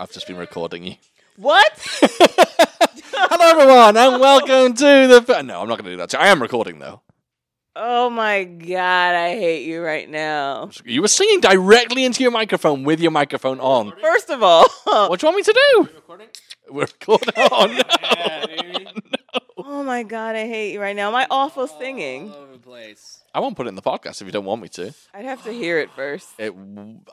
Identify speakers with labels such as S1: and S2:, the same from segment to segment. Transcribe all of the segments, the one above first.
S1: I've just been recording you.
S2: What?
S1: Hello, everyone, and welcome to the. Fi- no, I'm not going to do that. to you. I am recording though.
S2: Oh my god, I hate you right now.
S1: You were singing directly into your microphone with your microphone on.
S2: First of all, oh
S1: What do you want me to do? We're recording. Oh no!
S2: oh my god, I hate you right now. Am I awful singing?
S3: over the place.
S1: I won't put it in the podcast if you don't want me to.
S2: I'd have to hear it first.
S1: It,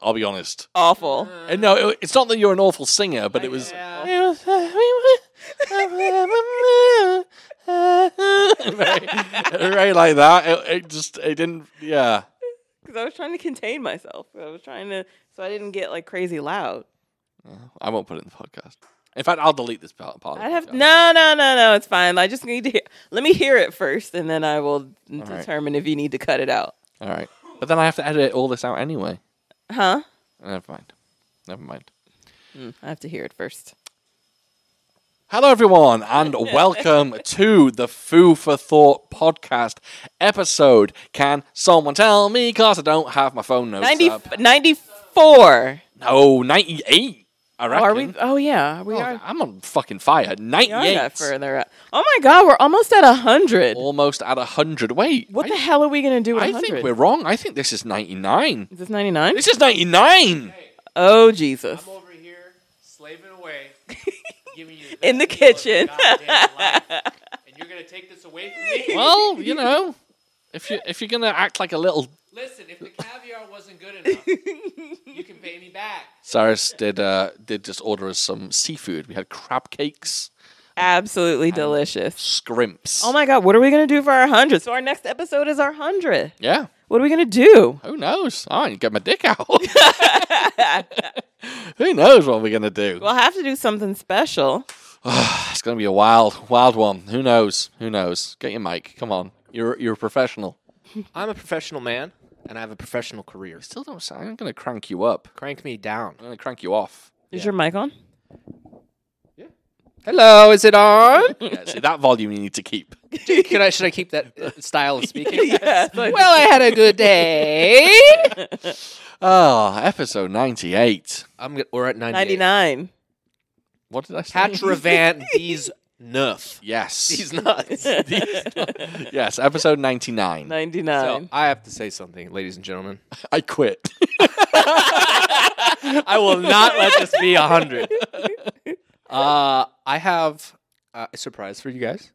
S1: I'll be honest.
S2: Awful.
S1: And no, it- it's not that you're an awful singer, but it was. very, very like that. It, it just it didn't. Yeah.
S2: Because I was trying to contain myself. I was trying to, so I didn't get like crazy loud.
S1: I won't put it in the podcast. In fact, I'll delete this part. part of the
S2: I have
S1: podcast.
S2: no, no, no, no. It's fine. I just need to hear. Let me hear it first, and then I will
S1: right.
S2: determine if you need to cut it out.
S1: All right, but then I have to edit all this out anyway.
S2: Huh?
S1: Never mind. Never mind.
S2: I have to hear it first.
S1: Hello, everyone, and welcome to the Foo for Thought podcast episode. Can someone tell me? Cause I don't have my phone notes
S2: 90,
S1: up.
S2: 94.
S1: No, ninety-eight. I reckon.
S2: Are we? Oh yeah, we
S1: Oh,
S2: are.
S1: I'm on fucking fire.
S2: We are that
S1: 98.
S2: further up. Oh my god, we're almost at hundred.
S1: Almost at 100. Wait.
S2: What
S1: Oh, I,
S2: the hell are we gonna do? With
S1: I
S2: 100?
S1: think we're wrong. I think this is 99.
S2: Is this ninety nine?
S1: This is 99.
S2: Oh Jesus!
S3: I'm over here slaving away, giving you
S2: In the
S3: best meal of
S2: kitchen.
S3: your goddamn life, and you're gonna take this away from me.
S1: Well, you know, if you if you're going to act like a little
S3: Listen, if the caviar wasn't good enough, you can pay me back.
S1: Cyrus did uh did just order us some seafood. We had crab cakes,
S2: Absolutely delicious.
S1: scrimps.
S2: Oh my god, what are we gonna do for our hundred? So our next episode is our hundred.
S1: Yeah.
S2: What are we gonna do?
S1: Who knows? I might get my dick out. Who knows what we're going to do?
S2: We'll have to do something special.
S1: It's going to be a wild wild one. Who knows? Who knows? Get your mic. Come on. You're you're a professional.
S3: I'm a professional man, and I have a professional career.
S1: Still don't sound. I'm going to crank you up.
S3: Crank me down.
S1: I'm going to crank you off.
S2: Is your mic on?
S3: Hello, is it on?
S1: Yeah, see, that volume you need to keep.
S3: Can I? Should I keep that uh, style of speaking?
S2: Yes.
S3: Well, I had a good day.
S1: Oh, episode 98.
S3: I'm. Gonna, we're at
S2: ninety
S3: 99.
S2: nine.
S1: What did I say?
S3: Patra Van D's Nuff.
S1: Yes.
S3: nuts.
S1: yes, episode 99.
S2: Ninety
S3: So
S2: nine.
S3: I have to say something, ladies and gentlemen.
S1: I quit.
S3: I will not let this be a hundred. Uh, I have uh, a surprise for you guys.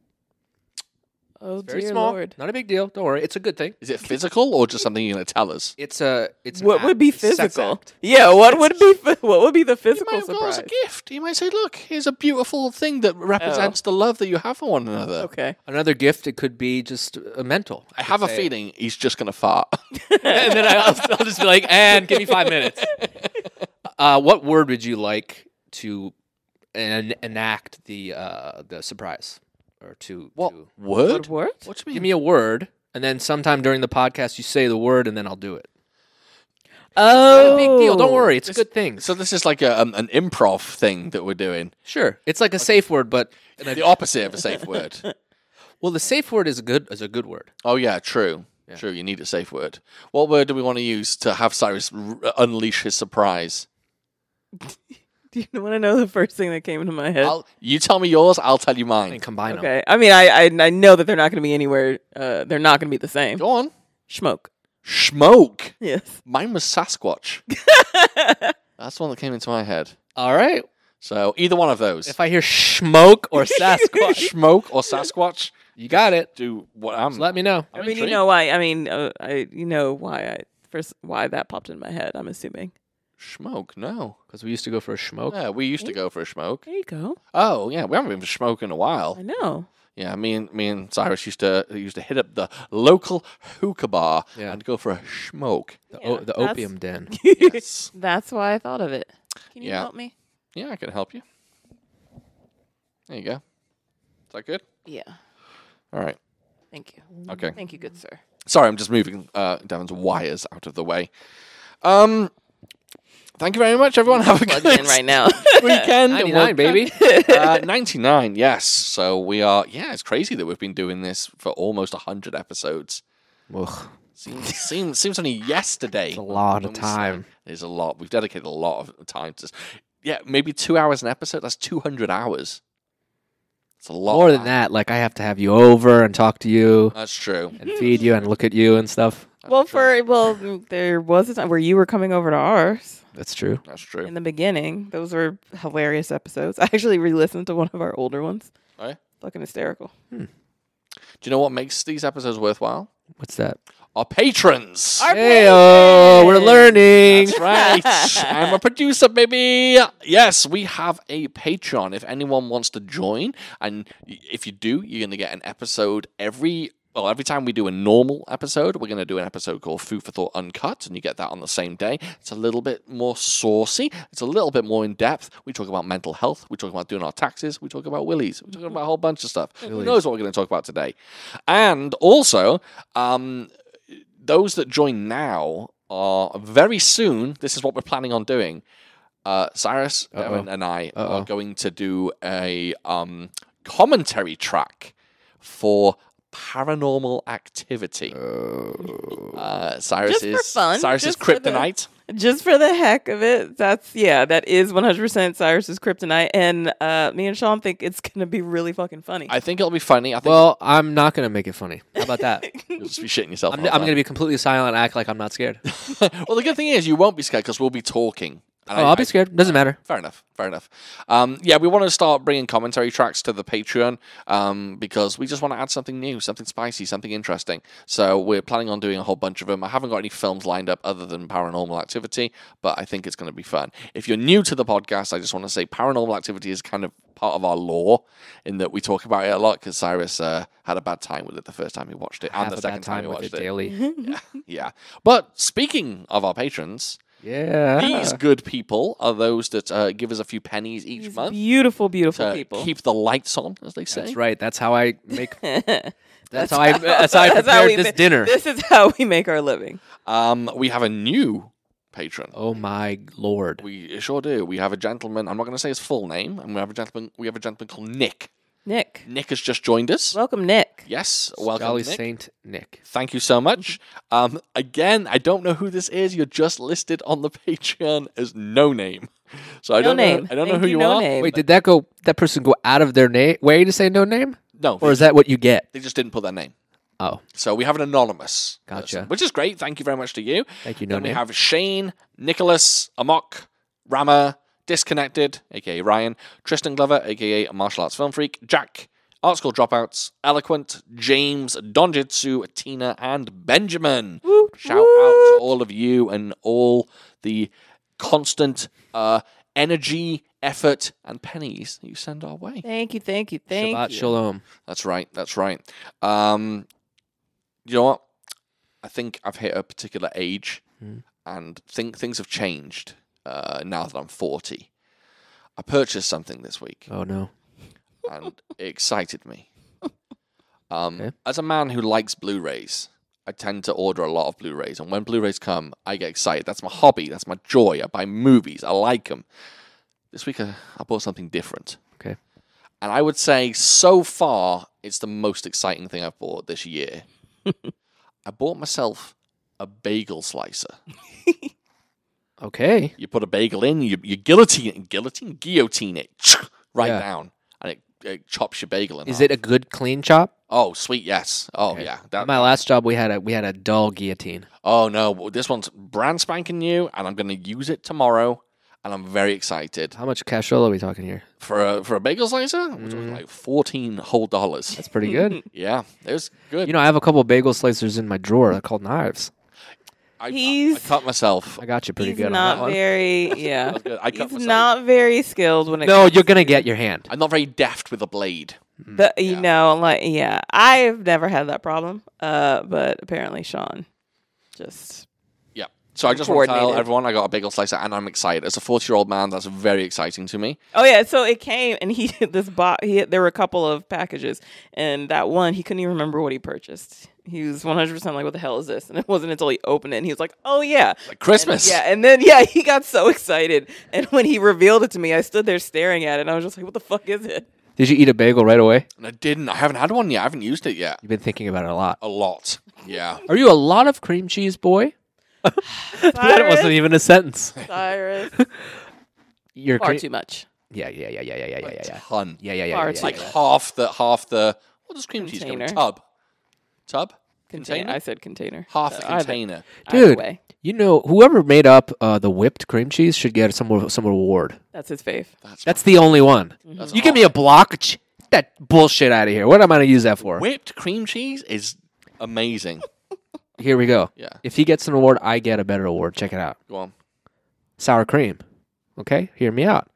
S2: Oh
S3: Very
S2: dear
S3: small,
S2: lord.
S3: not a big deal. Don't worry, it's a good thing.
S1: Is it physical or just something you're going to tell us?
S3: It's a. It's an
S2: What
S3: act.
S2: would be
S3: It's a sex
S2: physical?
S3: act.
S2: Yeah. What would be? What would be the
S1: You might
S2: physical
S1: have got as
S2: surprise?
S1: a gift. You might say, look, here's a beautiful thing that represents the love that you have for one another.
S2: Okay.
S3: Another gift. It could be just a mental.
S1: I have a
S3: Say it.
S1: feeling he's just going to fart.
S3: and then I'll, I'll just be like, and give me five minutes. Uh, what word would you like to en- enact the uh, the surprise or to
S1: What
S3: to-
S1: word?
S2: What?
S1: What do you mean?
S3: give me a word, and then sometime during the podcast you say the word, and then I'll do it. Not
S2: Oh,
S3: a big deal. Don't worry, it's a good thing.
S1: So this is like a, um, an improv thing that we're doing.
S3: sure, it's like a safe word, but
S1: The opposite of a safe word.
S3: well, the safe word is a good is a good word.
S1: Oh yeah, true. True. You need a safe word. What word do we want to use to have Cyrus r- unleash his surprise?
S2: Do you want to know the first thing that came into my head?
S1: I'll, you tell me yours. I'll tell you mine.
S3: And combine them.
S2: okay. I mean, I, I I know that they're not going to be anywhere. Uh, they're not going to be the same.
S1: Go on.
S2: Smoke.
S1: Smoke.
S2: Yes.
S1: Mine was Sasquatch. That's the one that came into my head.
S3: All right.
S1: So either one of those,
S3: If I hear smoke or Sasquatch,
S1: smoke or Sasquatch, Hmm.
S3: you got it.
S1: do what I'm.
S3: Just let me know.
S2: i
S1: I'm
S2: mean, you
S1: intrigued.
S2: know why? I mean, uh, I you know why I first why that popped in my head. I'm assuming.
S1: Smoke? No.
S3: Because we used to go for a smoke.
S1: Yeah, we used to go for a smoke.
S2: There you go.
S1: Oh yeah, we haven't been for smoke in a while.
S2: I know.
S1: Yeah, me and me and Cyrus used to used to hit up the local hookah bar
S3: Yeah.
S1: and go for a smoke.
S3: The,
S2: Yeah,
S3: o- the
S2: that's-
S3: opium den.
S1: Yes.
S2: That's why I thought of it. Can you
S1: Yeah.
S2: help me?
S1: yeah, I can help you. There you go. Is that good?
S2: Yeah.
S1: All right.
S2: Thank you.
S1: Okay.
S2: Thank you, good sir.
S1: Sorry, I'm just moving uh, Devin's wires out of the way. Um, thank you very much, everyone. Have a
S2: Plugged
S1: good
S2: in right now.
S1: weekend.
S3: 99, baby.
S1: uh, 99, yes. So we are, yeah, it's crazy that we've been doing this for almost 100 episodes.
S3: Ugh,
S1: Seems, seems, seems only yesterday.
S3: a lot of
S1: when we
S3: time.
S1: started. There's a lot. We've dedicated a lot of time to this. yeah, maybe two hours an episode. That's two hundred hours. It's a lot
S3: More
S1: of
S3: than that, like I have to have you over and talk to you
S1: That's true.
S3: and feed you and look at you and stuff.
S1: That's
S2: well,
S1: true.
S2: for well, mm, there was a time where you were coming over to ours
S3: That's true.
S1: that's true.
S2: in the beginning. Those were hilarious episodes. I actually re-listened to one of our older ones.
S1: Oh, yeah?
S2: Fucking hysterical.
S1: Do you know what makes these episodes worthwhile?
S3: What's that?
S1: Our patrons.
S2: Our
S3: Hey, oh, we're
S2: patrons!
S3: learning.
S1: That's right. I'm a producer, baby. Yes, we have a Patreon. If anyone wants to join, and y- if you do, you're going to get an episode every. Well, every time we do a normal episode, we're going to do an episode called Food for Thought Uncut, and you get that on the same day. It's a little bit more saucy. It's a little bit more in depth. We talk about mental health. We talk about doing our taxes. We talk about willies. We're talking about a whole bunch of stuff. Who knows what we're going to talk about today? And also, um, those that join now are very soon. This is what we're planning on doing. Uh, Cyrus,
S3: Uh-oh.
S1: Devin, and I
S3: Uh-oh.
S1: are going to do a um, commentary track for Paranormal Activity.
S3: Oh.
S1: Uh, Cyrus
S2: Just for
S1: is
S2: fun,
S1: Cyrus
S2: just
S1: is
S2: for the-
S1: kryptonite.
S2: just for the heck of it that's yeah that is 100% cyrus's kryptonite and uh me and sean think it's gonna be really fucking funny
S1: I think it'll be funny. I think
S3: Well, I'm not gonna make it funny. How about that?
S1: you'll just be shitting yourself.
S3: I'm,
S1: all the
S3: I'm
S1: time.
S3: gonna be completely silent and act like I'm not scared. Oh,
S1: well, the good thing is you won't be scared because we'll be talking. And I-
S3: Oh, I'll be
S1: I-
S3: scared. Doesn't matter.
S1: Fair enough. Fair enough. Um, yeah, we want to start bringing commentary tracks to the Patreon um, because we just want to add something new, something spicy, something interesting. So we're planning on doing a whole bunch of them. I haven't got any films lined up other than Paranormal Activity, but I think it's going to be fun. If you're new to the podcast, I just want to say Paranormal Activity is kind of part of our lore in that we talk about it a lot because Cyrus uh, had a bad time with it the first time he watched it and
S3: Have
S1: the
S3: a
S1: second
S3: bad
S1: time,
S3: time
S1: he
S3: with
S1: watched
S3: it
S1: it.
S3: daily.
S1: Yeah. But speaking of our patrons,
S3: yeah.
S1: these good people are those that uh, give us a few pennies each
S2: These
S1: month
S2: beautiful beautiful
S1: to
S2: people
S1: keep the lights on, as they say.
S3: That's right. That's how I make.
S2: that's,
S3: That's how I. That's how I
S2: how we
S3: prepared this
S2: ma-
S3: dinner.
S2: this is how we make our living
S1: Um, we have a new patron.
S3: Oh my lord.
S1: We sure do. We have a gentleman. I'm not going to say his full name. And we have a gentleman. We have a gentleman called Nick.
S2: nick
S1: Nick has just joined us.
S2: welcome nick
S1: yes, welcome,
S3: Jolly
S1: Nick.
S3: Saint Nick.
S1: Thank you so much. Um, again, I don't know who this is. You're just listed on the Patreon as no name, so I
S2: no
S1: don't
S2: name
S1: know. I don't know
S2: Thank
S1: who you,
S2: no
S1: are.
S2: name.
S3: Wait, did that go? That person go out of their name way to say no name,
S1: No,
S3: or is that what you get?
S1: they just didn't put their name.
S3: Oh,
S1: So we have an anonymous.
S3: Gotcha.
S1: person, which is great. Thank you very much to you.
S3: Thank you, no
S1: then we
S3: name.
S1: have Shane, Nicholas, Amok, Rama, Disconnected, aka Ryan, Tristan Glover, aka Martial Arts Film Freak, Jack, Art School Dropouts, Eloquent, James, Donjitsu, Tina, and Benjamin. Shout out to all of you and all the constant uh, energy, effort, and pennies that you send our way.
S2: thank you thank you thank
S3: Shabbat
S2: you
S3: Shalom.
S1: That's right. That's right. Um, you know what? I think I've hit a particular age, and think things have changed uh, now that I'm 40. I purchased something this week,
S3: Oh no.
S1: and it excited me. Um,
S3: Okay.
S1: As a man who likes Blu-rays, I tend to order a lot of Blu-rays, and when Blu-rays come, I get excited. That's my hobby. That's my joy. I buy movies. I like them. This week, uh, I, I bought something different.
S3: Okay.
S1: And I would say so far, it's the most exciting thing I've bought this year. I bought myself a bagel slicer.
S3: Okay.
S1: You put a bagel in, you, you guillotine it, guillotine, guillotine it right
S3: Yeah.
S1: down, and it, it chops your bagel in
S3: Is
S1: half.
S3: it a good clean chop?
S1: Oh, sweet, yes. Oh,
S3: Okay.
S1: yeah.
S3: At
S1: That,
S3: my last job, we had a we had a dull guillotine.
S1: oh, no. well, This one's brand spanking new, and I'm going to use it tomorrow, and I'm very excited.
S3: How much casserole are we talking here?
S1: For a, for a bagel slicer, we're talking like 14 whole dollars.
S3: Mm. That's pretty good.
S1: Yeah, it was good.
S3: you know, I have a couple bagel slicers in my drawer. They're called knives.
S1: I, I- I
S2: He's-
S1: cut myself.
S3: I got you pretty
S2: he's
S3: good
S2: not
S3: on that
S2: very yeah
S1: That's good. I cut
S2: he's
S1: myself.
S2: not very skilled when it
S3: one. No,
S2: comes
S3: you're Mm, gonna get your hand.
S1: I'm not very deft with a blade.
S2: The, You know, like yeah, I've never had that problem. Uh, but apparently Sean just
S1: Yeah. So I just want to tell
S2: Coordinated.
S1: everyone I got a bagel slicer and I'm excited. As a 40 year old man, that's very exciting to me.
S2: oh yeah. So it came and he this bot. He there were a couple of packages and that one he couldn't even remember what he purchased. He was one hundred percent like, what the hell is this? And it wasn't until he opened it and he was like, oh yeah,
S1: Like Christmas.
S2: yeah. And then yeah, he got so excited. And when he revealed it to me, I stood there staring at it. and I was just like, what the fuck is it?
S3: Did you eat a bagel right away?
S1: And I didn't. I haven't had one yet. I haven't used it yet.
S3: You've been thinking about it a lot.
S1: A lot. Yeah.
S3: Are you a lot of cream cheese boy? that
S2: Cyrus,
S3: wasn't even a sentence.
S2: Cyrus.
S3: you're
S2: Far
S3: cre-
S2: too much.
S3: yeah, yeah, yeah, yeah, yeah, yeah, yeah, yeah, yeah,
S1: Ton.
S3: yeah, yeah, yeah,
S2: Far
S3: yeah,
S2: too
S1: It's
S3: yeah,
S1: like
S3: yeah.
S1: half the half the what does cream cheese go in?
S2: Container.
S1: Tub. Tub? Container?
S2: I said container.
S1: Half
S3: Uh,
S2: So
S1: a
S2: either-
S1: container.
S2: either
S3: Dude.
S2: way.
S3: You know, whoever made up uh, the whipped cream cheese should get some some reward.
S2: That's his fave.
S3: That's the only one.
S1: That's
S3: You give me a block, ch- get that bullshit out of here. What am I gonna use that for?
S1: whipped cream cheese is amazing.
S3: Here we go.
S1: Yeah.
S3: If he gets an award, I get a better award. Check it out.
S1: Go on.
S3: sour cream. Okay, hear me out.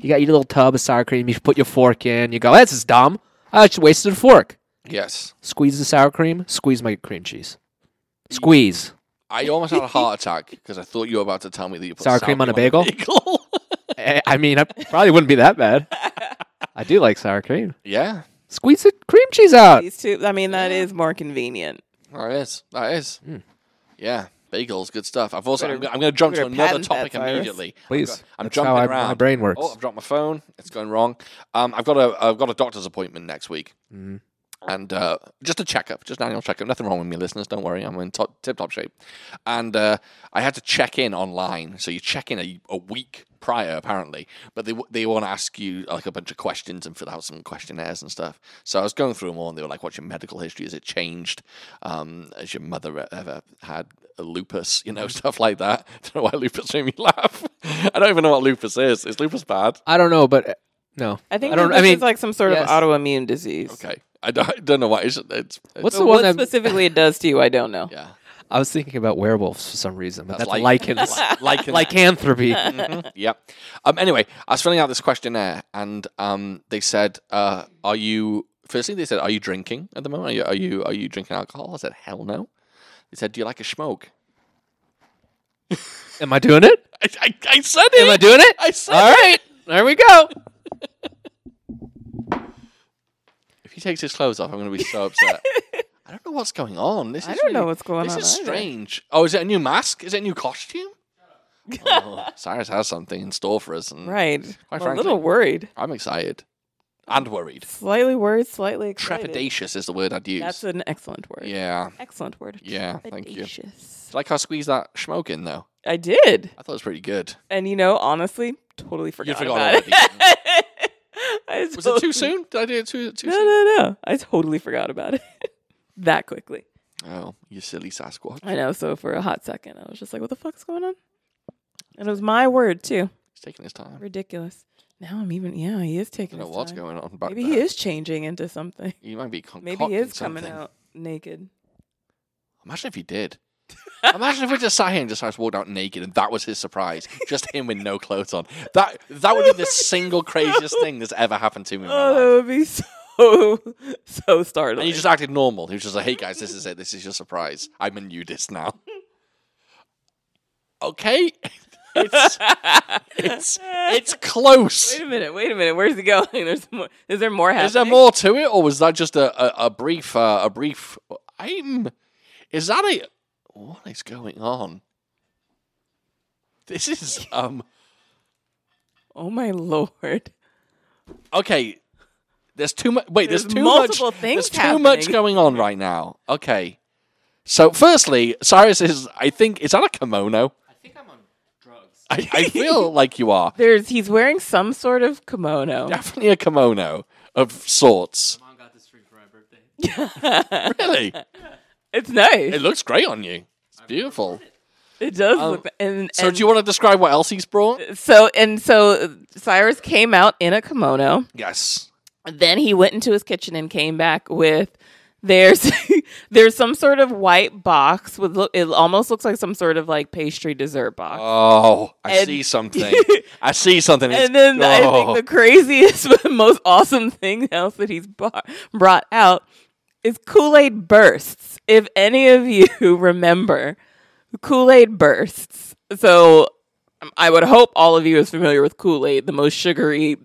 S3: You got your little tub of sour cream. You put your fork in. You go, this is dumb. I just wasted a fork.
S1: Yes.
S3: Squeeze the sour cream. Squeeze my cream cheese. Squeeze.
S1: I almost had a heart attack because I thought you were about to tell me that you put
S3: Sour cream on a bagel?
S1: bagel.
S3: Eh, I mean, it probably wouldn't be that bad. I do like sour cream.
S1: yeah.
S3: Squeeze the cream cheese
S1: Uh,
S3: out.
S2: These two. I mean, that is more convenient.
S1: That Oh, is. That is.
S3: Hmm.
S1: Yeah. Bagels, good stuff. I've also. I'm, go- I'm going to jump to
S2: better
S1: another
S2: patent that
S1: topic
S2: virus.
S1: immediately. I've
S3: Please.
S1: got- I'm
S3: That's
S1: jumping
S3: how I-
S1: around.
S3: my brain works.
S1: Oh, I've dropped my phone. It's going wrong. Um, I've got a. I've got a doctor's appointment next week. And uh, just a checkup, just an annual checkup. Nothing wrong with me, listeners. Don't worry, I'm in top, tip-top shape. And uh, I had to check in online, so you check in a, a week prior, apparently. But they w- they want to ask you like a bunch of questions and fill out some questionnaires and stuff. So I was going through them all, and they were like, "What's your medical history? Has it changed? Um, has your mother ever had a lupus? You know, stuff like that." I don't know why lupus made me laugh. I don't even know what lupus is. Is lupus bad?
S3: I don't know, but uh, no.
S2: I think
S3: I don't.
S2: lupus
S3: I mean,
S2: is like some sort
S3: yes.
S2: of autoimmune disease.
S1: Okay, I don't, I don't know what is it. It's, it's
S3: What's
S2: But
S3: the one
S2: what
S3: that-
S2: specifically it does to you, I don't know.
S1: yeah,
S3: I was thinking about werewolves for some reason, but that's,
S1: like-
S3: lichens.
S1: like
S3: Lycanthropy.
S2: Mm-hmm.
S1: Mhm, yep. Um, anyway, I was filling out this questionnaire, and um, they said, uh, "Are you?" Firstly, they said, "Are you drinking at the moment? Are you are you, are you drinking alcohol?" I said, "Hell no." They said, "Do you like a smoke?"
S3: Am I doing it?
S1: I, I, I said
S3: Am I doing it?
S1: I said
S3: All right. There we go.
S1: If he takes his clothes off, I'm going to be so upset. I don't know what's going on. This is
S2: I don't know
S1: really-
S2: what's going
S1: this
S2: on.
S1: is
S2: either.
S1: strange. Oh, is it a new mask? Is it a new costume? oh, Cyrus has something in store for us, and
S2: Right.
S1: Quite
S2: I'm a
S1: frankly.
S2: little worried.
S1: I'm excited and worried.
S2: Slightly worried, slightly excited.
S1: Trepidatious is the word I'd use.
S2: That's an excellent word.
S1: yeah,
S2: Excellent word.
S1: yeah. Thank you. Do
S2: Trepidatious.
S1: you like how I squeezed that smoke in though?
S2: I did.
S1: I thought it was pretty good.
S2: And you know, honestly, totally forgot,
S1: forgot
S2: about
S1: already.
S2: it. I
S1: Was it
S2: totally-
S1: too soon? Did I do it too too
S2: No,
S1: soon?
S2: no, no. I totally forgot about it that quickly.
S1: Oh, you silly Sasquatch!
S2: I know. So for a hot second, I was just like, "What the fuck's going on?" And it was my word too.
S1: He's taking his time. I
S2: Ridiculous. Now I'm even. Yeah, he is taking.
S1: don't know
S2: his
S1: what's
S2: time.
S1: going on back
S2: Maybe
S1: there.
S2: he is changing into something.
S1: You might be concocting
S2: Maybe he is coming
S1: something.
S2: out naked.
S1: Imagine if he did. Imagine if we just sat here and just started walked out naked, and that was his surprise. Just him with no clothes on. That that would be the single craziest thing that's ever happened to me. In my
S2: Oh,
S1: life.
S2: that would be so so startling.
S1: And he just acted normal. He was just like, "Hey guys, this is it. This is your surprise. I'm a nudist now." Okay, it's it's it's close.
S2: wait a minute. Wait a minute. Where's he going? There's more. Is there more happening?
S1: Is there more to it, or was that just a a, a brief uh, a brief? I'm. Is that a what is going on? This is um
S2: Oh my lord.
S1: okay. There's too much. Wait, there's,
S2: There's
S1: too
S2: multiple
S1: much.
S2: things
S1: there's too much
S2: happening.
S1: going on right now. Okay. So, firstly, Cyrus is. I think is that a kimono? I think I'm on drugs. I, I feel like you are
S2: There's he's wearing some sort of kimono.
S1: definitely a kimono of sorts.
S4: Mom got this for me for my birthday.
S1: Really,
S2: It's nice.
S1: it
S2: It,
S1: looks great on you. It's beautiful.
S2: does look. And,
S1: So,
S2: and
S1: do you want to describe what else he's brought?
S2: so and so Cyrus came out in a kimono.
S1: Yes.
S2: Then he went into his kitchen and came back with there's there's some sort of white box with look it almost looks like some sort of like pastry dessert box.
S1: Oh, I
S2: uh, And-
S1: see something. I see something. It's-
S2: and then I
S1: oh.
S2: think the craziest but most awesome thing else that he's bought, brought out is Kool-Aid bursts. If any of you remember Kool-Aid bursts. So um, I would hope all of you is familiar with Kool-Aid, the most sugary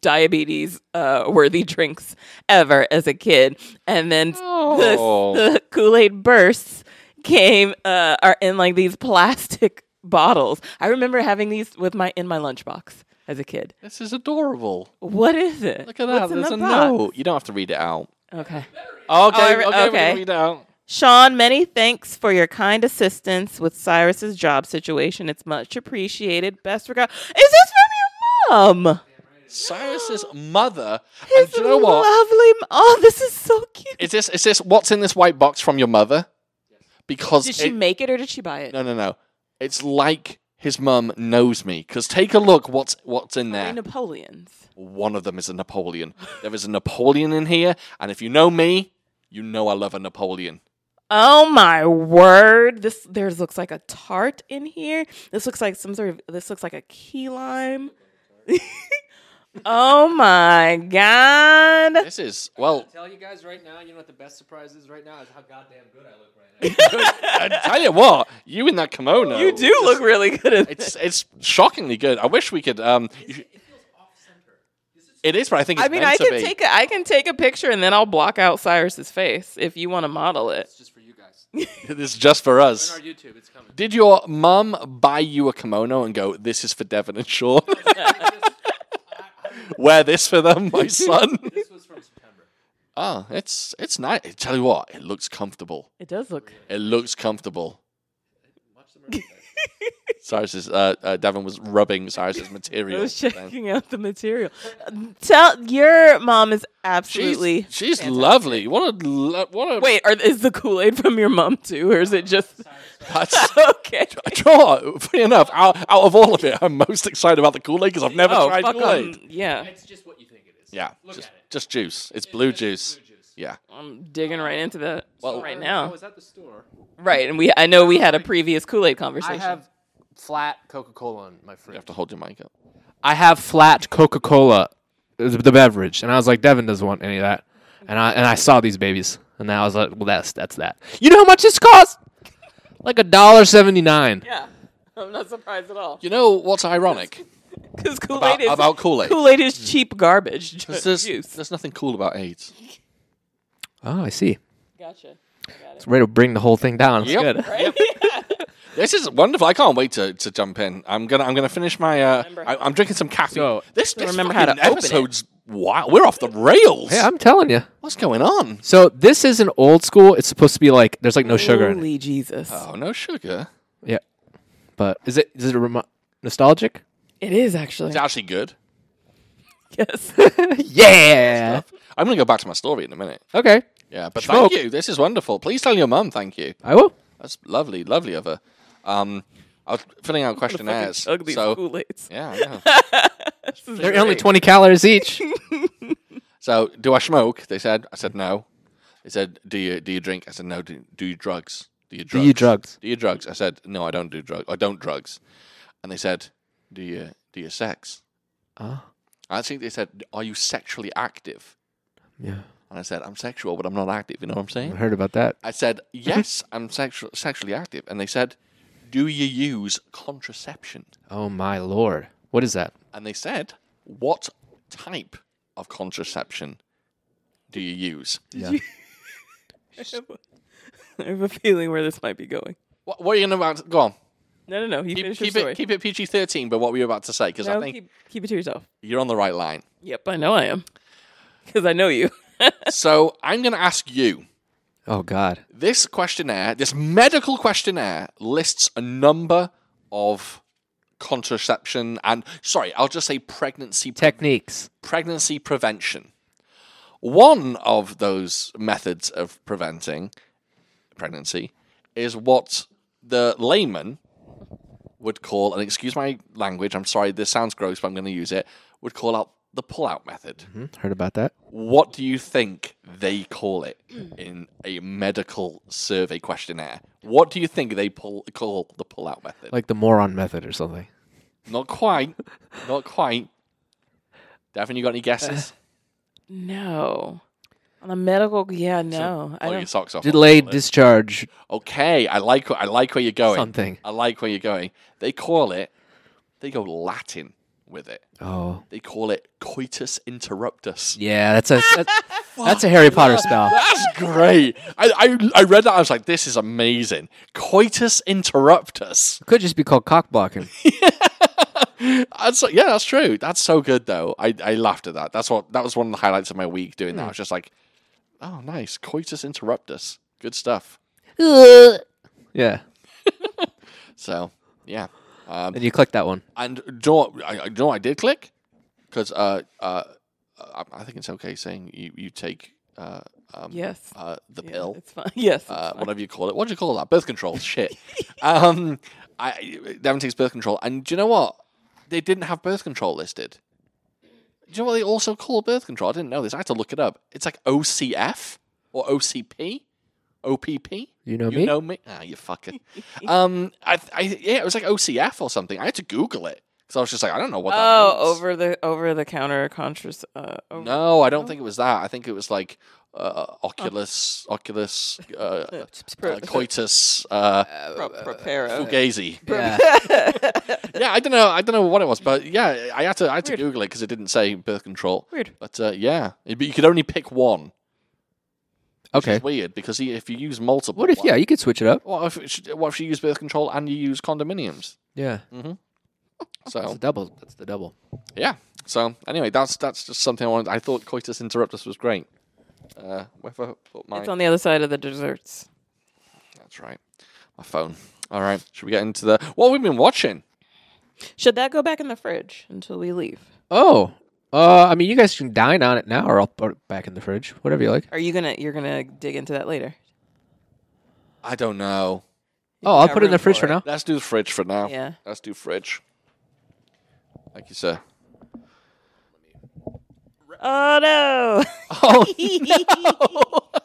S2: diabetes uh, worthy drinks ever as a kid. And then
S1: Oh.
S2: the, the Kool-Aid bursts came uh, are in like these plastic bottles. I remember having these with my in my lunchbox as a kid.
S1: this is adorable.
S2: What is it?
S1: Look at that.
S2: What's in
S1: There's
S2: the
S1: a
S2: box?
S1: note. You don't have to read it out.
S2: Okay.
S1: Okay,
S2: Ah. Oh, I re-
S1: okay, we
S2: okay.
S1: can read it out.
S2: Sean, many thanks for your kind assistance with Cyrus's job situation. It's much appreciated. Best regard. Is this from your mom? mom.
S1: Cyrus's mother. and
S2: His
S1: do you know what?
S2: lovely. m- Oh, this is so cute.
S1: Is this is this what's in this white box from your mother? Because
S2: Did she
S1: it-
S2: make it or did she buy it?
S1: no no no, it's like his mum knows me. Because take a look what's what's in
S2: Three
S1: there.
S2: Napoleons.
S1: One of them is a Napoleon. there is a Napoleon in here, and if you know me, you know I love a Napoleon.
S2: Oh my word! This there looks like a tart in here. This looks like some sort of. This looks like a key lime. oh my god!
S1: This is well.
S3: tell you guys right now, you know what the best surprise is right now is how goddamn good I look right now.
S1: I tell you what, you in that kimono.
S2: You do look really good in this.
S1: It's it's shockingly good. I wish we could. Um, you should- it is, but I think it's
S2: I mean,
S1: meant
S2: I
S1: to
S2: can
S1: be.
S2: take a, I can take a picture and then I'll block out Cyrus's face if you want to model it.
S3: it's just for you guys.
S1: this is just for us.
S3: On our YouTube, it's coming.
S1: Did your mum buy you a kimono and go, "This is for Devon and Sean"? Wear this for them, my son.
S3: This was from September.
S1: Ah, it's it's nice. I tell you what, it looks comfortable.
S2: It does look.
S1: It looks comfortable. Cyrus's uh, uh, Devon was rubbing Cyrus's
S2: I
S1: material.
S2: was
S1: then.
S2: checking out the material. Tell your mom is absolutely.
S1: She's, she's lovely. What a lo- what a
S2: Wait, are, is the Kool Aid from your mom too, or is it just
S1: That's,
S2: okay?
S1: Do you know what? Funny enough, out, out of all of it, I'm most excited about the Kool Aid because I've never
S2: Oh,
S1: tried
S2: fuck
S1: Kool Aid.
S2: um, yeah.
S3: It's just what you think it is.
S1: Yeah,
S3: Look
S1: just,
S3: at it.
S1: just juice. It's blue juice.
S3: Blue juice.
S1: Yeah,
S2: I'm digging right into that
S1: Well-
S2: right
S3: I
S2: now.
S3: was at the store.
S2: Right, and we I know we had a previous Kool Aid conversation.
S3: flat Coca Cola in my
S1: you
S3: fridge.
S1: have to hold your mic up.
S3: I have flat Coca Cola, the beverage, and I was like, Devin doesn't want any of that, and I and I saw these babies, and I was like, well, that's that's that. You know how much this cost? Like a dollar seventy nine.
S2: Yeah, I'm not surprised at all
S1: You know what's ironic
S2: because Kool
S1: about,
S2: Aid is
S1: about Kool Aid?
S2: Kool Aid is cheap garbage ju-
S1: There's,
S2: juice.
S1: there's nothing cool about AIDS.
S3: Oh, I see.
S2: Gotcha.
S3: It's ready to bring the whole thing down. It's
S1: Yep.
S3: good.
S1: This is wonderful. I can't wait to, to jump in. I'm gonna I'm gonna finish my. Uh,
S2: Remember-
S1: I, am drinking some caffeine.
S3: So-
S1: this
S2: So
S1: this
S2: remember how to
S1: fucking
S2: open it.
S1: episode's wow. We're off the rails.
S3: Yeah, I'm telling you.
S1: What's going on?
S3: So this is an old school. It's supposed to be like there's like no sugar in it.
S2: Holy Jesus!
S1: Oh no, sugar.
S3: Yeah, but is it is it a remo- nostalgic?
S2: It is actually
S1: It's actually good.
S2: yes.
S3: yeah.
S1: I'm gonna go back to my story in a minute.
S3: Okay,
S1: Yeah, but
S3: Smoke.
S1: thank you. This is wonderful. Please tell your mum thank you.
S3: I will.
S1: That's lovely, lovely of her. Um, I was filling out questionnaires.
S2: Ugly
S1: so
S2: Kool Aids.
S1: yeah, I know.
S3: They're only twenty calories each.
S1: So do I smoke? They said. I said no. They said, do you do you drink? I said no. Do, do you drugs? Do you drugs?
S3: you E drugs?
S1: Do you drugs? I said no. I don't do drugs. I don't drugs. And they said, do you do you sex?
S3: Ah.
S1: I think they said, are you sexually active?
S3: yeah,
S1: And I said, I'm sexual, but I'm not active. You know what I'm
S3: I
S1: saying?
S3: heard about that.
S1: I said, yes, I'm sexual, sexually active. And they said, do you use contraception?
S3: Oh my lord, what is that?
S1: And they said, what type of contraception do you use?
S3: Yeah.
S2: I have a feeling where this might be going.
S1: What, what are you going to about? Go on.
S2: No, no, no. You
S1: Keep,
S2: finish
S1: keep
S2: your story.
S1: it, keep it PG 13, but what were you about to say? Because
S2: no,
S1: I think
S2: keep, keep it to yourself.
S1: you're on the right line.
S2: Yep, I know I am because I know you.
S1: so I'm going to ask you
S3: Oh god.
S1: this questionnaire, this medical questionnaire lists a number of contraception and, sorry, I'll just say pregnancy
S3: Techniques.
S1: pregnancy prevention. One of those methods of preventing pregnancy is what the layman would call, and excuse my language, I'm sorry, this sounds gross, but I'm going to use it, would call out the pull-out method.
S3: Heard about that.
S1: What do you think they call it in a medical survey questionnaire? What do you think they pull, call the pull-out method?
S3: Like the moron method or something.
S1: not quite, not quite. Devin, you got any guesses?
S2: No, on a medical. Yeah, no. I
S1: Pull
S2: don't.
S1: your socks off.
S3: Delayed discharge.
S1: Okay, I like wh- I like where you're going.
S3: Something.
S1: I like where you're going. They call it. They go Latin with it.
S3: Oh
S1: They call it coitus interruptus.
S3: yeah, that's a that's, that's a Harry Potter spell.
S1: That's great. I, I I read that. I was like, this is amazing. Coitus interruptus.
S3: Could just be called cock blocking.
S1: That's yeah, that's true. That's so good though. I, I laughed at that. That's what that was one of the highlights of my week doing
S3: Hmm.
S1: that. I was just like, oh, nice. Coitus interruptus. Good stuff.
S3: yeah,
S1: So yeah. Um,
S3: and you click that one.
S1: and do you know what- I, I- do you know what I did click? because uh, uh, I, I think it's okay saying you you take uh, um,
S2: Yes.
S1: uh, the
S2: Yeah,
S1: pill.
S2: It's fine. Yes. it's
S1: uh,
S2: fine.
S1: whatever you call it. What do you call that? Birth control. Shit. um, I Devon takes birth control, and do you know what? They didn't have birth control listed. Do you know what they also call birth control? I didn't know this. I had to look it up. It's like OCF or OCP, OPP.
S3: You know
S1: you
S3: me?
S1: know me? Ah, you fucker. um, I, I, yeah, it was like OCF or something. I had to Google it because I was just like, I don't know what.
S2: oh,
S1: that means.
S2: over the over the counter contras. Uh, over-
S1: No, I don't think it was that. I think it was like uh, Oculus, Oculus, uh,
S2: Pro-
S1: uh, coitus, uh,
S2: pro- propero.
S1: fugazi.
S3: Yeah.
S1: Yeah, I don't know. I don't know what it was, but yeah, I had to I had to Google it because it didn't say birth control.
S2: Weird.
S1: But uh, yeah, It- but you could only pick one. which
S3: Okay.
S1: is weird because you- if you use multiple,
S3: What if
S1: why-
S3: yeah, you could switch it up.
S1: What if it should- what if you use birth control and you use condominiums?
S3: Yeah. That's
S1: So
S3: the double. That's the double.
S1: yeah. So anyway, that's that's just something I wanted. I thought coitus interruptus was great. Uh, where have I put my?
S2: It's on the other side of the desserts.
S1: That's right. My phone. All right. Should we get into the what we've been watching?
S2: Should that go back in the fridge until we leave?
S3: Oh. Uh, I mean, you guys can dine on it now, or I'll put it back in the fridge, whatever you like.
S2: Are you gonna you're gonna dig into that later?
S1: I don't know.
S3: Oh, I'll
S2: got
S3: put it in the
S2: room
S3: fridge
S2: for
S3: for
S2: it.
S3: now.
S1: Let's do the fridge for now.
S2: Yeah.
S1: Let's do fridge. Thank you, sir.
S2: Oh no!
S1: Oh,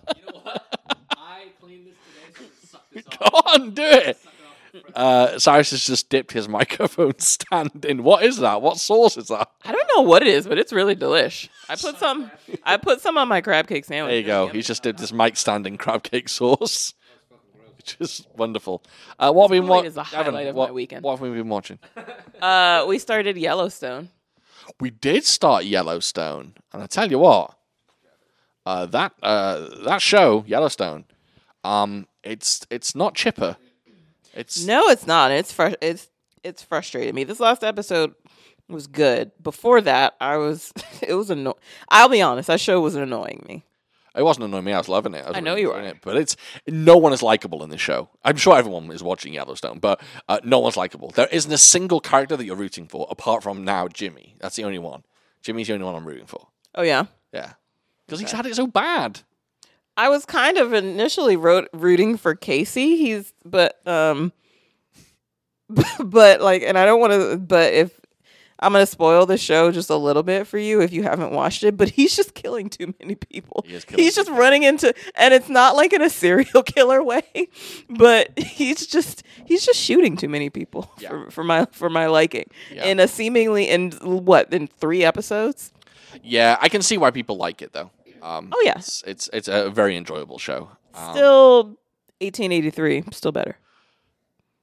S4: I cleaned this today, so suck this off.
S1: Go on, do it. Uh, Cyrus has just dipped his microphone stand in. What is that? What sauce is that?
S2: I don't know what it is, but it's really delish. I put some I put some on my crab cake sandwich.
S1: There you go. He's just dipped his mic stand in crab cake sauce. Which is wonderful. Uh, what have we been
S2: Kool-Aid
S1: watching?
S2: is the highlight of my
S1: what,
S2: weekend.
S1: What have we been watching?
S2: Uh, we started Yellowstone.
S1: We did start Yellowstone, and I tell you what, uh, that uh, that show Yellowstone, um, it's it's not chipper. It's
S2: No, it's not. It's fr- it's it's frustrated me. This last episode was good. Before that, I was it was annoying. I'll be honest, that show was annoying me.
S1: It wasn't annoying me. I was loving it. I, was
S2: I know
S1: really
S2: you
S1: enjoying
S2: were.
S1: It, but it's no one is likable in this show. I'm sure everyone is watching Yellowstone, but uh, no one's likable. There isn't a single character that you're rooting for apart from now Jimmy. That's the only one. Jimmy's the only one I'm rooting for.
S2: Oh yeah.
S1: Yeah, because he's had it so bad.
S2: I was kind of initially wrote, rooting for Casey. He's but um but like and I don't want to but if I'm going to spoil the show just a little bit for you if you haven't watched it, but he's just killing too many people.
S1: He is killing
S2: he's just running into and it's not like in a serial killer way, but he's just he's just shooting too many people
S1: Yeah.
S2: for, for my for my liking.
S1: Yeah.
S2: In a seemingly in what, in 3 episodes?
S1: Yeah, I can see why people like it though. Um,
S2: Oh, yeah.
S1: it's, it's it's a very enjoyable show. Um,
S2: still 1883 still better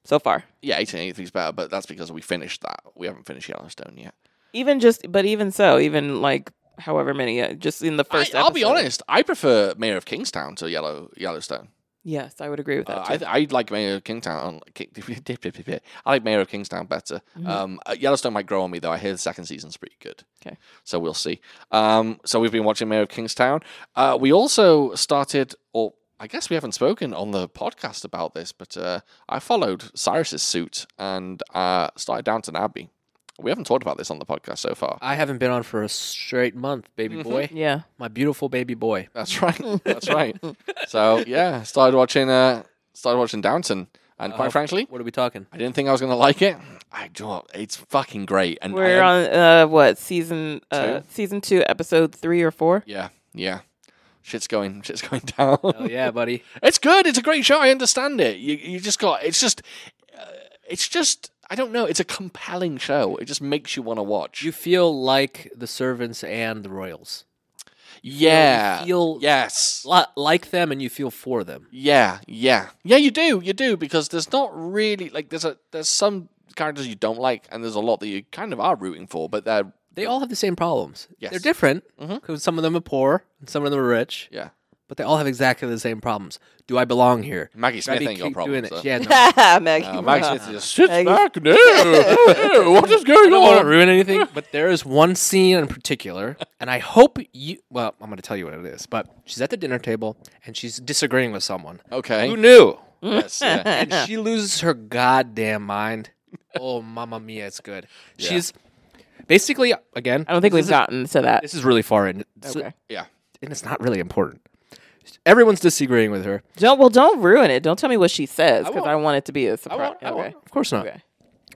S2: so far
S1: yeah, 1883 is better, but that's because we finished that. We haven't finished Yellowstone yet.
S2: even just but even so even like however many uh, just in the first
S1: I, I'll be
S2: episode.
S1: honest. I prefer Mayor of Kingstown to Yellow Yellowstone.
S2: yes i would agree with that
S1: Uh,
S2: too.
S1: I, th- I like Mayor of Kingstown. Ki- I like Mayor of Kingstown better. Um, uh, Yellowstone might grow on me though. I hear the second season's pretty good.
S2: 'Kay.
S1: so we'll see. Um, so we've been watching Mayor of Kingstown. Uh, we also started, or I guess we haven't spoken on the podcast about this, but uh, I followed Cyrus's suit and uh, started Downton Abbey. We haven't talked about this on the podcast so far.
S3: I haven't been on for a straight month, baby boy.
S2: yeah
S3: My beautiful baby boy.
S1: That's right. That's right. so yeah, started watching. Uh, started watching Downton, and quite
S3: Oh,
S1: frankly.
S3: what are we talking?
S1: I didn't think I was gonna like it. I do. It's fucking great. And
S2: we're
S1: I am-
S2: on uh what season uh season two episode three or four
S1: Yeah, yeah. Shit's going. Shit's going down.
S3: Oh yeah, buddy.
S1: It's good. It's a great show. I understand it. You you just got. It's just. Uh, it's just. I don't know. It's a compelling show. It just makes you want to watch.
S3: You feel like the servants and the royals.
S1: yeah.
S3: feel-
S1: yes.
S3: Li- Like them, and you feel for them.
S1: Yeah, yeah, yeah. You do, you do, because there's not really like there's a there's some characters you don't like, and there's a lot that you kind of are rooting for, but they're
S3: They all have the same problems.
S1: Yes.
S3: They're different because some of them are poor and some of them are rich,
S1: yeah.
S3: but they all have exactly the same problems. Do I belong here?
S1: Maggie
S3: Should I
S1: Smith
S3: be
S1: ain't got
S3: keep
S1: problems.
S3: Doing
S1: though.
S3: it? Yeah, no. I
S2: maggie
S1: Uh, Maggie Smith just sits
S2: Maggie-
S1: back. No, no, what is going
S3: don't want to
S1: on?
S3: ruin anything, but there is one scene in particular, and I hope you. Well, I'm going to tell you what it is, but she's at the dinner table and she's disagreeing with someone. Who
S1: Okay.
S3: knew?
S1: yes. Yeah.
S3: and she loses her goddamn mind. Oh, mamma mia, it's good. She's Basically, again,
S2: I don't think we've gotten to that.
S3: this is really far in, it's-
S2: Okay.
S1: Yeah.
S3: and it's not really important. Everyone's disagreeing with her.
S2: Don't well, don't ruin it. Don't tell me what she says because
S3: won't.
S2: I, want it to be a
S3: I
S2: surprise.
S3: won't, I
S2: Okay.
S3: won't. Of course not.
S2: Okay.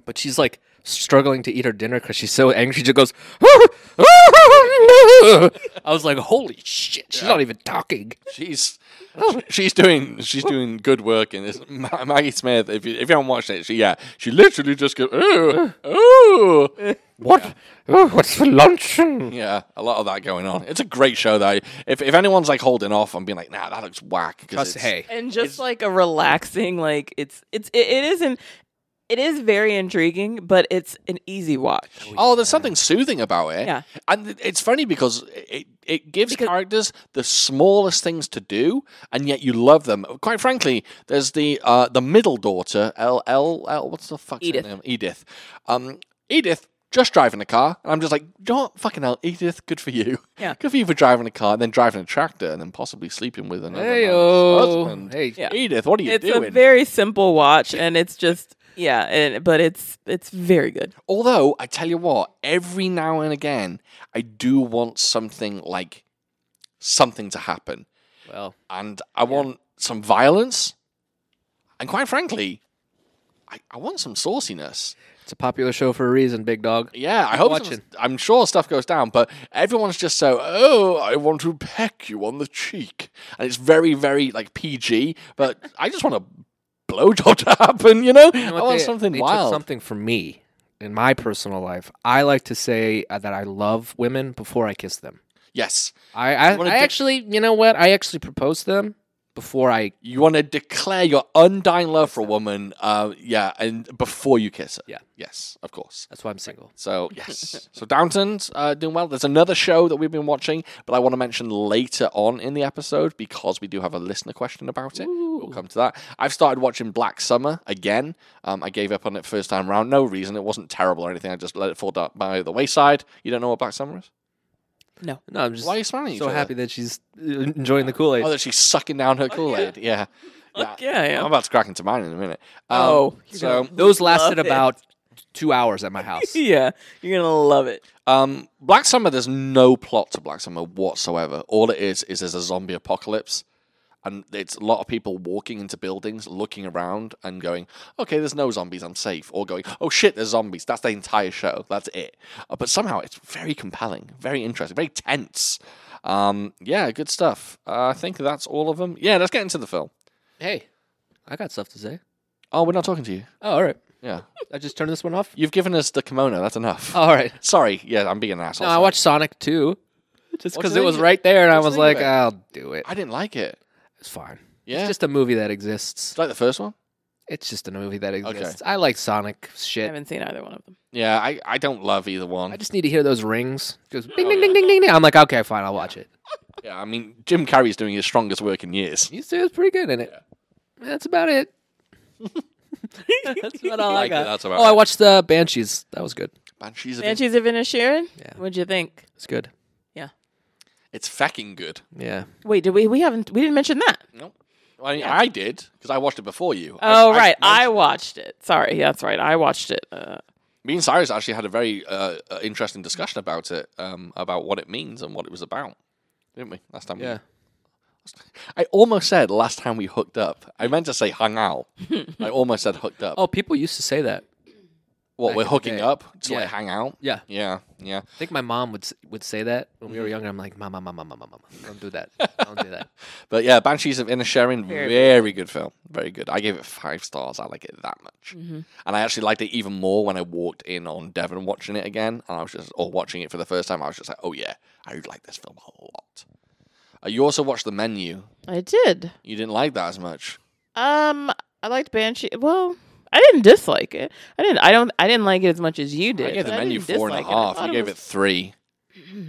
S3: But she's like struggling to eat her dinner because she's so angry. She just goes. I was like, holy shit! She's not even talking.
S1: She's she's doing she's doing good work in this. Ma- Maggie Smith, if you if you haven't watched it, she yeah, she literally just goes ooh ooh
S3: What? Oh, what's for luncheon?
S1: yeah, a lot of that going on. It's a great show though. If if anyone's like holding off and being like, nah, that looks whack. 'cause
S3: Plus,
S1: it's-
S3: hey,
S2: And just like a relaxing, like it's it's it, it isn't. It is very intriguing, but it's an easy watch.
S1: Oh, there's something soothing about it.
S2: Yeah.
S1: And it- it's funny because it, it gives
S2: Because-
S1: characters the smallest things to do, and yet you love them. Quite frankly, there's the uh, the middle daughter, L, L, L, what's the fuck's her
S2: Edith.
S1: name? Edith. Um, Edith just driving a car, and I'm just like, don't fucking hell, Edith, good for you.
S2: Yeah.
S1: Good for you for driving a car, and then driving a tractor, and then possibly sleeping with another man's
S3: Heyo.
S1: husband.
S3: hey,
S2: Yeah.
S1: Edith, what are you
S2: It's a
S1: doing?
S2: very simple watch, and it's just yeah, and but it's it's very good.
S1: Although I tell you what, every now and again, I do want something like something to happen,
S3: well,
S1: and I want some violence, and quite frankly, I, I want some sauciness.
S3: it's a popular show for a reason, big dog.
S1: Yeah, I hope.
S3: watching.
S1: Some, I'm sure stuff goes down, but everyone's just so oh, I want to peck you on the cheek, and it's very, very like PG. But I just want a blowjob to happen, you know. I
S3: know what?
S1: want
S3: They-
S1: something
S3: they took
S1: wild.
S3: something for me in my personal life. I like to say uh, that I love women before I kiss them.
S1: Yes,
S3: I, I,
S1: You wanna
S3: I
S1: dic-
S3: actually, you know what? I actually propose to them before I.
S1: You want to declare your undying love for a woman, uh, yeah, and before you kiss her.
S3: Yeah.
S1: Yes, of course.
S3: That's why I'm single.
S1: So yes, so Downton's uh, doing well. There's another show that we've been watching, but I want to mention later on in the episode because we do have a listener question about it. We'll come to that. I've started watching Black Summer again. Um, I gave up on it first time round, no reason. It wasn't terrible or anything. I just let it fall down by the wayside. You don't know what Black Summer is?
S3: No, I'm just
S1: Why are you smiling? at each
S3: so
S1: other?
S3: happy that she's uh, enjoying the Kool Aid.
S1: Oh, that she's sucking down her Kool Aid. yeah.
S2: Fuck yeah, I am.
S1: I'm about to crack into mine in a minute. Um,
S2: Oh, you're
S1: so
S2: gonna-
S3: Those
S2: Love
S3: lasted
S2: it.
S3: about two hours at my house.
S2: Yeah, you're gonna love it.
S1: Um, Black Summer, there's no plot to Black Summer whatsoever. All it is is there's a zombie apocalypse, and it's a lot of people walking into buildings, looking around, and going, "Okay, there's no zombies, I'm safe," or going, "Oh shit, there's zombies." That's the entire show. That's it. Uh, but somehow it's very compelling, very interesting, very tense. Um, yeah, good stuff. Uh, I think that's all of them. Yeah, let's get into the film.
S3: hey, I got stuff to say.
S1: Oh, we're not talking to you.
S3: Oh, all right.
S1: Yeah,
S3: I just turned this one off.
S1: you've given us the kimono. That's enough.
S3: all right.
S1: Sorry. Yeah, I'm being an asshole.
S3: Oh. No, I
S1: sorry.
S3: watched Sonic 2 just
S1: What'd
S3: because
S1: you
S3: it was
S1: think?
S3: right there, and I
S1: What'd you
S3: was
S1: think
S3: like,
S1: of it?
S3: I'll do it.
S1: I didn't like it.
S3: It's fine.
S1: Yeah,
S3: It's
S1: just
S3: just a movie that exists.
S1: like the first one.
S3: It's just a movie that exists. I like Sonic
S2: I
S3: shit.
S2: haven't seen either one of them.
S1: Yeah, I, I don't love either one.
S3: I just need to hear those rings. It Goes
S1: Oh,
S3: ding ding ding ding ding ding. I'm like, okay, fine, I'll watch it.
S1: yeah, I mean, Jim Carrey's doing his strongest work in years.
S3: He still was pretty good in it. That's about it. That's about all I
S1: Like,
S3: got.
S1: that's about
S3: oh, I
S1: it.
S3: watched the Banshees. That was good.
S1: Banshees of
S2: Banshees of Inisherin.
S3: Yeah.
S2: What'd you think?
S3: It's good.
S1: It's fucking good.
S3: Yeah.
S2: Wait, did we we haven't we didn't mention that?
S1: No, I, mean, I did because I watched it before you.
S2: Oh
S1: I,
S2: right, I,
S1: mentioned-
S2: watched it. Sorry, yeah, that's right, I watched it. Uh,
S1: me and Cyrus actually had a very uh, uh, interesting discussion about it, um, about what it means and what it was about, didn't we? Last time, we-
S3: Yeah.
S1: I almost said last time we hooked up. I meant to say hung out. I almost said hooked up.
S3: Oh, people used to say that.
S1: what we're
S3: in the
S1: hooking
S3: day.
S1: up to
S3: Yeah.
S1: like hang out?
S3: Yeah.
S1: Yeah, yeah.
S3: I think my mom would s- would say that when we were younger. I'm like, mama, mama, mama, mama, don't do that. Don't do that.
S1: But yeah, Banshees of Inisherin, very,
S2: Very
S1: very good film. Very good. I gave it five stars. I like it that much.
S2: Mm-hmm.
S1: And I actually liked it even more when I walked in on Devon watching it again. And I was just, or watching it for the first time, I was just like, oh yeah, I would like this film a lot. Uh, you also watched The Menu.
S2: I did.
S1: You didn't like that as much.
S2: Um, I liked Banshee. Well, I didn't dislike it. I didn't. I don't. I didn't like it as much as you did.
S1: I gave The
S2: but
S1: Menu
S2: didn't
S1: four and a
S2: dislike it. I
S1: half.
S2: thought
S1: You gave it
S2: was-
S1: three.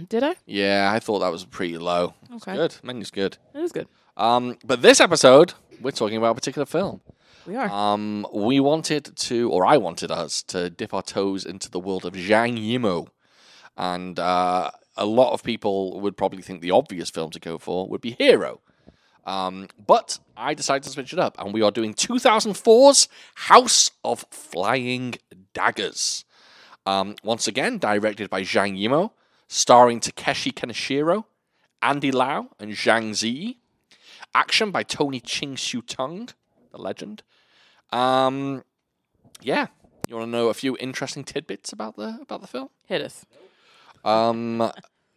S2: Did I?
S1: Yeah, I thought that was pretty low. It's
S2: Okay.
S1: good. Menu's good.
S2: It was good.
S1: Um, but this episode, we're talking about a particular film.
S2: We are.
S1: Um, we wanted to, or I wanted us to dip our toes into the world of Zhang Yimou, and uh, a lot of people would probably think the obvious film to go for would be Hero. Um, but I decided to switch it up, and we are doing 2004's House of Flying Daggers. Um, once again, directed by Zhang Yimou, starring Takeshi Kaneshiro, Andy Lau, and Zhang Ziyi. Action by Tony Ching Siu Tung, the legend. Um, yeah, you want to know a few interesting tidbits about the about the film?
S2: Hit us.
S1: Um,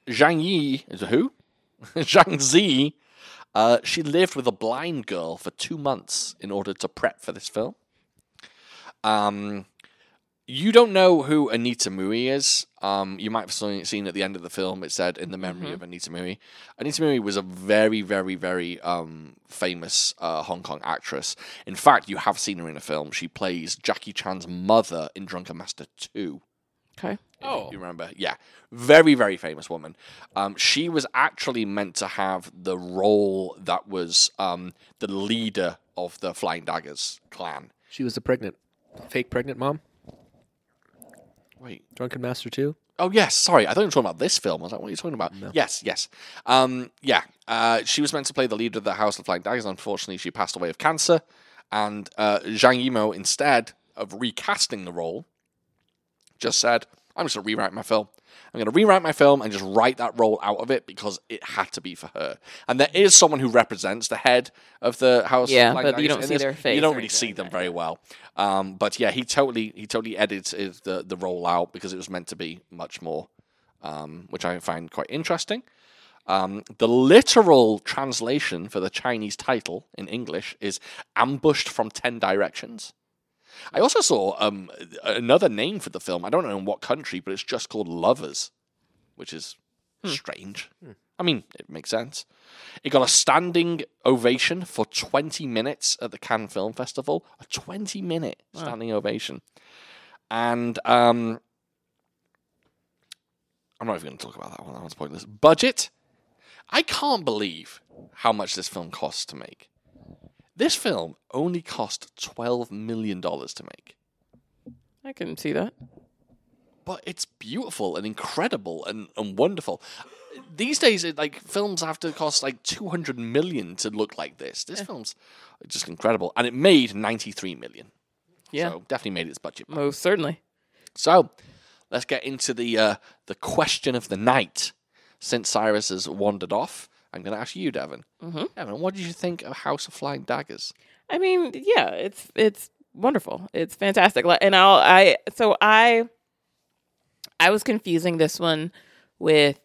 S1: Zhang Yi is who? Zhang Zi. Uh, she lived with a blind girl for two months in order to prep for this film. Um, you don't know who Anita Mui is. Um, you might have seen seen at the end of the film. It said in the memory of Anita Mui. Anita Mui was a very, very, very um, famous uh, Hong Kong actress. In fact, you have seen her in a film. She plays Jackie Chan's mother in Drunken Master Two.
S2: Okay.
S1: Oh, you remember? Yeah, very very famous woman. Um, she was actually meant to have the role that was um, the leader of the Flying Daggers clan.
S3: She was the pregnant, fake pregnant mom.
S1: Wait,
S3: Drunken Master Two.
S1: oh yes, sorry, I thought you were talking about this film. I was like, what are you talking about? Yes, yes, um, yeah. Uh, she was meant to play the leader of the House of Flying Daggers. Unfortunately, she passed away of cancer, and uh, Zhang Yimou, instead of recasting the role, just said, I'm just going to rewrite my film. I'm going to rewrite my film and just write that role out of it because it had to be for her. And there is someone who represents the head of the house.
S2: Yeah,
S1: of Blind
S2: but you
S1: Guardians
S2: don't
S1: in
S2: see
S1: this.
S2: their face
S1: You don't
S2: or
S1: really see
S2: anything
S1: them
S2: like
S1: very well. Um, but yeah, he totally he totally edited the the role out because it was meant to be much more, um, which I find quite interesting. Um, the literal translation for the Chinese title in English is "Ambushed from Ten Directions." I also saw um, another name for the film. I don't know in what country, but it's just called Lovers, which is strange. I mean, it makes sense. It got a standing ovation for 20 minutes at the Cannes Film Festival. A 20 minute standing ovation. And um, I'm not even going to talk about that one. That one's pointless. Budget. I can't believe how much this film costs to make. This film only cost $12 million to make.
S2: I couldn't see that.
S1: but it's beautiful and incredible and, and wonderful. These days, it, like films have to cost like two hundred million to look like this. This film's just incredible, and it made ninety three million.
S2: Yeah.
S1: so definitely made its budget. back.
S2: Most certainly.
S1: So let's get into the uh, the question of the night. Since Cyrus has wandered off, I'm going to ask you, Devon.
S2: Mhm.
S1: Devon, what did you think of House of Flying Daggers?
S2: I mean, yeah, it's it's wonderful. It's fantastic. Like, And I'll I so I I was confusing this one with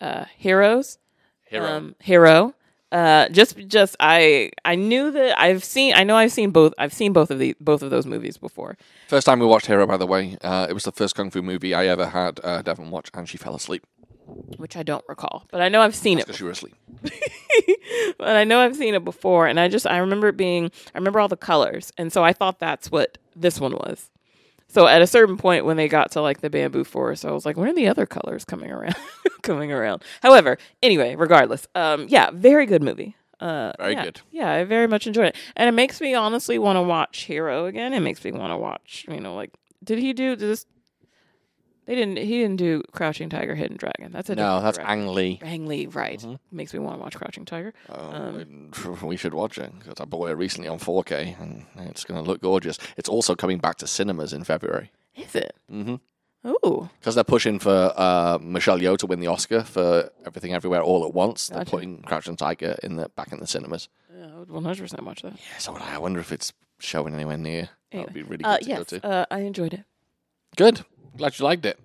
S2: uh Heroes.
S1: Hero.
S2: Um, Hero. Uh, just just I I knew that I've seen I know I've seen both I've seen both of the both of those movies before.
S1: first time we watched Hero, by the way, uh, it was the first kung fu movie I ever had uh, Devon watch, and she fell asleep
S2: Which I don't recall, but I know I've seen it
S1: because she was asleep.
S2: but I know I've seen it before, and I just I remember it being I remember all the colors, and so I thought that's what this one was. So at a certain point, when they got to like the bamboo forest, I was like, "When are the other colors coming around? coming around?" However, anyway, regardless, um, yeah, very good movie. Uh,
S1: Very
S2: yeah,
S1: good.
S2: Yeah, I very much enjoyed it, and it makes me honestly want to watch Hero again. It makes me want to watch, you know, like did he do did this? They didn't. He didn't do Crouching Tiger, Hidden Dragon. That's a
S1: No, Mm-hmm.
S2: different
S1: that's
S2: director.
S1: Ang Lee.
S2: Ang Lee, right? Makes me want to watch Crouching Tiger.
S1: Um, we should watch it because I bought it recently on 4K and it's going to look gorgeous. It's also coming back to cinemas in February
S2: Is it?
S3: Mm-hmm.
S1: Mhm.
S2: Oh,
S1: because they're pushing for uh, Michelle Yeoh to win the Oscar for Everything Everywhere All at Once. They're
S2: Gotcha.
S1: putting Crouching Tiger in the back in the cinemas.
S2: yeah, I would 100% watch that.
S1: Yeah, so I wonder if it's showing anywhere near. That would be really good
S2: Uh,
S1: to
S2: yes,
S1: go to.
S2: uh, I enjoyed it.
S1: Good. Glad you liked it.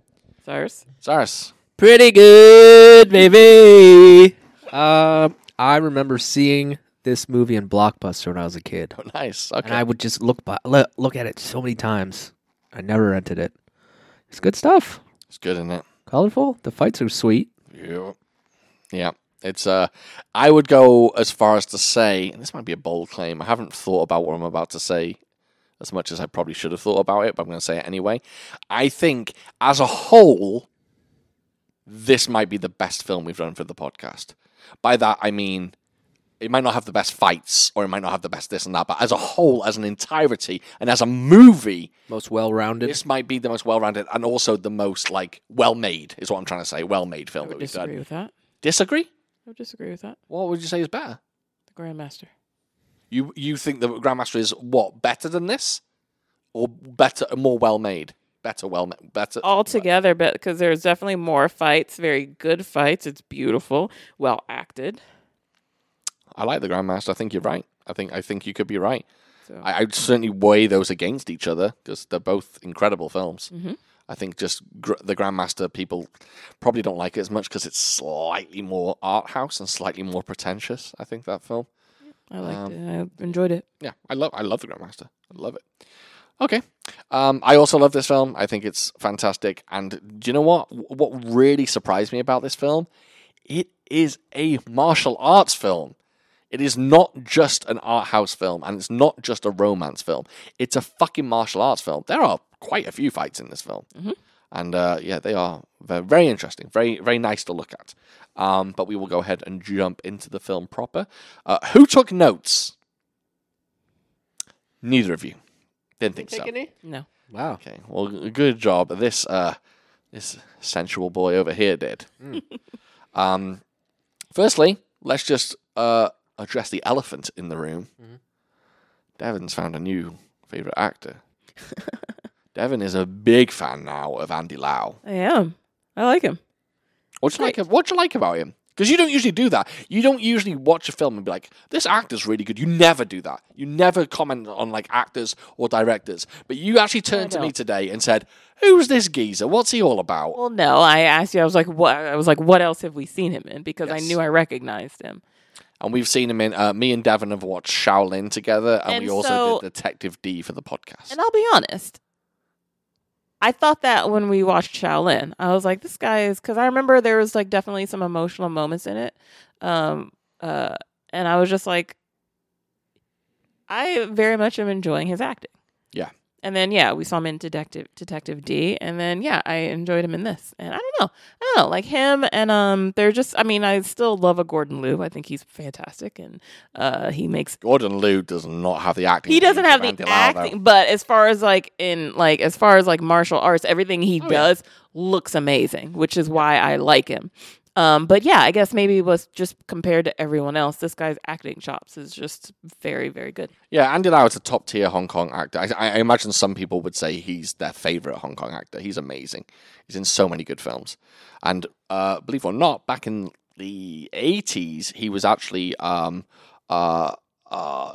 S2: Cyrus?
S1: Cyrus.
S3: Pretty good, baby. Uh, I remember seeing this movie in Blockbuster when I was a kid,
S1: Oh, nice. Okay.
S3: and I would just look by, look, look at it so many times. I never rented it. It's good stuff.
S1: it's good, isn't it?
S3: Colorful. The fights are sweet.
S1: Yeah. Yeah. It's uh I would go as far as to say and this might be a bold claim. I haven't thought about what I'm about to say as much as I probably should have thought about it, but I'm gonna say it anyway. I think as a whole, this might be the best film we've done for the podcast. By that I mean it might not have the best fights or it might not have the best this and that, but as a whole, as an entirety, and as a movie,
S3: Most well-rounded.
S1: this might be the most well rounded and also the most like well made is what I'm trying to say. Well made film
S2: I
S1: that
S2: would
S1: we've done.
S2: disagree with that.
S1: Disagree?
S2: I would disagree with that.
S1: What would you say is better?
S2: The Grandmaster.
S1: You you think the Grandmaster is what better than this, or better more well made? better well ma- better
S2: altogether, but because there's definitely more fights, very good fights. It's beautiful, well acted.
S1: I like the Grandmaster. I think you're right. I think I think you could be right.
S2: So-
S1: I, I'd certainly weigh those against each other because they're both incredible films.
S2: Mhm.
S1: I think just gr- the Grandmaster people probably don't like it as much because it's slightly more art house and slightly more pretentious. I think that film.
S2: I liked
S1: Um,
S2: it. I enjoyed it.
S1: Yeah, I love I love the Grandmaster. I love it. Okay, um, I also love this film. I think it's fantastic. And do you know what? What really surprised me about this film? It is a martial arts film. It is not just an art house film, and it's not just a romance film. It's a fucking martial arts film. There are quite a few fights in this film, and uh, yeah, they are they're very interesting, very very nice to look at. Um, but we will go ahead and jump into the film proper. Uh, who took notes? Neither of you. Didn't think so.
S2: No,
S3: Wow.
S1: Okay. Well, g- good job. This uh, this sensual boy over here did. um, firstly, let's just uh address the elephant in the room. Devin's found a new favorite actor. Devin is a big fan now of Andy Lau.
S2: I am. I like him.
S1: What you like? What you like about him? Because you don't usually do that. You don't usually watch a film and be like, "This actor's really good." You never do that. You never comment on like actors or directors. But you actually turned to me
S2: don't.
S1: today and said, "Who's this geezer? What's he all about?"
S2: Well, no, I asked you. I was like, what? I was like, what else have we seen him in? Because I
S1: Yes.
S2: knew I recognized him.
S1: And we've seen him in. Uh, me and Devin have watched Shaolin together, and,
S2: And
S1: we also
S2: so-
S1: did Detective D for the podcast.
S2: And I'll be honest. I thought that when we watched Shaolin, I was like, this guy is because I remember there was like definitely some emotional moments in it. Um uh and I was just like I very much am enjoying his acting.
S1: Yeah.
S2: And then yeah, we saw him in Detective Detective D and then yeah, I enjoyed him in this. And I don't know. I don't know, like him and um they're just I mean, I still love a Gordon Liu. I think he's fantastic and uh he makes
S1: Gordon Liu does not have the acting.
S2: he doesn't
S1: range
S2: have
S1: of Andy
S2: the
S1: Lau, though.
S2: acting, but as far as like in like as far as like martial arts, everything he
S1: Oh, yeah.
S2: does looks amazing, which is why I like him. Um, but yeah, I guess maybe it was just compared to everyone else, this guy's acting chops is just very, very good.
S1: Yeah, Andy Lau is a top tier Hong Kong actor. I, I imagine some people would say he's their favorite Hong Kong actor. He's amazing. He's in so many good films. And uh, believe it or not, back in the 80s, he was actually um, uh, uh,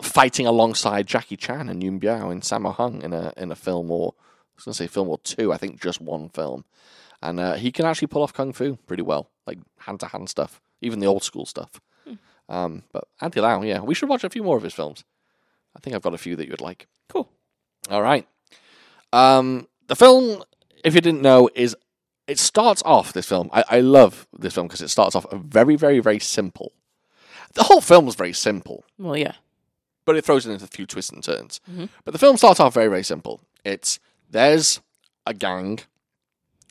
S1: fighting alongside Jackie Chan and Yuen Biao in Sammo Hung in a, in a film or, I was going to say film or two, I think just one film. And uh, he can actually pull off Kung Fu pretty well, like hand to hand stuff, even the old school stuff. Um, but Andy Lau, yeah, we should watch a few more of his films. I think I've got a few that you'd like.
S2: Cool.
S1: All right. Um, the film, if you didn't know, is it starts off this film. I, I love this film because it starts off very, very, very simple. The whole film is very simple,
S2: Well, yeah.
S1: but it throws in a few twists and turns. But the film starts off very, very simple. It's there's a gang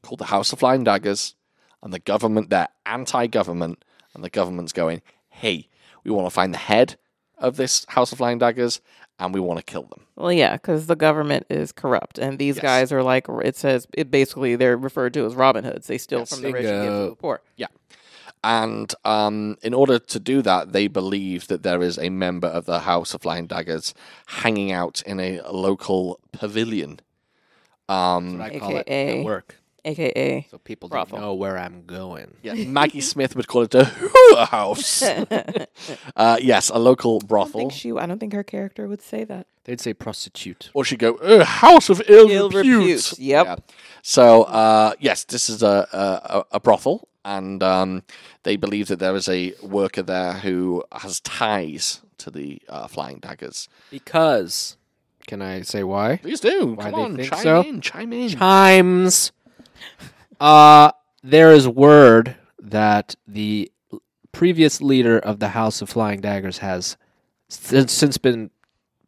S1: called the House of Flying Daggers, and the government, they're anti government, and the government's going, hey, we want to find the head of this House of Flying Daggers, and we want to kill them.
S2: Well, yeah, because the government is corrupt, and these
S1: Yes.
S2: guys are like it says. It basically they're referred to as Robin Hoods. They steal from the rich and give to the
S3: Bingo.
S2: poor.
S1: And um, in order to do that, they believe that there is a member of the House of Flying Daggers hanging out in a local pavilion. Um,
S3: I
S2: call it AKA. at
S3: work.
S2: AKA,
S3: So people
S2: don't Brothel.
S3: know where I'm going.
S1: yeah, Maggie Smith would call it a hooer house. uh, yes, a
S2: I
S1: local
S2: don't
S1: brothel.
S2: think she. I don't think her character would say that.
S3: They'd say prostitute.
S1: or she'd go, "Ugh, House of Ill,
S2: Ill
S1: Repute.
S2: repute, yep.
S1: Yeah. So, uh, yes, this is a, a, a- a brothel, and um, they believe that there is a worker there who has ties to the uh, Flying Daggers.
S3: Because. Can I say why?
S1: Please do. Come
S3: Why they
S1: on,
S3: think
S1: chime
S3: so?
S1: in, chime in.
S3: Times. Uh, there is word that the previous leader of the House of Flying Daggers has since, since been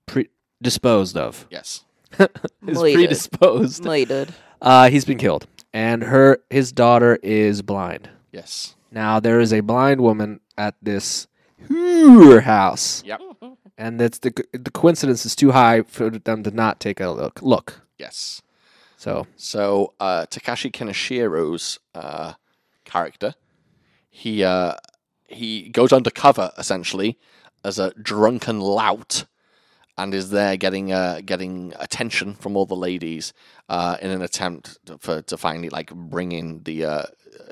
S3: pre- disposed of.
S1: yes.
S3: Is
S2: Related.
S3: predisposed.
S2: Slated.
S3: Uh, he's been killed, and her his daughter is blind.
S1: Yes.
S3: Now there is a blind woman at this hooer house,
S1: Yep.
S2: Oh.
S3: and that's the the coincidence is too high for them to not take a look. Look,
S1: Yes.
S3: so
S1: So uh, Takashi Kinishiro's uh, character, he uh, he goes undercover essentially as a drunken lout, and is there getting uh, getting attention from all the ladies uh, in an attempt to, for to finally like bring in the uh,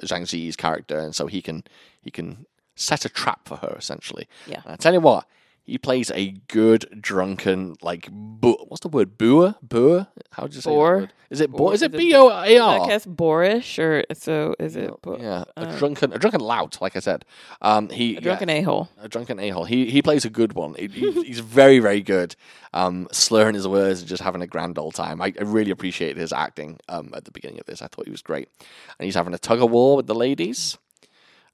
S1: Zhang Ziyi's character, and so he can he can set a trap for her essentially.
S2: Yeah.
S1: I tell you what, he plays a good drunken like bu- what's the word booer booer? How do you say that
S2: Boor?
S1: word? Is it
S2: Boor,
S1: boor? Is it
S2: is it-
S1: b o a
S2: I
S1: r?
S2: guess boorish or so is it bo-
S1: Oh. Yeah, a
S2: uh,
S1: drunken a drunken lout. Like I said, um, he
S2: a drunken a hole.
S1: a drunken a hole. He he plays a good one. He, he- he's very very good, um, slurring his words and just having a grand old time. I, I really appreciated his acting um, at the beginning of this. I thought he was great, and he's having a tug of war with the ladies,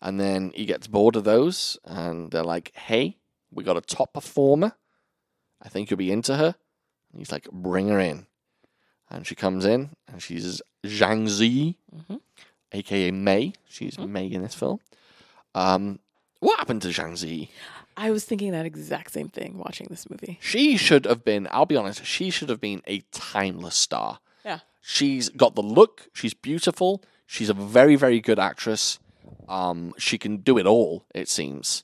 S1: and then he gets bored of those, and they're like, "Hey, we got a top performer. I think you'll be into her." And he's like, "Bring her in," and she comes in, and she's Zhang Zi,
S2: Mhm.
S1: aka May. She's
S2: Mhm.
S1: May in this film. Um, what happened to Zhang Zi?
S2: I was thinking that exact same thing watching this movie.
S1: She should have been, I'll be honest, she should have been a timeless star.
S2: Yeah.
S1: She's got the look, she's beautiful, she's a very, very good actress. Um, she can do it all, it seems.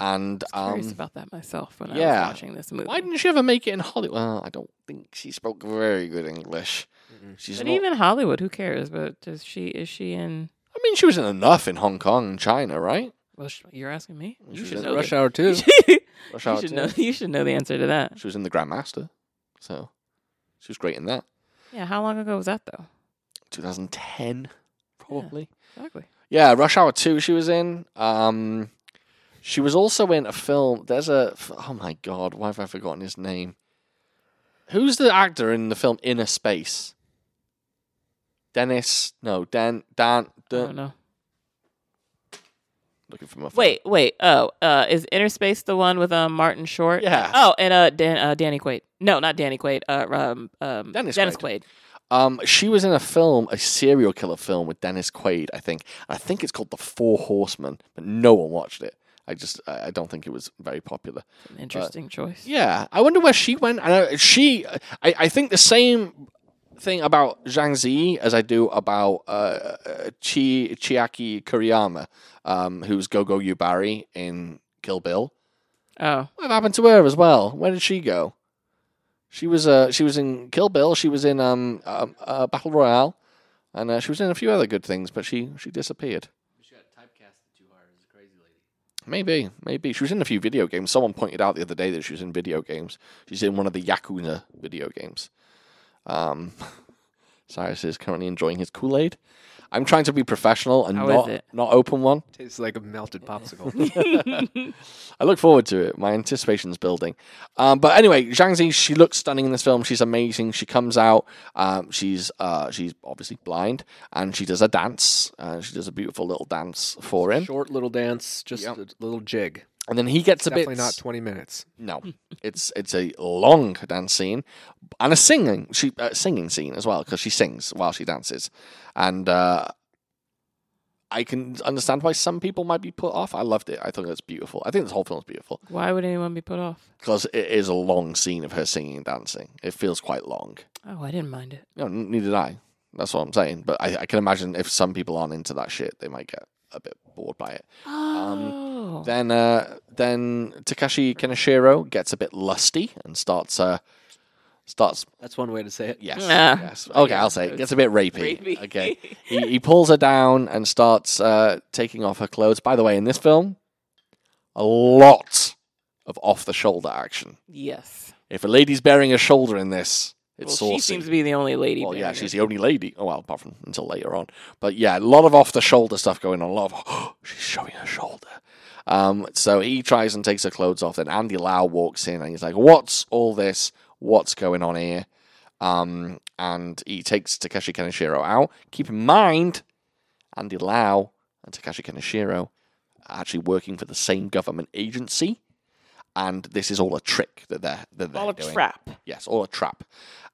S1: And
S2: Curious
S1: um,
S2: about that myself when I
S1: yeah.
S2: was watching this movie.
S1: why didn't she ever make it in Hollywood? Well, I don't think she spoke very good English. She's
S2: but
S1: not,
S2: even Hollywood, who cares? But does she is she in?
S1: I mean, she was in enough in Hong Kong and China, right?
S2: Well, sh- you're asking me.
S1: Well,
S2: You
S1: she's
S2: should
S1: in
S2: know.
S3: Rush
S2: the-
S3: Hour
S2: You
S3: Two.
S2: should-
S1: Rush
S2: you
S1: Hour
S2: should
S1: 2.
S2: know. You should know the answer to that.
S1: She was in The Grandmaster. So she was great in that.
S2: Yeah. How long ago was that though?
S1: 2010, probably.
S2: Exactly.
S1: Yeah, Rush Hour Two. She was in. Um, she was also in a film. There's a. f- Oh my god, why have I forgotten his name? Who's the actor in the film Inner Space? Dennis? No, Dan. Dan.
S2: I
S1: Dan
S2: don't know.
S1: looking for my. phone.
S2: Wait, wait. Oh, uh, is Interspace the one with um, Martin Short?
S1: Yeah.
S2: Oh, and uh, Dan, uh, Danny Quaid. No, not Danny Quaid. Uh, um, um,
S1: Dennis
S2: Quaid.
S1: Um, she was in a film, a serial killer film with Dennis Quaid, I think. I think it's called The Four Horsemen, but no one watched it. I just, I I don't think it was very popular.
S2: An interesting choice.
S1: Yeah, I wonder where she went. And I, she, I, I think the same thing about Zhang Ziyi as I do about uh, uh, Chi Chiaki Kuriyama, um, who's Gogo Yubari in Kill Bill.
S2: Oh,
S1: What happened to her as well? Where did she go? She was uh, she was in Kill Bill. She was in um, um uh, Battle Royale, and uh, she was in a few other good things, but she she disappeared.
S4: She got typecasted too hard as a crazy lady.
S1: Maybe, maybe she was in a few video games. Someone pointed out the other day that she was in video games. She's in one of the Yakuza video games. Um, Cyrus is currently enjoying his Kool Aid. I'm trying to be professional and
S2: How is
S1: not
S2: it?
S1: not open one.
S3: Tastes like a melted popsicle.
S1: I look forward to it. My anticipation's building. Um, but anyway, Zhang Zi, she looks stunning in this film. She's amazing. She comes out. Um, she's uh, she's obviously blind, and she does a dance. Uh, she does a beautiful little dance for him,
S3: Short little dance, just
S1: Yep.
S3: a little jig.
S1: and then he gets a
S3: Definitely
S1: bit
S3: not twenty minutes.
S1: No, it's it's a long dance scene and a singing she uh, singing scene as well because she sings while she dances, and uh, I can understand why some people might be put off. I loved it. I thought it was beautiful. I think this whole film's beautiful
S2: why would anyone be put off?
S1: because it is a long scene of her singing and dancing. It feels quite long.
S2: Oh, I didn't mind it.
S1: No, n- neither did I. That's what I'm saying. But I, I can imagine if some people aren't into that shit, they might get a bit bored by it. Um,
S2: Oh.
S1: Then, uh, then Takashi Kaneshiro gets a bit lusty and starts uh, starts
S3: That's one way to say it.
S1: yes,
S2: Nah.
S1: yes. Okay, I'll say it.
S2: it's
S1: gets a bit rapey.
S2: rapey.
S1: Okay, he, he pulls her down and starts uh, taking off her clothes. By the way, in this film, a lot of off the shoulder action.
S2: yes.
S1: If a lady's bearing a shoulder in this, it's
S2: well,
S1: saucy.
S2: she seems to be the only lady.
S1: Well, yeah,
S2: bearing it.
S1: she's the only lady. Oh, well, apart from until later on. But yeah, a lot of off the shoulder stuff going on. A lot of, she's showing her shoulder. Um, so he tries and takes her clothes off. Then Andy Lau walks in and he's like, What's all this? What's going on here? Um, and he takes Takeshi Kaneshiro out. Keep in mind, Andy Lau and Takeshi Kaneshiro are actually working for the same government agency. And this is all a trick that they're, that they're
S2: all a
S1: doing.
S2: trap.
S1: Yes, or a trap.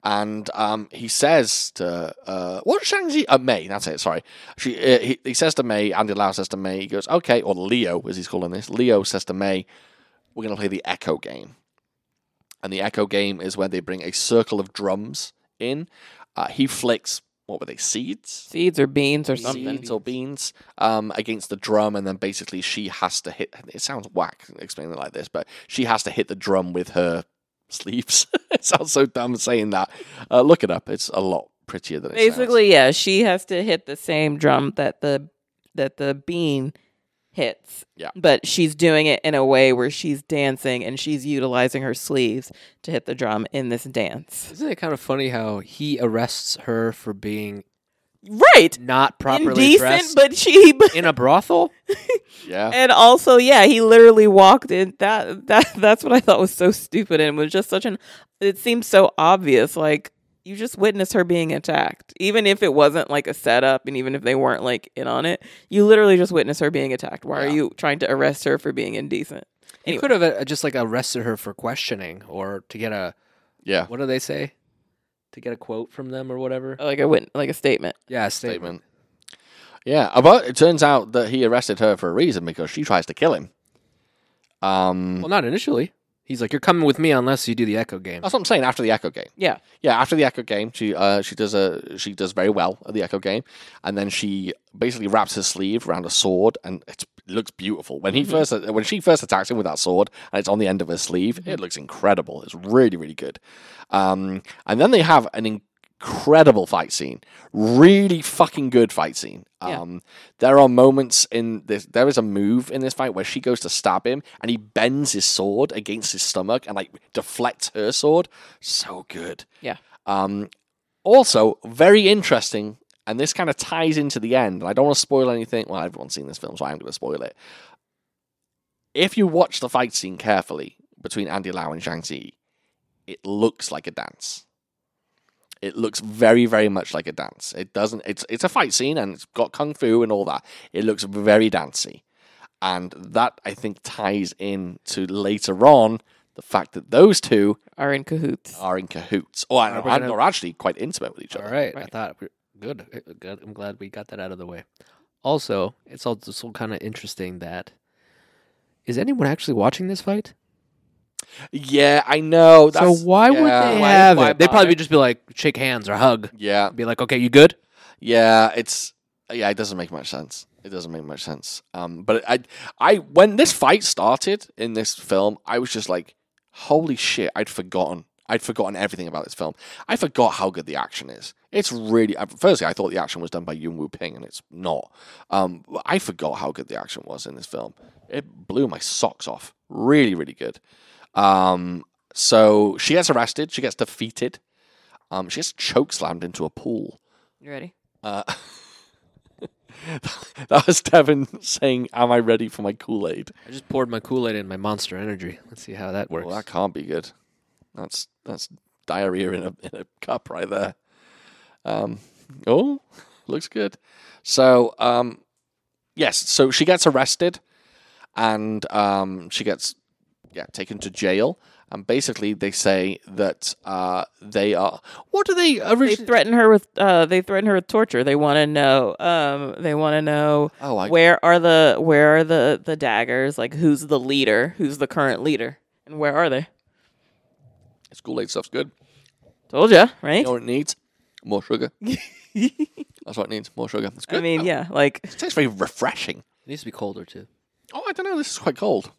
S1: And um, he says to uh, what Shang-Chi? Uh, May, that's it. Sorry, she. Uh, he, he says to May. Andy Lau says to May. He goes, okay, or Leo, as he's calling this. Leo says to May, we're going to play the echo game. And the echo game is where they bring a circle of drums in. Uh, he flicks what were they seeds?
S2: Seeds or beans or something.
S1: seeds or beans um, against the drum, and then basically she has to hit. It sounds whack explaining it like this, but she has to hit the drum with her sleeves. it sounds so dumb saying that. Uh, look it up. It's a lot prettier than it sounds.
S2: Basically, yeah, she has to hit the same drum that the that the bean hits.
S1: Yeah.
S2: But she's doing it in a way where she's dancing and she's utilizing her sleeves to hit the drum in this dance.
S3: Isn't it kind of funny how he arrests her for being
S2: Right.
S3: not properly
S2: Indecent,
S3: dressed
S2: but cheap.
S3: in a brothel?
S1: Yeah.
S2: And also, yeah, he literally walked in. That that that's what I thought was so stupid and was just such an. It seems so obvious. Like you just witnessed her being attacked, even if it wasn't like a setup, and even if they weren't like in on it, you literally just witnessed her being attacked. Why are
S1: Yeah.
S2: you trying to arrest her for being indecent?
S3: You
S2: Anyway.
S3: could have uh, just like arrested her for questioning or to get a
S1: Yeah.
S3: what do they say? To get a quote from them or whatever.
S2: Like a wit- like a statement.
S3: yeah, a statement.
S1: Statement. Yeah. uh, But it turns out that he arrested her for a reason because she tries to kill him. Um,
S3: Well, not initially. He's like, "You're coming with me unless you do the echo game."
S2: Oh,
S1: that's what I'm saying. After the Echo game.
S2: Yeah,
S1: yeah, after the Echo game, she uh, she does a she does very well at the Echo game, and then she basically wraps her sleeve around a sword, and it's, it looks beautiful. When he first uh, when she first attacks him with that sword, and it's on the end of her sleeve, it looks incredible. It's really really good. Um, and then they have an incredible fight scene, really fucking good fight scene.
S2: Yeah.
S1: Um, there are moments in this. There is a move in this fight where she goes to stab him, and he bends his sword against his stomach and like deflects her sword. So good.
S2: yeah.
S1: Um, also, very interesting, and this kind of ties into the end. And I don't want to spoil anything. Well, everyone's seen this film, so I'm going to spoil it. If you watch the fight scene carefully between Andy Lau and Shang Chi, it looks like a dance. It looks very, very much like a dance. It doesn't. It's it's a fight scene, and it's got kung fu and all that. It looks very dancey, and that I think ties in to later on the fact that those two
S2: Are in cahoots.
S1: are in cahoots, Oh, or
S3: Are
S1: are,
S3: we gonna-
S1: are actually quite intimate with each
S3: All
S1: other.
S3: right, I
S2: Right.
S3: thought we good. Uh, good. I'm glad we got that out of the way. Also, it's also kind of interesting that is anyone actually watching this fight?
S1: Yeah, I know.
S3: So
S1: That's,
S3: why would
S1: yeah.
S3: they
S2: Why-
S3: have
S2: why
S3: it? They
S2: bother?
S3: probably just be like shake hands or hug.
S1: Yeah,
S3: Be like, okay, you good?
S1: yeah. It's yeah. It doesn't make much sense. It doesn't make much sense. Um, but I, I when this fight started in this film, I was just like, holy shit! I'd forgotten. I'd forgotten everything about this film. I forgot how good the action is. It's really. I- Firstly, I thought the action was done by Yuen Wu Ping, and it's not. Um, I forgot how good the action was in this film. It blew my socks off. Really, really good. Um, so she gets arrested. She gets defeated. Um, she gets choke slammed into a pool.
S2: You ready?
S1: Uh, that was Devin saying, "Am I ready for my Kool Aid?"
S3: I just poured my Kool Aid in my Monster Energy. Let's see how that works.
S1: Well, that can't be good. That's that's diarrhea in a in a cup right there. Um, oh, looks good. So, um, yes. So she gets arrested, and um, she gets yeah taken to jail. And basically, they say that uh, they are. What do they
S2: They
S1: originally?
S2: threaten her with. Uh, they threaten her with torture. They want to know. Um, they want to know.
S1: oh, I,
S2: where are the where are the the daggers like who's the leader who's the current leader and where are they
S1: this Kool Aid stuff's good.
S2: told ya right
S1: You know what it needs? More sugar. That's what it needs. More sugar. It's good.
S2: i mean
S1: Oh,
S2: yeah like
S1: it tastes very refreshing.
S3: It needs to be colder too.
S1: Oh, I don't know. This is quite cold.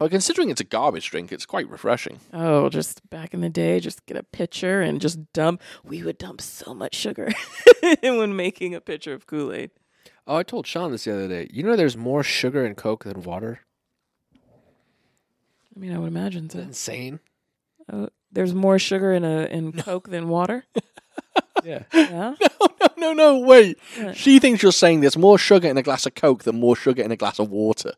S1: Well, considering it's a garbage drink, it's quite refreshing.
S2: oh just back in the day just get a pitcher and just dump we would dump so much sugar when making a pitcher of kool-aid
S3: Oh, I told Sean this the other day. You know, there's more sugar in Coke than water.
S2: i mean i would imagine so
S3: Insane.
S2: oh, there's more sugar in a in coke than water
S3: Yeah.
S2: yeah
S1: No, no, no, no, wait.
S2: What?
S1: She thinks you're saying there's more sugar in a glass of Coke than more sugar in a glass of water.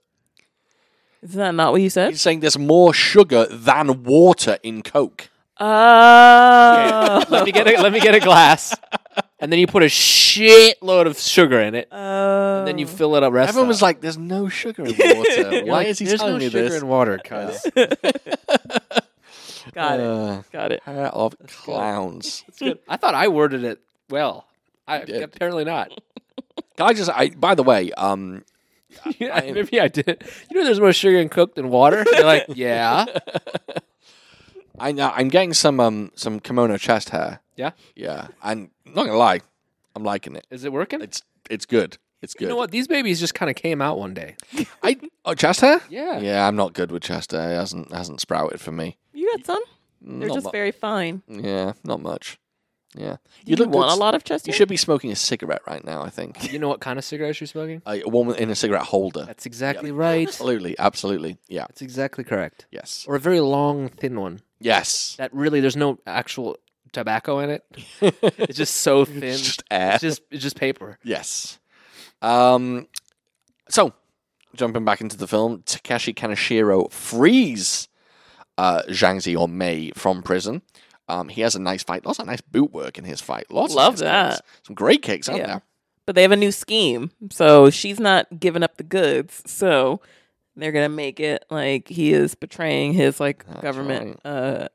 S2: is that not what you said
S1: She's saying there's more sugar than water in Coke.
S2: oh
S3: let me get a, let me get a glass, and then you put a shitload of sugar in it,
S2: oh
S3: and then you fill it up. Rest
S1: Uh, Everyone was
S3: up.
S1: like, there's no sugar in water.
S3: You're
S1: Why
S3: like,
S1: is he
S3: "There's
S1: telling
S3: no
S1: me
S3: sugar
S1: this?
S3: in water, cuz."
S2: got it
S1: Uh,
S2: got it
S1: pair of clowns.
S3: I thought I worded it well. I
S1: did.
S3: apparently not.
S1: Can I just, I, by the way, um,
S3: Yeah, Maybe I did. You know, there's more sugar in Coke than water. You're like, yeah,
S1: I know I'm getting some um some kimono chest hair.
S3: yeah.
S1: Yeah, and not gonna lie, I'm liking it.
S3: Is it working?
S1: It's it's good. It's good.
S3: You know what? These babies just kind of came out one day.
S1: I oh chest hair?
S3: Yeah.
S1: Yeah, I'm not good with chest hair. It hasn't hasn't sprouted for me.
S2: you got some They're
S1: Mm, not
S2: just
S1: mu-
S2: very fine.
S1: yeah, not much. Yeah,
S2: You,
S1: look
S2: want a
S1: what's-
S2: lot of chest
S1: You
S2: hair?
S1: should be smoking a cigarette right now. I think
S3: You know what kind of cigarettes you're smoking?
S1: a a woman in a cigarette holder.
S3: That's exactly right.
S1: Absolutely, absolutely. Yeah.
S3: That's exactly correct.
S1: Yes.
S3: Or a very long, thin one.
S1: Yes.
S3: That really, there's no actual tobacco in it. It's just so thin.
S1: It's
S3: it's
S1: just air.
S3: just it's just paper.
S1: Yes. Um. So, jumping back into the film, Takeshi Kaneshiro frees uh, Zhang Zi or Mei from prison. Um, he has a nice fight. Lots of nice boot work in his fight. Lots
S2: Love
S1: of nice kicks. Some great kicks, aren't
S2: Yeah.
S1: there?
S2: but they have a new scheme. So she's not giving up the goods. So they're gonna make it like he is betraying his like
S1: That's
S2: government uh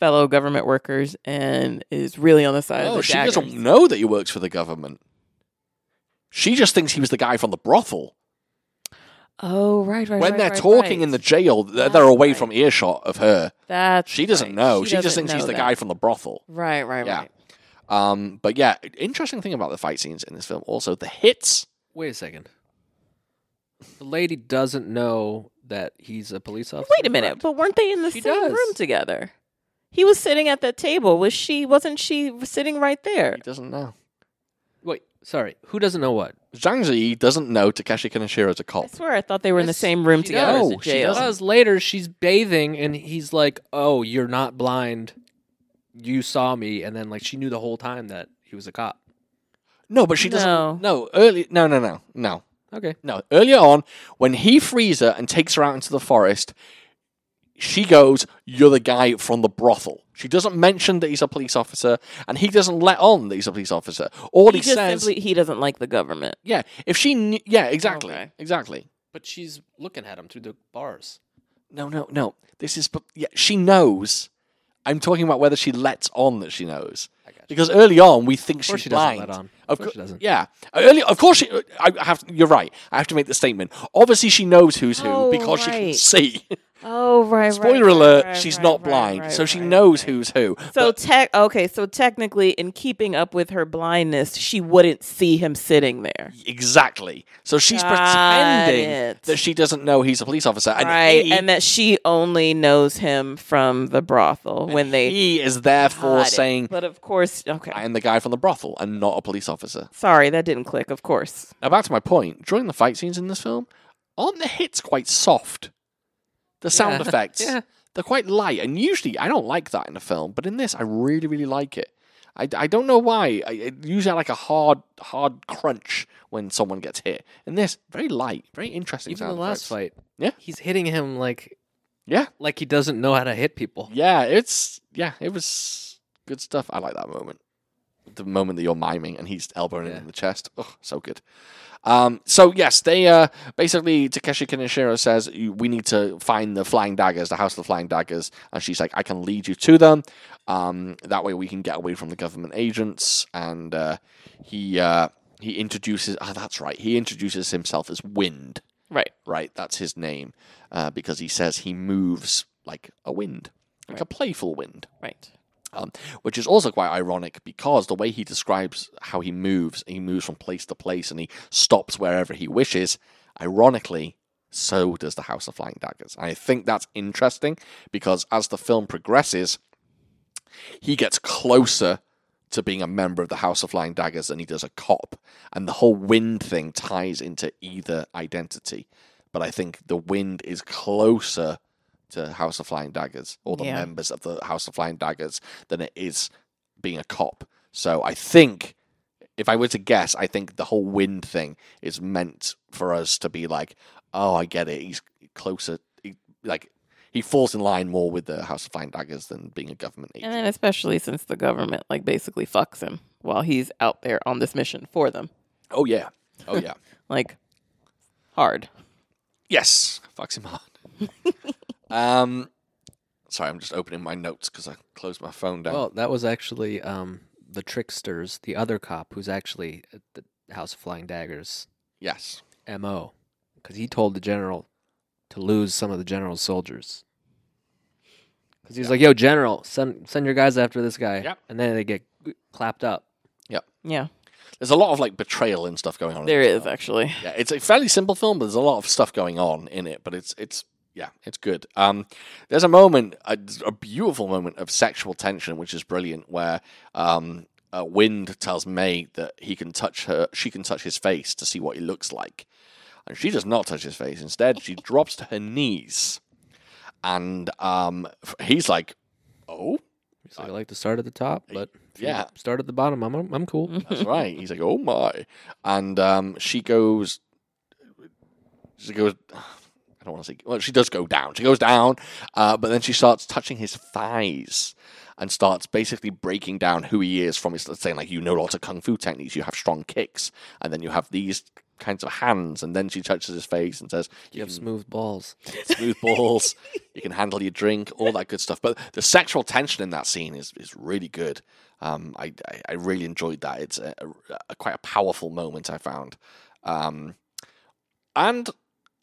S2: fellow government workers and is really on the side of
S1: No,
S2: the
S1: Oh, she
S2: daggers.
S1: doesn't know that he works for the government. She just thinks he was the guy from the brothel.
S2: Oh right, right.
S1: when
S2: right,
S1: they're
S2: right,
S1: talking in the
S2: right.
S1: jail, they're,
S2: That's
S1: they're away
S2: right.
S1: from earshot of her.
S2: that's
S1: She doesn't
S2: right.
S1: know. She, just
S2: doesn't
S1: thinks he's
S2: know
S1: the
S2: that.
S1: guy from the brothel.
S2: Right, right,
S1: Yeah.
S2: right.
S1: Um, but yeah, interesting thing about the fight scenes in this film also the hits.
S3: Wait a second. The lady doesn't know that he's a police officer.
S2: Wait a minute, but weren't they in the
S3: She
S2: same
S3: does.
S2: room together? He was sitting at that table. Was she? Wasn't she sitting right there?
S1: He doesn't know.
S3: Wait, sorry. Who doesn't know what?
S1: Zhang Ziyi doesn't know Takeshi Kaneshiro's
S2: I
S1: a cop.
S2: swear, I thought they were in the
S3: Yes,
S2: same room
S3: she
S2: together.
S1: does.
S2: as a
S1: No, she
S2: jail.
S1: doesn't.
S3: Because later she's bathing and he's like, "Oh, you're not blind. You saw me." And then like she knew the whole time that he was a cop.
S1: No, but she doesn't.
S2: No.
S1: No, early. No, no, no, no,
S3: Okay.
S1: no. Earlier on, when he frees her and takes her out into the forest, she goes, "You're the guy from the brothel." She doesn't mention that he's a police officer, and he doesn't let on that he's a police officer. All he,
S2: he just
S1: says,
S2: simply he doesn't like the government.
S1: "Yeah, if she, kn- yeah, exactly,
S2: Okay.
S1: exactly."
S3: But she's looking at him through the bars.
S1: No, no, no. This is, but yeah, she knows. I'm talking about whether she lets on that she knows.
S3: I got you.
S1: Because early on, we think she's
S3: course she doesn't
S1: blind.
S3: let on.
S1: Of
S3: Of course
S1: cour-
S3: she doesn't.
S1: Yeah. Early, of course, she, I I have. You're right. I have to make the statement. Obviously, she knows who's who
S2: Oh,
S1: because she can
S2: right.
S1: see.
S2: Oh right.
S1: Spoiler alert: she's not blind, so she knows who's who.
S2: So
S1: But-
S2: tech okay, so technically in keeping up with her blindness, she wouldn't see him sitting there.
S1: exactly. So she's
S2: Got
S1: pretending
S2: it.
S1: that she doesn't know he's a police officer, and
S2: right.
S1: he,
S2: and that she only knows him from the brothel when they
S1: he is therefore
S2: Got it.
S1: saying,
S2: But of course okay.
S1: "I am the guy from the brothel and not a police officer."
S2: Sorry, that didn't click, of course.
S1: Now back to my point. During the fight scenes in this film, aren't the hits quite soft? The sound
S3: Yeah.
S1: effects.
S3: Yeah.
S1: They're quite light, and usually I don't like that in a film, but in this I really, really like it. I, I don't know why. I, it usually I like a hard, hard crunch when someone gets hit. In this, very light, very interesting.
S3: Even the
S1: sound
S3: last
S1: effects.
S3: fight.
S1: Yeah.
S3: He's hitting him like
S1: Yeah,
S3: like he doesn't know how to hit people.
S1: yeah, it's yeah, it was good stuff. I like that moment. The moment that you're miming and he's elbowing it
S3: Yeah.
S1: in the chest. Oh, so good. Um, so yes, they uh, basically Takeshi Kaneshiro says "You- we need to find the flying daggers, the house of the flying daggers, and she's like, I can lead you to them. Um, that way we can get away from the government agents. And uh, he uh, he introduces. Ah, that's right. He introduces himself as Wind.
S2: Right.
S1: Right, that's his name, uh, because he says he moves like a wind, like a playful wind
S2: Right.
S1: um, which is also quite ironic because the way he describes how he moves, he moves from place to place and he stops wherever he wishes. Ironically, so does the House of Flying Daggers. I think that's interesting because as the film progresses, he gets closer to being a member of the House of Flying Daggers than he does a cop. And the whole wind thing ties into either identity. But I think the wind is closer to House of Flying Daggers or the
S2: Yeah.
S1: members of the House of Flying Daggers than it is being a cop. So I think, if I were to guess, I think the whole wind thing is meant for us to be like, oh, I get it. He's closer. He, like, he falls in line more with the House of Flying Daggers than being a government agent.
S2: And then especially since the government like basically fucks him while he's out there on this mission for them.
S1: Oh yeah. Oh yeah.
S2: Like hard.
S1: yes. Fucks him hard. um, sorry, I'm just opening my notes because I closed my phone down.
S3: Well, that was actually um, the tricksters, the other cop who's actually at the House of Flying Daggers
S1: yes.
S3: MO because he told the general to lose some of the general's soldiers. Because he was like, "Yo, general, send send your guys after this guy,"
S1: Yep.
S3: and then they get clapped up.
S2: Yeah.
S1: There's a lot of like betrayal and stuff going on. in
S2: There
S1: this
S2: is
S1: film.
S2: actually.
S1: Yeah, it's a fairly simple film, but there's a lot of stuff going on in it. But it's it's yeah, it's good. Um, there's a moment, a, a beautiful moment of sexual tension, which is brilliant, where um, uh, Wind tells May that he can touch her, she can touch his face to see what he looks like, and she does not touch his face. Instead, she drops to her knees, and um, f- he's like, "Oh,
S3: I like to start at the top, but if you
S1: yeah.
S3: start at the bottom. I'm I'm cool.
S1: That's right. He's like, oh my. And um, she goes, she goes, I don't want to say, well, she does go down. She goes down, uh, but then she starts touching his thighs and starts basically breaking down who he is from his, saying, like, you know lots of kung fu techniques, you have strong kicks, and then you have these kinds of hands. And then she touches his face and says,
S3: You have smooth balls.
S1: smooth balls. you can handle your drink, all that good stuff. But the sexual tension in that scene is is really good. Um, I, I I really enjoyed that. It's a, a- a quite a powerful moment I found. Um, and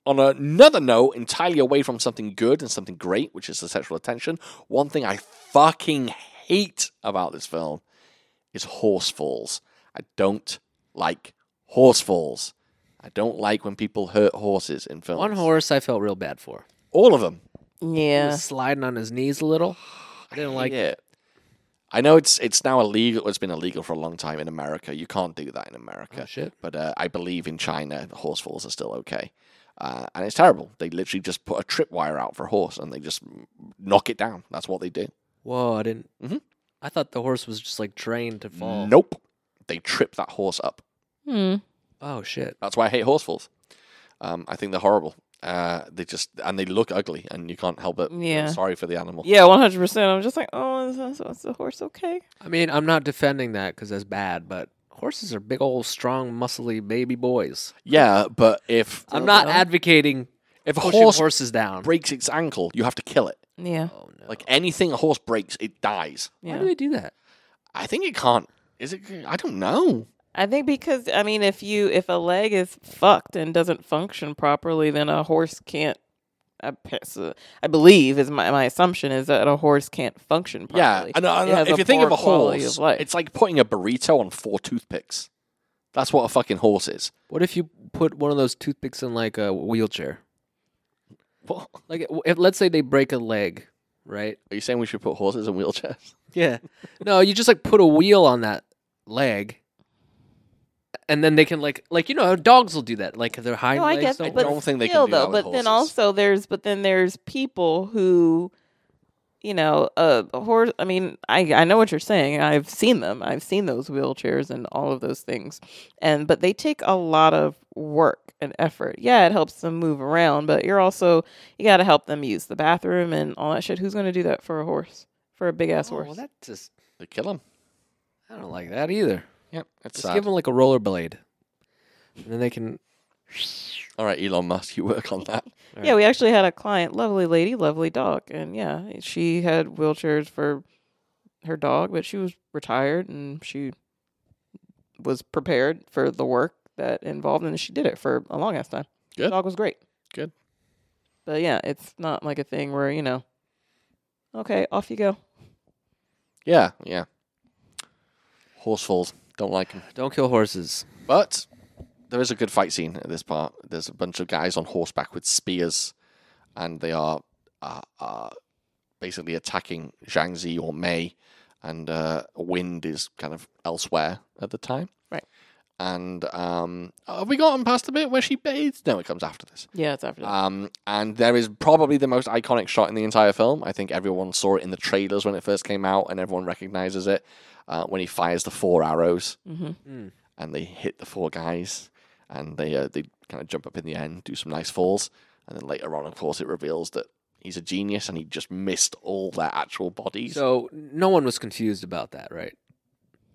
S1: on another note, entirely away from something good and something great, which is the sexual attention. One thing I fucking hate about this film is horse falls. I don't like horse falls. I don't like when people hurt horses in films.
S3: One horse I felt real bad for.
S1: All of them.
S3: He
S2: Yeah.
S3: was sliding on his knees a little. I didn't like it.
S1: Yeah, I know it's it's now illegal. It's been illegal for a long time in America. You can't do that in America.
S3: Oh, shit.
S1: But uh, I believe in China, horse falls are still okay. Uh, and it's terrible. They literally just put a tripwire out for a horse and they just knock it down. That's what they do.
S3: Whoa, I didn't.
S1: Mhm.
S3: I thought the horse was just like trained to fall.
S1: Nope. They trip that horse up.
S2: Hmm.
S3: Oh shit.
S1: That's why I hate horse falls. Um, I think they're horrible. Uh, they just and they look ugly, and you can't help it. feel
S2: Yeah.
S1: Sorry for the animal.
S2: Yeah, one hundred percent. I'm just like, oh, is, is the horse okay?
S3: I mean, I'm not defending that because that's bad, but horses are big old strong muscly baby boys.
S1: Yeah, but if
S3: I'm not
S2: well.
S3: advocating
S1: if a
S3: pushing
S1: horse
S3: horses down.
S1: breaks its ankle, you have to kill it.
S2: Yeah.
S3: oh no.
S1: Like anything a horse breaks, it dies.
S3: why
S2: Yeah.
S3: do they do that?
S1: I think it can't. Is it? I don't know.
S2: I think because I mean, if you if a leg is fucked and doesn't function properly, then a horse can't. I, guess, uh, I believe is my, my assumption is that a horse can't function properly.
S1: Yeah, and, uh,
S2: It has
S1: if you think of
S2: poor
S1: a
S2: quality
S1: horse,
S2: of life.
S1: it's like putting a burrito on four toothpicks. That's what a fucking horse is.
S3: What if you put one of those toothpicks in like a wheelchair?
S1: What?
S3: Like, it- if, let's say they break a leg, right?
S1: Are you saying we should put horses in wheelchairs?
S3: Yeah. no, you just like put a wheel on that leg, and then they can like, like you know, how dogs will do that. Like their hind
S2: No, I
S3: legs.
S2: guess,
S3: don't
S2: but
S3: work.
S1: don't think they can
S2: still
S1: do that
S2: though.
S1: with
S2: but then
S1: horses.
S2: also there's, but then there's people who, you know, uh, a horse. I mean, I I know what you're saying. I've seen them. I've seen those wheelchairs and all of those things, and but they take a lot of work and effort. Yeah, it helps them move around, but you're also you got to help them use the bathroom and all that shit. Who's going to do that for a horse? For a big ass
S3: Oh,
S2: horse?
S3: well, that just
S1: They kill them.
S3: I don't like that either.
S1: Yep, that's
S3: Just
S1: sad.
S3: give them like a rollerblade, and then they can.
S1: All right, Elon Musk, you work on that.
S2: Yeah, we actually had a client, lovely lady, lovely dog, and yeah, she had wheelchairs for her dog, but she was retired and she was prepared for the work that involved, and she did it for a long ass time.
S1: Good.
S2: dog was great.
S1: Good.
S2: But yeah, it's not like a thing where you know, okay, off you go.
S1: yeah, yeah. Horse falls. Don't like them.
S3: Don't kill horses.
S1: But there is a good fight scene at this part. There's a bunch of guys on horseback with spears, and they are uh, uh, basically attacking Zhang Zi or Mei, and uh, Wind is kind of elsewhere at the time.
S2: Right.
S1: And um, have we gotten past the bit where she bathes? No, it comes after this.
S2: Yeah, it's after that.
S1: Um, and there is probably the most iconic shot in the entire film. I think everyone saw it in the trailers when it first came out, and everyone recognizes it uh, when he fires the four arrows,
S2: Mhm.
S4: Hmm.
S3: Mm.
S1: and they hit the four guys, and they uh, they kind of jump up in the end, do some nice falls, and then later on, of course, it reveals that he's a genius and he just missed all their actual bodies.
S3: So no one was confused about that, right?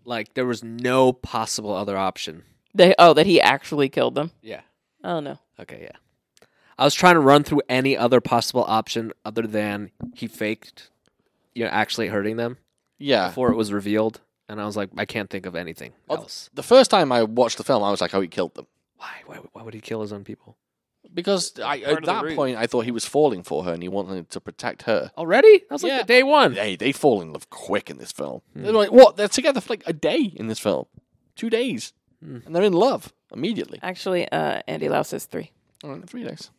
S3: Like there was no possible other option.
S2: they oh that he actually killed them.
S3: Yeah.
S2: Oh no.
S3: Okay, yeah. I was trying to run through any other possible option other than he faked, you know, actually hurting them
S1: yeah,
S3: before it was revealed, and I was like, I can't think of anything
S1: Oh,
S3: else.
S1: the first time I watched the film, I was like, oh, he killed them.
S3: Why, why? Why would he kill his own people
S1: Because I,
S4: part
S1: at
S4: of the
S1: that
S4: route.
S1: point, I thought he was falling for her and he wanted to protect her.
S3: already? That was like
S1: Yeah.
S3: the day one.
S1: Hey, they fall in love quick in this film.
S3: Hmm.
S1: They're like, what? They're together for like a day in this film, two days,
S3: Hmm.
S1: and they're in love immediately.
S2: Actually, uh, Andy Lau says three.
S1: All right, three days.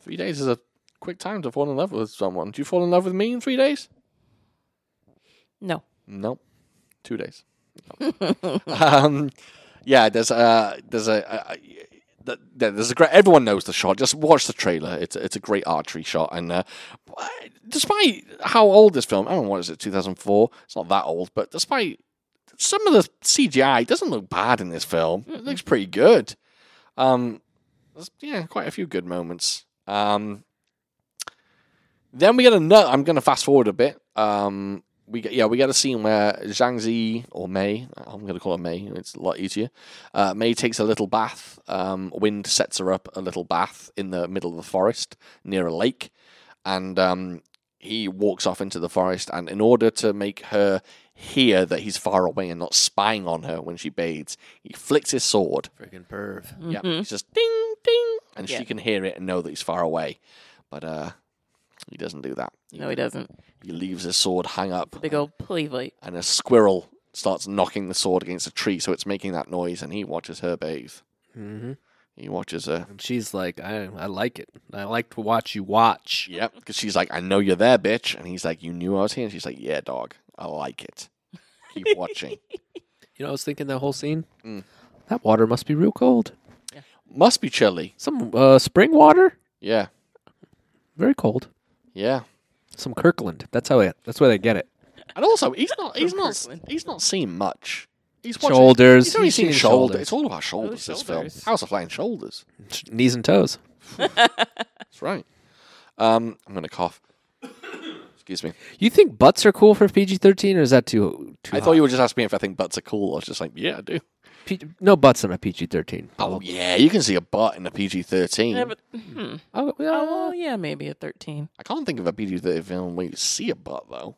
S1: Three days is a quick time to fall in love with someone. Do you fall in love with me in three days?
S2: No.
S1: No, two days. No. um, yeah, there's a there's a, uh, a, a th- th- there's a great. Everyone knows the shot. Just watch the trailer. It's it's a great archery shot. And uh, despite how old this film, I don't know what is it, 2004. It's not that old, but despite some of the CGI doesn't look bad in this film. It looks pretty good. Um, there's, yeah, quite a few good moments. Um, then we get another. I'm going to fast forward a bit. Um, we get yeah, we get a scene where Zhang Zi or Mei, I'm going to call her Mei. It's a lot easier. Uh, Mei takes a little bath. Um, Wind sets her up a little bath in the middle of the forest near a lake, and um, he walks off into the forest. And in order to make her hear that he's far away and not spying on her when she bathes, he flicks his sword.
S4: Freaking perv.
S1: Yeah, he's just ding ding, and
S2: Mm-hmm. Yeah.
S1: she can hear it and know that he's far away, but uh, he doesn't do that.
S2: No, he doesn't.
S1: He leaves his sword hung up
S2: Big old plea fight.
S1: and a squirrel starts knocking the sword against a tree, so it's making that noise, and he watches her bathe.
S3: Mm-hmm.
S1: He watches her.
S3: And she's like, I, I like it. I like to watch you watch.
S1: Yep, because she's like, I know you're there, bitch. And he's like, You knew I was here? And she's like, Yeah, dog, I like it. Keep watching.
S3: You know, I was thinking that whole scene.
S1: Mm.
S3: That water must be real cold.
S1: Must be chilly.
S3: Some uh, spring water,
S1: Yeah,
S3: very cold.
S1: yeah.
S3: Some Kirkland. That's how. It, that's where they get it.
S1: And also, he's not, he's
S2: From
S1: not,
S2: Kirkland.
S1: he's not seen much. He's watching.
S3: Shoulders.
S1: He's only
S3: You've
S1: seen
S3: his
S1: shoulders. It's all about shoulders.
S2: Oh,
S1: This film,
S2: shoulders.
S1: House of Flying Shoulders.
S3: Sh- Knees and toes.
S1: That's right. Um, I'm gonna cough. Excuse me.
S3: You think butts are cool for PG thirteen, or is that too? too
S1: I thought you were just asking me if I think butts are cool. I was just like, yeah, I do.
S3: P- no butts on a PG thirteen.
S1: Oh yeah, you can see a butt in a PG thirteen.
S2: Yeah, but, hmm.
S3: Oh,
S2: Oh, yeah, maybe a 13.
S1: I can't think of a PG thirteen film where you see a butt though.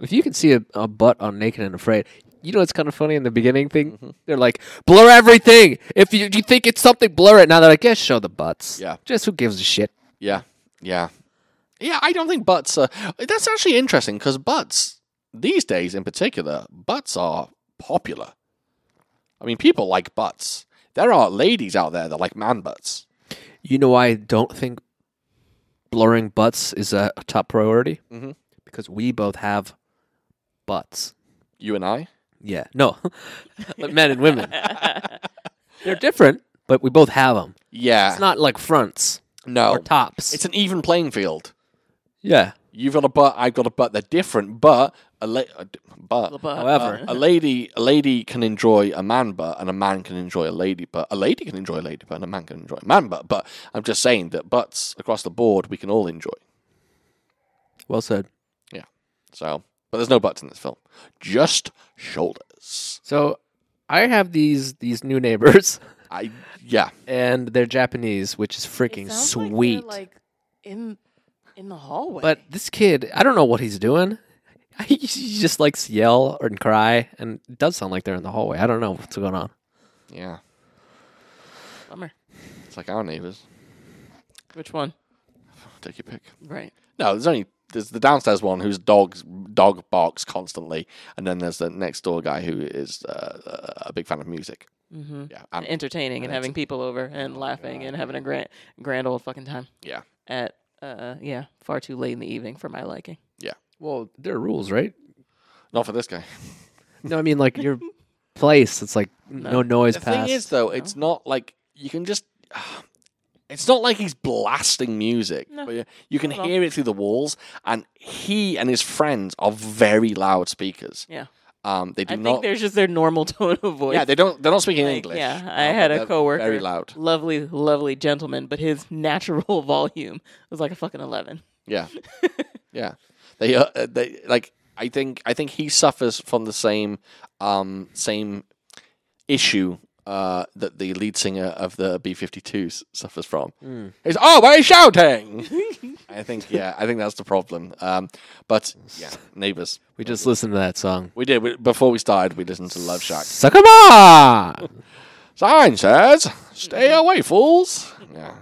S3: If you can see a, a butt on Naked and Afraid, you know it's kind of funny in the beginning thing.
S1: Mm-hmm.
S3: They're like, blur everything. If you, you think it's something, blur it. Now they're like, yeah, show the butts.
S1: Yeah.
S3: Just who gives a shit?
S1: Yeah, yeah, yeah. I don't think butts. Are... That's actually interesting because butts these days, in particular, butts are popular. I mean, people like butts. There are ladies out there that like man butts.
S3: You know why I don't think blurring butts is a top priority?
S1: Mhm.
S3: Because we both have butts.
S1: You and I.
S3: Yeah. No. Like men and women. they're different, but we both have them.
S1: Yeah.
S3: It's not like fronts
S1: no.
S3: or tops.
S1: Ah. Oh. It's an even playing field.
S3: yeah.
S1: You've got a butt. I've got a butt. They're different, but a la- a d- but
S2: Well, but- uh,
S3: However,
S1: a lady a lady can enjoy a man butt and a man can enjoy a lady butt. A lady can enjoy a lady butt and a man can enjoy a man butt. But I'm just saying that butts across the board we can all enjoy.
S3: well said.
S1: So, but there's no butts in this film. Just shoulders.
S3: So I have these these new neighbors.
S1: I yeah.
S3: and they're Japanese, which is
S2: It
S3: freaking
S2: sounds like they're,
S3: sweet.
S2: Like, in in the hallway.
S3: but this kid, I don't know what he's doing. He just likes yell and cry, and it does sound like they're in the hallway. I don't know what's going on.
S1: Yeah.
S2: Bummer.
S1: It's like our neighbors.
S2: Which one?
S1: Take your pick.
S2: Right.
S1: No, there's only there's the downstairs one whose dog's dog barks constantly, and then there's the next door guy who is uh, a big fan of music.
S2: Mm-hmm.
S1: Yeah, and,
S2: Entertaining and
S1: That's-
S2: having people over and laughing and having a grand, grand old fucking time.
S1: Yeah.
S2: At, uh, yeah, far too late in the evening for my liking.
S3: Well, there are rules, right?
S1: not for this guy.
S3: No, I mean like your place. It's like no,
S2: No.
S3: noise
S1: The
S3: past.
S1: thing is, though, it's not like you can just. It's not like he's blasting music,
S2: No,
S1: but you- you can
S2: not at all.
S1: hear it through the walls. And he and his friends are very loud speakers.
S2: Yeah.
S1: Um, they do
S2: I
S1: not.
S2: think there's just their normal tone of voice.
S1: yeah, they don't. They're not speaking
S2: Like,
S1: English.
S2: yeah,
S1: Um,
S2: I had
S1: but
S2: a
S1: they're
S2: coworker.
S1: Very loud.
S2: lovely, lovely gentleman, but his natural volume was like a fucking 11.
S1: Yeah, yeah. They uh, uh, they like. I think I think he suffers from the same um same issue uh that the lead singer of the B52s suffers from. He's always shouting. I think yeah, I think that's the problem. Um, but yeah, neighbors.
S3: we just listened to that song.
S1: We did we, before we started. We listened to Love Shack.
S3: Sakama.
S1: Sign says, "Stay away, fools." Yeah.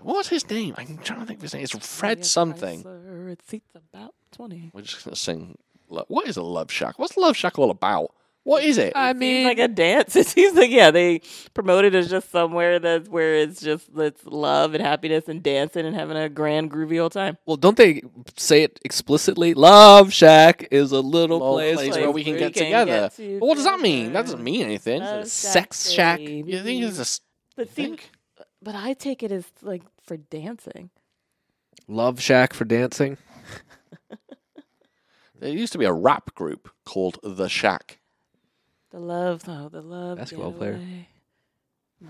S1: What's his name? I'm trying to think of his name. It's Fred something.
S2: It seats about 20.
S1: We're just gonna sing. lo- What is a love shack? What's love shack all about? What is it?
S3: I
S2: Seems
S3: mean,
S2: like a dance. It seems like yeah, they promote it as just somewhere that's where it's just it's love and happiness and dancing and having a grand groovy old time.
S3: well, don't they say it explicitly? Love Shack is a little place.
S1: place
S3: where-
S1: where we can
S2: where you
S1: get
S2: can
S1: together.
S2: get to
S1: But what does that
S2: together.
S1: mean? That doesn't mean anything.
S2: Oh,
S3: sex shack.
S2: baby.
S1: You think it's a s-
S2: But see,
S1: think?
S2: but I take it as like for dancing.
S3: Love Shack for dancing.
S1: There used to be a rap group called The Shack.
S2: The love, oh, the love.
S3: Basketball player.
S2: getaway.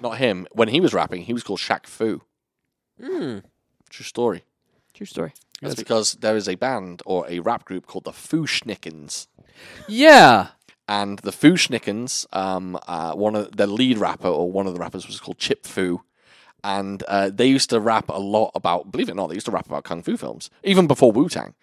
S1: Not him. When he was rapping, he was called Shaq Fu.
S3: Mm.
S1: True story.
S2: True story.
S1: That's
S3: That's-
S1: because there is a band or a rap group called the Fushnickens.
S3: Yeah.
S1: And the Fushnickens, um, uh, one of their lead rapper or one of the rappers was called Chip Fu. And uh, they used to rap a lot about, believe it or not, they used to rap about Kung Fu films, even before Wu Tang.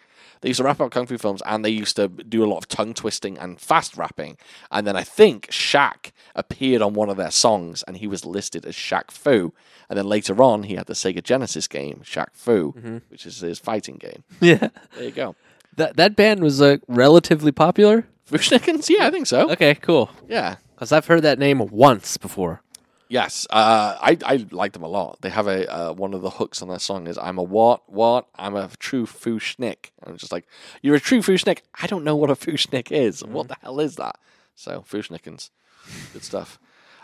S1: They used to rap about Kung Fu films and they used to do a lot of tongue twisting and fast rapping. And then I think Shaq appeared on one of their songs and he was listed as Shaq Fu. And then later on, he had the Sega Genesis game, Shaq Fu, which is his fighting game.
S3: Yeah.
S1: There you go.
S3: That that band was uh, relatively popular.
S1: Fushnikins? Yeah, I think so.
S3: Okay, cool.
S1: Yeah.
S3: Because I've heard that name once before.
S1: Yes. Uh, I, I like them a lot. They have a uh, one of the hooks on their song is I'm a what, what? I'm a true Fushnik. And I'm just like, you're a true Fushnik. I don't know what a Fushnik is.
S2: Mm-hmm.
S1: What the hell is that? So, Fushnikins. Good stuff.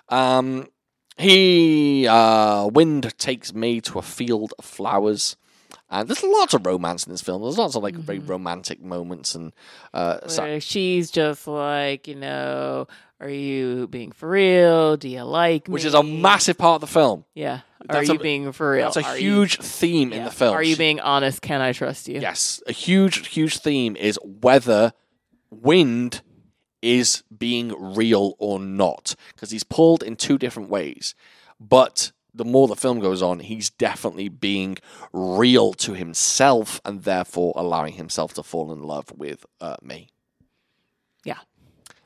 S1: Um, he, uh, Wind takes me to a field of flowers. And there's lots of romance in this film. There's lots of like
S2: Mm-hmm.
S1: very romantic moments and uh, sa-
S2: Where she's just like, you know, are you being for real? Do you like me?
S1: which is a massive part of the film.
S2: Yeah. Are
S1: That's
S2: you
S1: a-
S2: being for real?
S1: That's a
S2: Are you-
S1: huge theme in
S2: yeah.
S1: the film.
S2: Are you
S1: She-
S2: being honest? Can I trust you?
S1: Yes, a huge, huge theme is whether wind is being real or not, because he's pulled in two different ways. But the more the film goes on, he's definitely being real to himself, and therefore allowing himself to fall in love with uh, me.
S2: Yeah.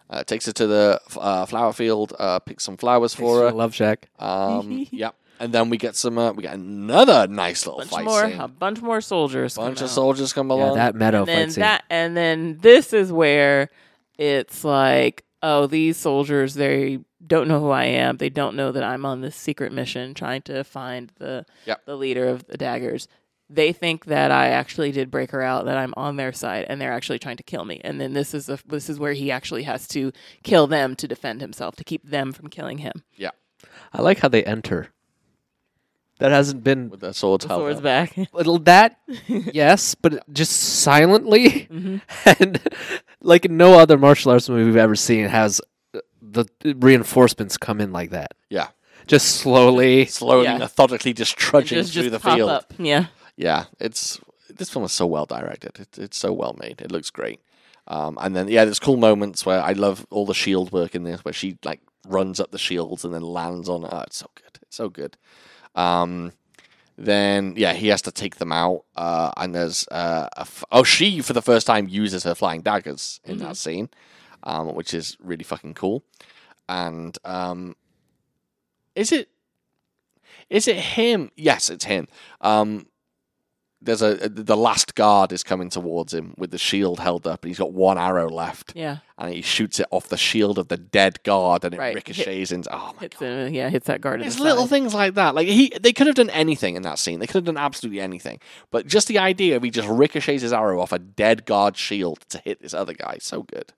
S1: Uh, takes her to the uh, flower field, uh, picks some flowers for her.
S3: Love Shack.
S1: Um, yep, and then we get some. Uh, we get another nice little
S2: bunch
S1: fight
S2: more,
S1: scene.
S2: a bunch more soldiers.
S1: Bunch
S2: come
S1: of
S2: out.
S1: soldiers come
S3: Yeah,
S1: along.
S3: that meadow
S2: And then
S3: fight scene.
S2: that, and then this is where it's like, oh, these soldiers, they don't know who I am. They don't know that I'm on this secret mission trying to find the
S1: Yep.
S2: the leader of the daggers. They think that I actually did break her out, that I'm on their side, and they're actually trying to kill me. And then this is a, this is where he actually has to kill them to defend himself, to keep them from killing him.
S1: yeah.
S3: I like how they enter. That hasn't been
S1: with their swords
S2: The
S1: held
S2: swords
S1: up.
S2: back.
S3: Well, that yes, but just silently
S2: Mm-hmm.
S3: and like no other martial arts movie we've ever seen has uh, the reinforcements come in like that.
S1: Yeah.
S3: Just slowly.
S1: Slowly,
S2: Yeah.
S1: methodically, just trudging
S2: just
S1: through
S2: just
S1: the
S2: pop
S1: field.
S2: up. Yeah.
S1: Yeah, it's this film is so well directed. It, it's so well made. It looks great. Um, and then yeah, there's cool moments where I love all the shield work in this, where she like runs up the shields and then lands on. Oh, it's so good. It's so good. Um, then yeah, he has to take them out. Uh, and there's uh, a f- oh, she for the first time uses her flying daggers in
S2: Mm-hmm.
S1: that scene, um, which is really fucking cool. And um, is it is it him? Yes, it's him. Um, there's a the last guard is coming towards him with the shield held up, and he's got one arrow left,
S2: Yeah.
S1: and he shoots it off the shield of the dead guard, and it
S2: Right.
S1: ricochets into. Oh my
S2: Hits
S1: god!
S2: him, yeah, hits that guard. in
S1: It's
S2: the
S1: little
S2: side.
S1: things like that. Like he, they could have done anything in that scene. They could have done absolutely anything, but just the idea of he just ricochets his arrow off a dead guard shield to hit this other guy, so good.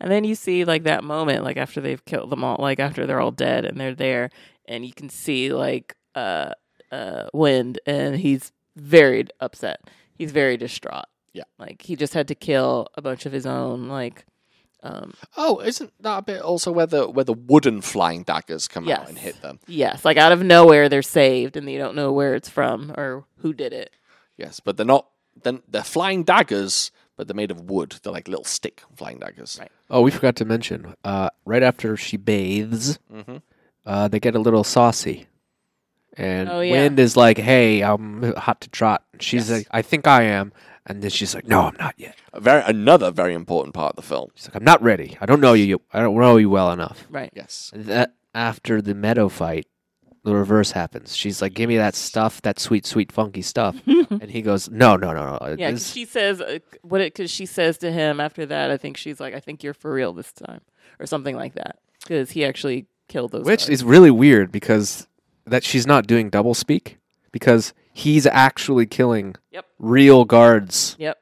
S2: And then you see like that moment, like after they've killed them all, like after they're all dead and they're there, and you can see like uh uh Wind, and he's very upset. He's very distraught.
S1: Yeah.
S2: like he just had to kill a bunch of his own. Like, um,
S1: Oh, isn't that a bit also where the where the wooden flying daggers come out
S2: Yes.
S1: and hit them?
S2: yes, like out of nowhere they're saved, and you don't know where it's from or who did it.
S1: Yes, but they're not. Then they're flying daggers, but they're made of wood. They're like little stick flying daggers.
S2: Right.
S3: Oh, we forgot to mention. Uh, right after she bathes,
S1: Mm-hmm.
S3: uh, they get a little saucy, and
S2: Oh, yeah.
S3: Wind is like, "Hey, I'm hot to trot." She's
S1: Yes.
S3: like, "I think I am," and then she's like, "No, I'm not yet."
S1: a very another very important part of the film.
S3: She's like, "I'm not ready. I don't know you. I don't know you well enough."
S2: Right.
S1: Yes.
S3: that after the meadow fight, the reverse happens. She's like, "Give me that stuff, that sweet, sweet, funky stuff," and he goes, "No, no, no, no."
S2: Yeah, 'cause
S3: this-
S2: she says uh, what it because she says to him after that. I think she's like, I think you're for real this time. or something like that because he actually killed those.
S3: Which
S2: guards.
S3: is really weird because that she's not doing double speak because he's actually killing
S2: Yep.
S3: real guards
S2: yep,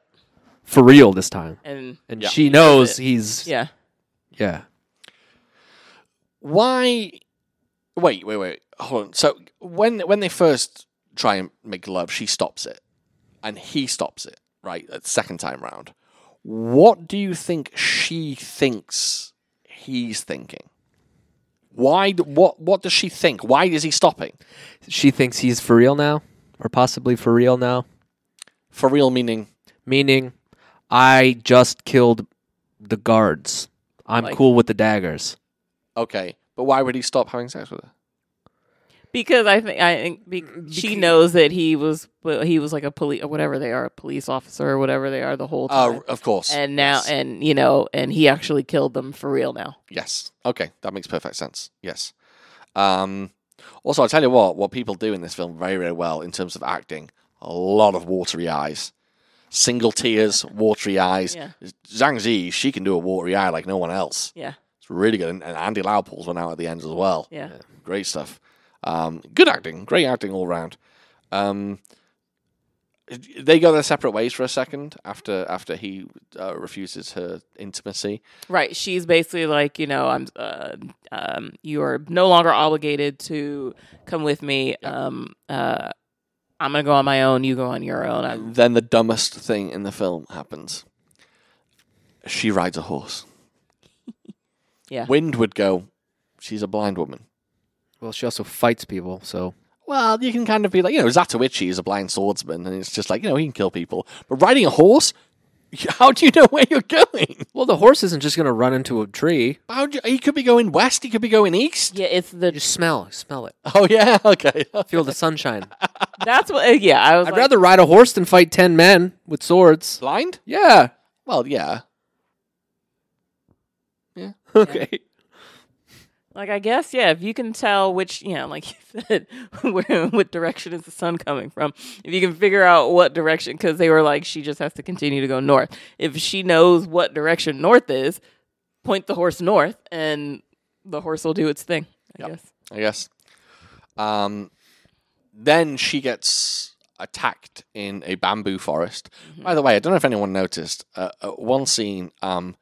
S3: for real this time.
S2: and
S3: And
S1: Yeah.
S3: she
S2: knows
S3: knows
S2: it.
S3: he's
S2: yeah,
S3: yeah.
S1: why wait wait wait hold on so when when they first try and make love she stops it and he stops it right that second time round what do you think she thinks he's thinking why d- what what does she think why is he stopping
S3: She thinks he's for real now or possibly for real now,
S1: for real meaning
S3: meaning I just killed the guards. I'm
S2: Like-
S3: cool with the daggers.
S1: okay but why would he stop having sex with her
S2: because I think I think be-
S1: Mm,
S2: she knows that he was well, he was like a police whatever they are a police officer or whatever they are the whole time.
S1: uh, of course
S2: and now
S1: yes.
S2: and you know and he actually killed them for real now
S1: Yes. Okay, that makes perfect sense. Yes. Um, also, I'll tell you what, what people do in this film very, very well in terms of acting, a lot of watery eyes. Single tears, watery eyes.
S2: Yeah.
S1: Zhang Zi, she can do a watery eye like no one else.
S2: yeah
S1: It's really good. And and Andy Lau pulls one out at the end as well.
S2: yeah
S1: Great stuff. Um, good acting. Great acting all round. Um, they go their separate ways for a second after after he uh, refuses her intimacy.
S2: right she's basically like you know i'm uh, um you are no longer obligated to come with me um uh i'm gonna go on my own you go on your own I'm,
S1: then the dumbest thing in the film happens. She rides a horse.
S2: Yeah.
S1: Wind would go, she's a blind woman.
S3: Well, she also fights people, so
S1: Well, you can kind of be like, you know, Zatoichi is a blind swordsman, and it's just like, you know, he can kill people. But riding a horse, how do you know where you're going?
S3: well, the horse isn't just gonna run into a tree.
S1: How do you, he could be going west, he could be going east.
S2: yeah it's the
S3: Just smell, smell it,
S1: Oh, yeah, okay.
S3: feel the sunshine.
S2: that's what yeah i was
S3: I'd
S2: like,
S3: rather ride a horse than fight ten men with swords.
S1: blind?
S3: Yeah.
S1: Well, yeah.
S3: Okay.
S2: like i guess yeah if you can tell which you know like you said where what direction is the sun coming from if you can figure out what direction because they were like she just has to continue to go north if she knows what direction north is point the horse north and the horse will do its thing i
S1: Yep.
S2: guess
S1: I guess. Um, then she gets attacked in a bamboo forest.
S2: Mm-hmm.
S1: By the way, I don't know if anyone noticed uh, uh, one scene. Um,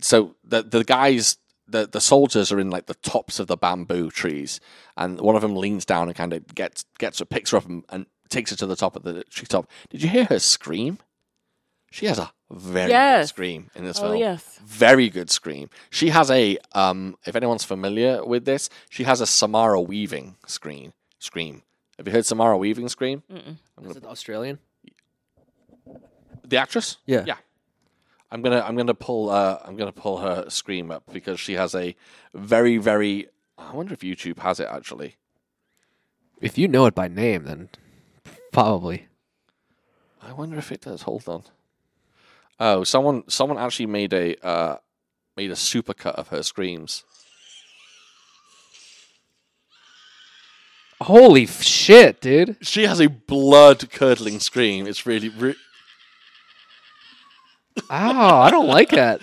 S1: so the the guys, the the soldiers are in like the tops of the bamboo trees, and one of them leans down and kind of gets gets her, picks her up and, and takes her to the top of the tree top. Did you hear her scream? She has a very good
S2: Yes.
S1: scream in this
S2: oh
S1: film
S2: yes
S1: very good scream. She has a um if anyone's familiar with this, she has a Samara Weaving screen scream. Have you heard Samara Weaving scream?
S3: Is it Australian?
S1: The actress?
S3: Yeah.
S1: Yeah. I'm gonna I'm gonna pull uh I'm gonna pull her scream up because she has a very, very I wonder if YouTube has it actually.
S3: If you know it by name, then probably.
S1: I wonder if it does. Hold on. Oh, someone someone actually made a uh, made a supercut of her screams.
S3: Holy f- shit, dude!
S1: She has a blood curdling scream. It's really, re-
S3: Ow, Ah, I don't like that.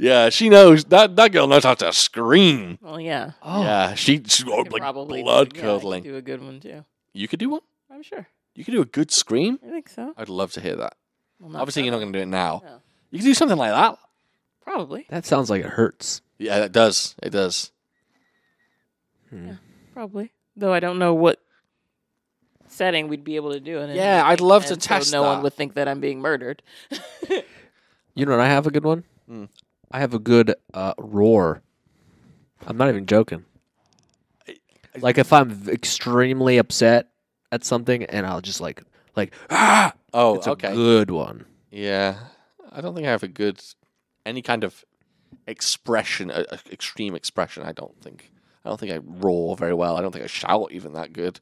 S1: Yeah, she knows that that girl knows how to scream.
S2: well yeah
S3: Oh,
S1: Yeah, she, she oh,
S2: Could
S1: like
S2: probably
S1: blood
S2: yeah, I could
S1: curdling.
S2: do a good one too
S1: you could do one.
S2: i'm sure
S1: You could do a good scream.
S2: i think so
S1: I'd love to hear that.
S2: well, not
S1: Obviously,
S2: sure.
S1: you're not going to do it now.
S2: No.
S1: You could do something like that.
S2: probably
S3: that sounds like it hurts.
S1: Yeah, that does. It does.
S2: probably though i don't know what setting we'd be able to do it in.
S1: Yeah, I'd love to
S2: And so
S1: test.
S2: no one
S1: that.
S2: would think that i'm being murdered
S3: You know what? I have a good one.
S1: Hmm.
S3: I have a good uh, roar. I'm not even joking. Like if I'm v- extremely upset at something, and I'll just like like ah,
S1: Oh,
S3: it's
S1: okay.
S3: a good one.
S1: yeah, I don't think I have a good any kind of expression, a, a extreme expression. I don't think. I don't think I roar very well. I don't think I shout even that good.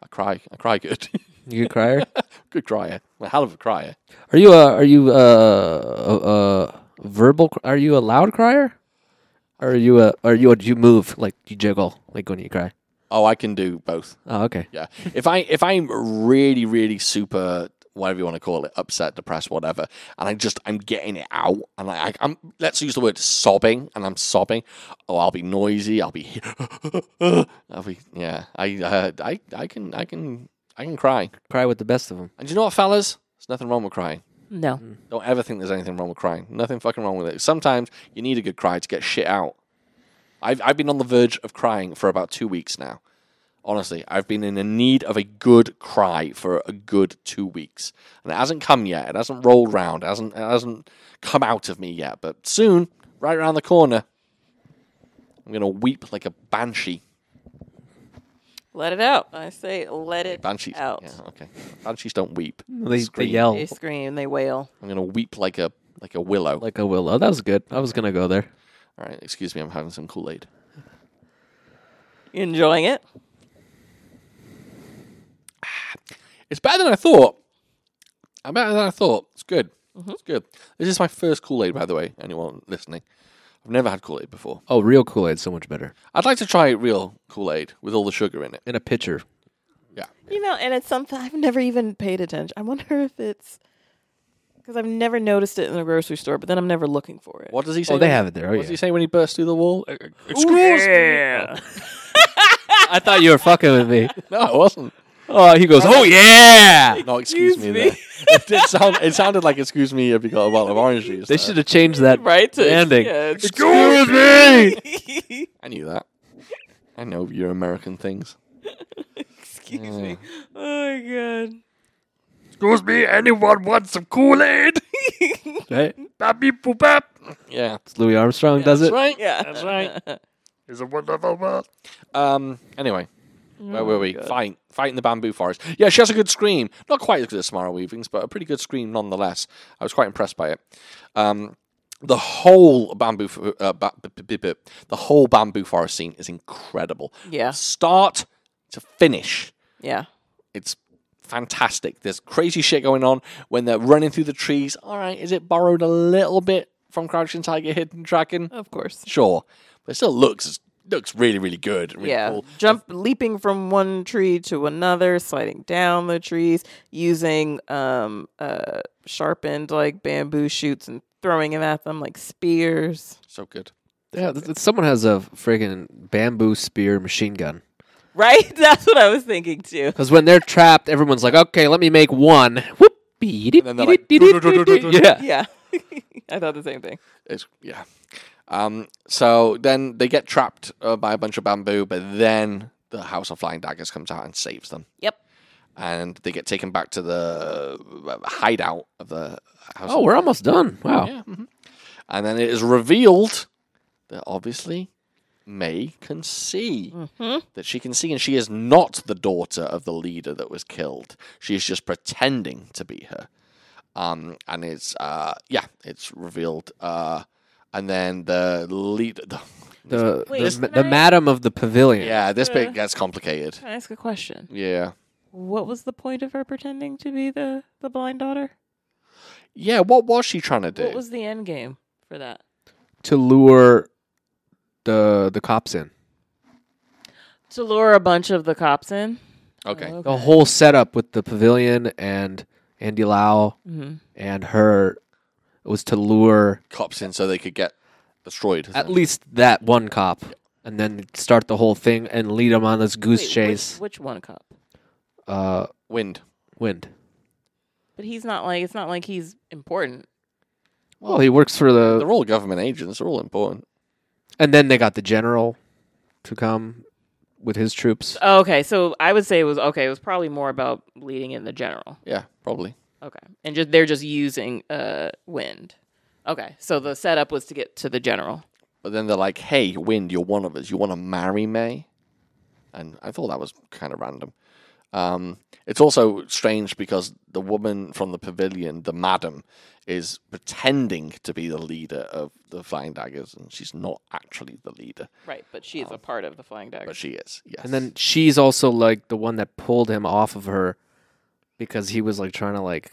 S1: I cry. I cry good.
S3: You a crier?
S1: good crier. I'm a hell of a crier.
S3: Are you a are you uh a, a verbal? cr- Are you a loud crier? Or are you a are you a, do you move like you jiggle like when you cry?
S1: Oh, I can do both.
S3: Oh, okay.
S1: Yeah. If I if I'm really really super whatever you want to call it, upset, depressed, whatever. And I just, I'm getting it out. And I, I, I'm, let's use the word sobbing. And I'm sobbing. Oh, I'll be noisy. I'll be, I'll be, yeah. I, uh, I, I can, I can, I can cry.
S3: Cry with the best of them.
S1: And you know what, fellas? There's nothing wrong with crying.
S2: No.
S1: Don't ever think there's anything wrong with crying. Nothing fucking wrong with it. Sometimes you need a good cry to get shit out. I've I've been on the verge of crying for about two weeks now. Honestly, I've been in a need of a good cry for a good two weeks, and it hasn't come yet. It hasn't rolled round. It hasn't it hasn't come out of me yet. But soon, right around the corner, I'm gonna weep like a banshee.
S2: Let it out. I say let it
S1: Banshees.
S2: out.
S1: Yeah, Oh. okay. Banshees don't weep.
S3: They, they
S1: Scream.
S3: yell
S2: They scream, they wail.
S1: I'm gonna weep like a like a willow.
S3: like a willow. That was good. I was gonna go there.
S1: All right, excuse me. I'm having some Kool Aid.
S2: You enjoying it?
S1: It's better than I thought. I'm better than I thought. It's good.
S3: Mm-hmm.
S1: It's good. This is my first Kool Aid, by the way. Anyone listening? I've never had Kool Aid before.
S3: Oh, real Kool Aid, so much better.
S1: I'd like to try real Kool Aid with all the sugar in it.
S3: In a pitcher.
S2: You know, and it's something I've never even paid attention. I wonder if it's because I've never noticed it in the grocery store, but then I'm never looking for it.
S1: What does he say?
S3: Oh, they
S1: when-
S3: have it there. Oh,
S1: What does
S3: yeah.
S1: he say when he bursts through the wall? Uh, uh, Excuse
S2: Yeah.
S3: I thought you were fucking with me.
S1: No, it wasn't.
S3: Oh, he goes, oh yeah.
S1: No, excuse me.
S2: Excuse
S1: there. it did sound. It sounded like excuse me if you got a bottle of orange juice.
S3: They
S1: there.
S3: should have changed that
S2: right to
S3: landing.
S2: yeah, it's-
S3: Excuse me.
S1: I knew that. I know your American things.
S2: Excuse me. Oh my god.
S1: Excuse me. Anyone want some Kool Aid?
S3: right?
S1: Yeah,
S3: It's Louis Armstrong does it.
S1: that's right.
S2: Yeah.
S1: that's right. It's a wonderful world. Um. Anyway, where
S2: Mm,
S1: were we? Fight, fight in the bamboo forest. Yeah, she has a good scream. Not quite as good as Samara Weaving's, but a pretty good scream nonetheless. I was quite impressed by it. Um, the whole bamboo, f- uh, ba- b- b- b- b- the whole bamboo forest scene is incredible.
S2: Yeah.
S1: start to finish
S2: Yeah.
S1: it's fantastic. There's crazy shit going on when they're running through the trees. All right, is it borrowed a little bit from Crouching Tiger, Hidden Dragon?
S2: Of course.
S1: Sure, but it still looks looks really really good. Really
S2: yeah.
S1: cool.
S2: Jump leaping from one tree to another, sliding down the trees, using um uh sharpened like bamboo shoots and throwing them at them like spears.
S1: So good.
S3: Yeah, th- th- someone has a friggin' bamboo spear machine gun.
S2: Right? That's what I was thinking too.
S3: Because when they're trapped, everyone's like, okay, let me make one. Whoop.
S1: then they're like,
S3: Yeah.
S2: Yeah. I thought the same thing.
S1: It's yeah. Um. So then they get trapped uh, by a bunch of bamboo, but then the House of Flying Daggers comes out and saves them,
S2: Yep.
S1: and they get taken back to the uh, hideout of the House.
S3: Oh,
S1: of
S3: we're almost done. Wow.
S1: Yeah. mhm. And then it is revealed that obviously May can see. That she can see, and she is not the daughter of the leader that was killed. She is just pretending to be her. Um, and it's, uh, yeah, it's revealed. Uh, and then the leader. The,
S3: The,
S2: Wait,
S3: the,
S2: isn't
S3: the
S2: that-
S3: madam of the pavilion.
S1: yeah, this bit gets complicated.
S2: Can I ask a question?
S1: Yeah.
S2: What was the point of her pretending to be the, the blind daughter?
S1: Yeah, what was she trying to do?
S2: What was the end game for that?
S3: To lure the the cops in.
S2: To lure a bunch of the cops in?
S1: okay.
S2: Oh,
S3: The whole setup with the pavilion and Andy Lau and her was to lure
S1: Cops in so they could get destroyed.
S3: at least that one cop and then start the whole thing and lead them on this goose
S2: Wait, which-
S3: chase.
S2: Which, one cop?
S3: Uh,
S1: Wind.
S3: wind.
S2: But he's not like it's not like he's important.
S3: Well, he works for the
S1: They're all government agents. They're all important.
S3: And then they got the general to come with his troops.
S2: Oh, okay, so I would say it was okay. It was probably more about leading in the general.
S1: Yeah, probably.
S2: Okay, and just they're just using uh wind. Okay, so the setup was to get to the general.
S1: But then they're like, "Hey, Wind, you're one of us. You want to marry May?" And I thought that was kind of random. Um, it's also strange because the woman from the pavilion, the madam, is pretending to be the leader of the Flying Daggers, and she's not actually the leader,
S2: Right, but she is a part of the flying dagger.
S1: but she is. Yes.
S3: And then she's also like the one that pulled him off of her because he was like trying to like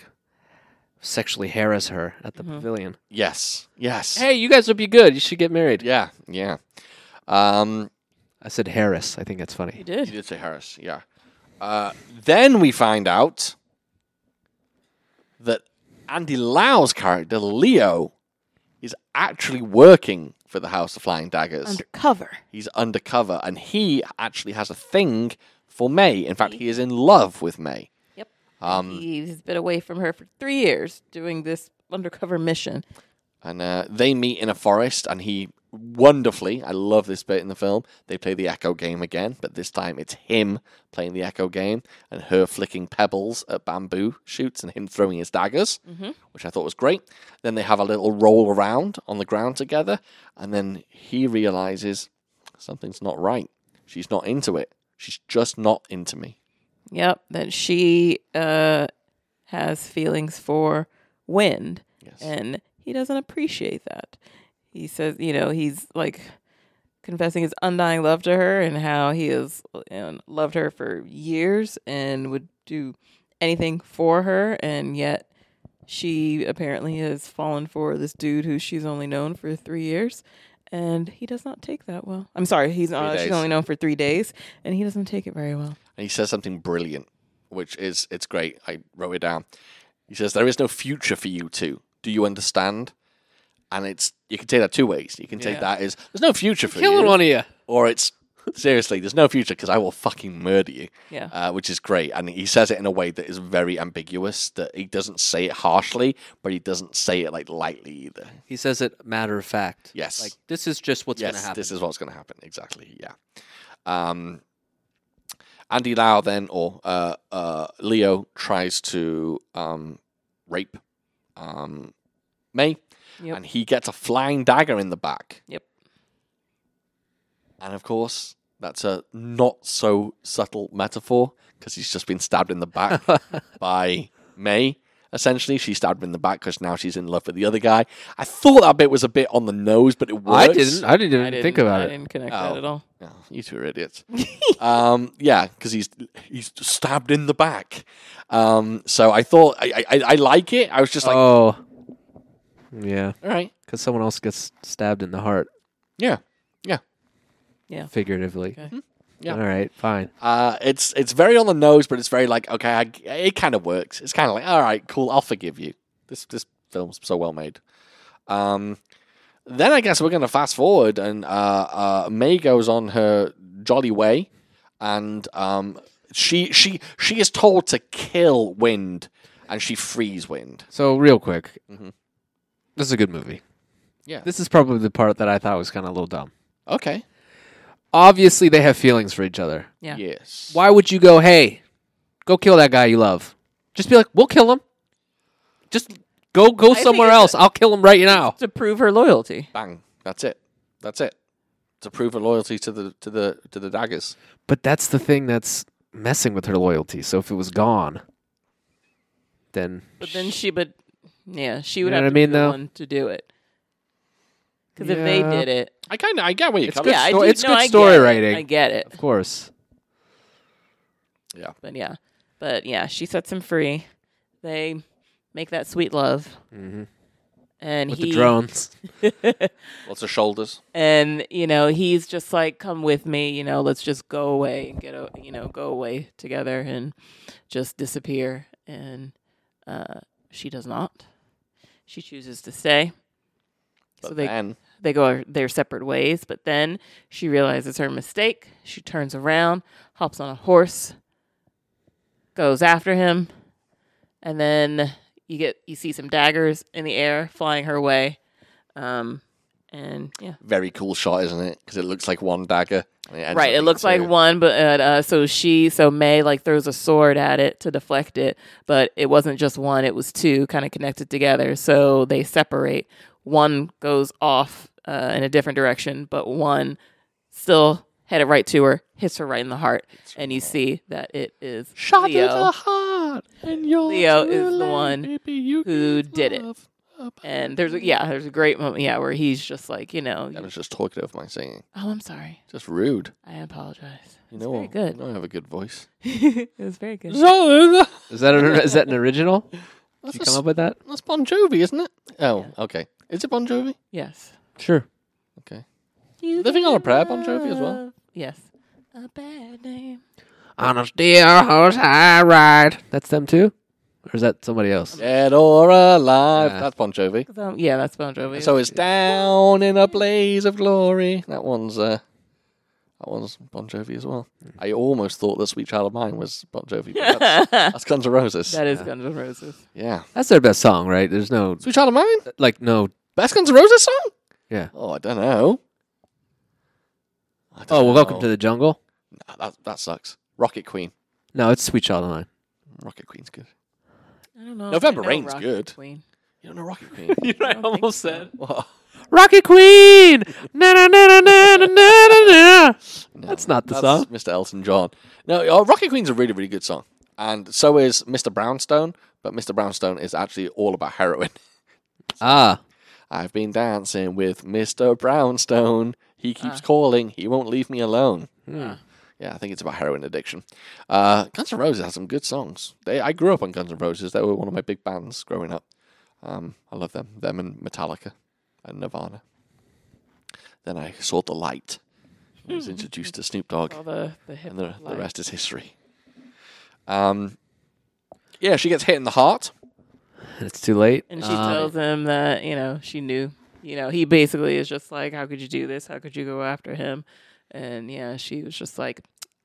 S3: sexually harass her at the pavilion.
S1: yes, yes,
S3: Hey, you guys would be good. You should get married.
S1: yeah, yeah. Um,
S3: I said Harris. I think that's
S2: You
S3: funny.
S1: you
S2: did.
S1: did say Harris, yeah. Uh, then we find out that Andy Lau's character, Leo, is actually working for the House of Flying Daggers.
S2: Undercover.
S1: He's undercover, and he actually has a thing for May. In fact, he is in love with May.
S2: Yep.
S1: Um,
S2: He's been away from her for three years doing this undercover mission.
S1: and uh, they meet in a forest and he wonderfully i love this bit in the film they play the echo game again but this time it's him playing the echo game and her flicking pebbles at bamboo shoots and him throwing his daggers which i thought was great then they have a little roll around on the ground together and then he realizes something's not right she's not into it she's just not into me
S2: Yep. That she uh, has feelings for Wind.
S1: yes
S2: And he doesn't appreciate that. He says, you know, he's like confessing his undying love to her and how he has you know, loved her for years and would do anything for her. And yet she apparently has fallen for this dude who she's only known for three years. And he does not take that well. I'm sorry, he's not, she's
S1: days.
S2: only known for three days, and he doesn't take it very well.
S1: and he says something brilliant, which is it's great. I wrote it down. He says there is no future for you two. Do you understand? And it's you can take that two ways. You can take that as there's no future for
S3: Killing
S1: you,
S3: one of you.
S1: or it's seriously there's no future because I will fucking murder you.
S2: Yeah.
S1: uh, which is great. And he says it in a way that is very ambiguous. That he doesn't say it harshly, but he doesn't say it like lightly either.
S3: He says it matter of fact.
S1: Yes.
S3: Like this is just what's gonna
S1: yes,
S3: happen.
S1: this is what's going to happen. Exactly. Yeah. Um, Andy Lau then, or uh, uh, Leo, tries to um, rape um, May,
S2: Yep.
S1: and he gets a flying dagger in the back.
S2: Yep.
S1: And of course, that's a not so subtle metaphor because he's just been stabbed in the back by May. Essentially, she stabbed him in the back because now she's in love with the other guy. I thought that bit was a bit on the nose, but it
S3: I
S1: works.
S3: didn't. I didn't even
S2: I didn't,
S3: think about
S2: I
S3: it.
S2: didn't connect
S1: Oh.
S2: that at all.
S1: Oh, you two are idiots. um, yeah, because he's he's stabbed in the back. Um, so I thought I, I I like it. I was just like,
S3: oh. Yeah.
S1: all right,
S3: Because someone else gets stabbed in the heart,
S1: yeah,
S3: figuratively.
S2: Okay.
S1: Yeah.
S3: All right. Fine.
S1: Uh, it's it's very on the nose, but it's very like okay, I, it kind of works. It's kind of like all right, cool, I'll forgive you. This this film's so well made. Um, then I guess we're gonna fast forward, and uh, uh, May goes on her jolly way, and um, she she she is told to kill Wind, and she frees Wind.
S3: So real quick,
S1: Mhm.
S3: this is a good movie.
S1: Yeah.
S3: This is probably the part that I thought was kind of a little dumb.
S1: Okay.
S3: Obviously, they have feelings for each other.
S2: Yeah.
S1: Yes.
S3: Why would you go, hey, go kill that guy you love? Just be like, we'll kill him. Just go, go
S2: think
S3: somewhere
S2: it's a-
S3: else. I'll kill him right now.
S2: To prove her loyalty.
S1: Bang. That's it. That's it. To prove her loyalty to the to the to the daggers.
S3: But that's the thing that's messing with her loyalty. So if it was gone, then
S2: But then she would, yeah, she would
S3: know
S2: have
S3: what I
S2: to be
S3: mean,
S2: the
S3: though?
S2: one to do it. Because if they
S3: Yeah.
S2: did it,
S1: I kind of I get where you're
S3: It's
S1: coming.
S3: Good
S2: yeah, I
S3: sto-
S2: do-
S3: it's
S2: no,
S3: good
S2: I get
S3: story
S2: it.
S3: writing.
S2: I get it,
S3: of course.
S2: but yeah, but yeah, she sets him free. They make that sweet love,
S3: Mhm.
S2: and
S3: With
S2: he
S3: the drones.
S1: Lots of shoulders.
S2: and you know he's just like, "Come with me, you know, let's just go away and get, o- you know, go away together and just disappear." And uh, she does not. She chooses to stay.
S1: But
S2: so they
S1: then
S2: they go their separate ways but then she realizes her mistake she turns around hops on a horse goes after him and then you get you see some daggers in the air flying her way um and yeah
S1: very cool shot, isn't it? Because it looks like one dagger. and ends up
S2: right it
S1: being
S2: looks like
S1: two.
S2: one but uh, uh, so she so may like throws a sword at it to deflect it but it wasn't just one it was two kind of connected together so they separate one goes off uh, in a different direction but one still headed right to her hits her right in the heart and you see that it is
S1: Shot in the
S2: leo
S1: heart, and you're
S2: Leo
S1: too
S2: is the
S1: late,
S2: one
S1: baby, you
S2: who
S1: give
S2: did it.
S1: love up.
S2: and there's a, yeah there's a great moment yeah where he's just like you know
S1: I was just talking over my singing.
S2: oh i'm sorry
S1: Just rude.
S2: i apologize
S1: You
S2: It's
S1: know, uh,
S2: very
S1: You
S2: good
S1: know I have a good voice.
S2: it was very good
S1: That's,
S3: Is that, an, is that an original? Did you
S1: a s-
S3: come up with that?
S1: uh, that's Bon Jovi, isn't it? Oh, okay. Is it Bon Jovi?
S2: yes
S3: Sure.
S1: Okay.
S2: You
S1: Living on a
S2: can
S1: Prayer Bon Jovi as well?
S2: love- Yes. A bad name.
S3: On a steel horse I ride. That's them too? Or is that somebody else?
S1: Dead or alive.
S3: Yeah.
S1: That's Bon Jovi.
S2: Um, yeah, that's Bon Jovi.
S1: So it's down in a blaze of glory. That one's uh, that one's Bon Jovi as well. I almost thought that Sweet Child of Mine was Bon Jovi. But that's, that's Guns N' Roses.
S2: that is Guns N' Roses.
S1: yeah,
S3: That's their best song, right? There's no
S1: Sweet Child of Mine.
S3: like no.
S1: Best Guns N' Roses song.
S3: Yeah.
S1: Oh, I don't know. I don't
S3: Oh, well, welcome
S1: know.
S3: to the jungle.
S1: Nah, that that sucks. Rocket Queen.
S3: No, it's Sweet Child of Mine.
S1: Rocket Queen's good.
S2: I don't know. if
S1: November
S2: I know
S1: Rain's
S2: Rocket
S1: good.
S2: Queen.
S1: You don't know Rocket Queen?
S3: You know, I
S2: don't think almost so. said.
S1: What?
S3: Rocket Queen. Na na na na na na na na.
S1: No,
S3: That's not the
S1: that's
S3: song.
S1: Mr. Elton John. No, oh, Rocket Queen's a really, really good song. And so is Mr. Brownstone, but Mr. Brownstone is actually all about heroin.
S3: Ah,
S1: I've been dancing with Mr. Brownstone. He keeps
S3: Ah.
S1: calling. He won't leave me alone.
S3: Hmm.
S1: Yeah, I think it's about heroin addiction. Uh, Guns N' Roses has some good songs. They, I grew up on Guns N' Roses. They were one of my big bands growing up. Um, I love them. Them and Metallica and Nirvana. Then I saw the light. I was introduced to Snoop Dogg
S2: All the the hip
S1: and the, the
S2: life.
S1: rest is history. Um, yeah, she gets hit in the heart.
S3: it's too late.
S2: And she
S3: Um,
S2: tells him that, you know, she knew. You know, he basically is just like, How could you do this? How could you go after him? And yeah, she was just like,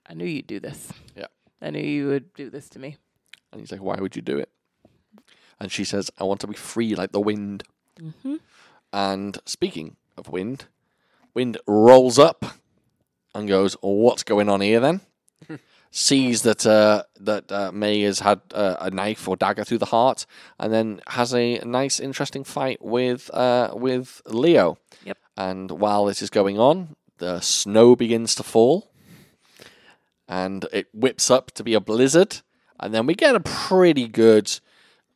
S2: I knew you'd do this.
S1: Yeah.
S2: I knew you would do this to me.
S1: And he's like, Why would you do it? And she says, I want to be free like the wind. And speaking of wind, wind rolls up and goes, What's going on here then? Sees that uh, that uh, May has had uh, a knife or dagger through the heart, and then has a nice, interesting fight with uh, with Leo.
S2: Yep.
S1: And while this is going on, the snow begins to fall, and it whips up to be a blizzard, and then we get a pretty good.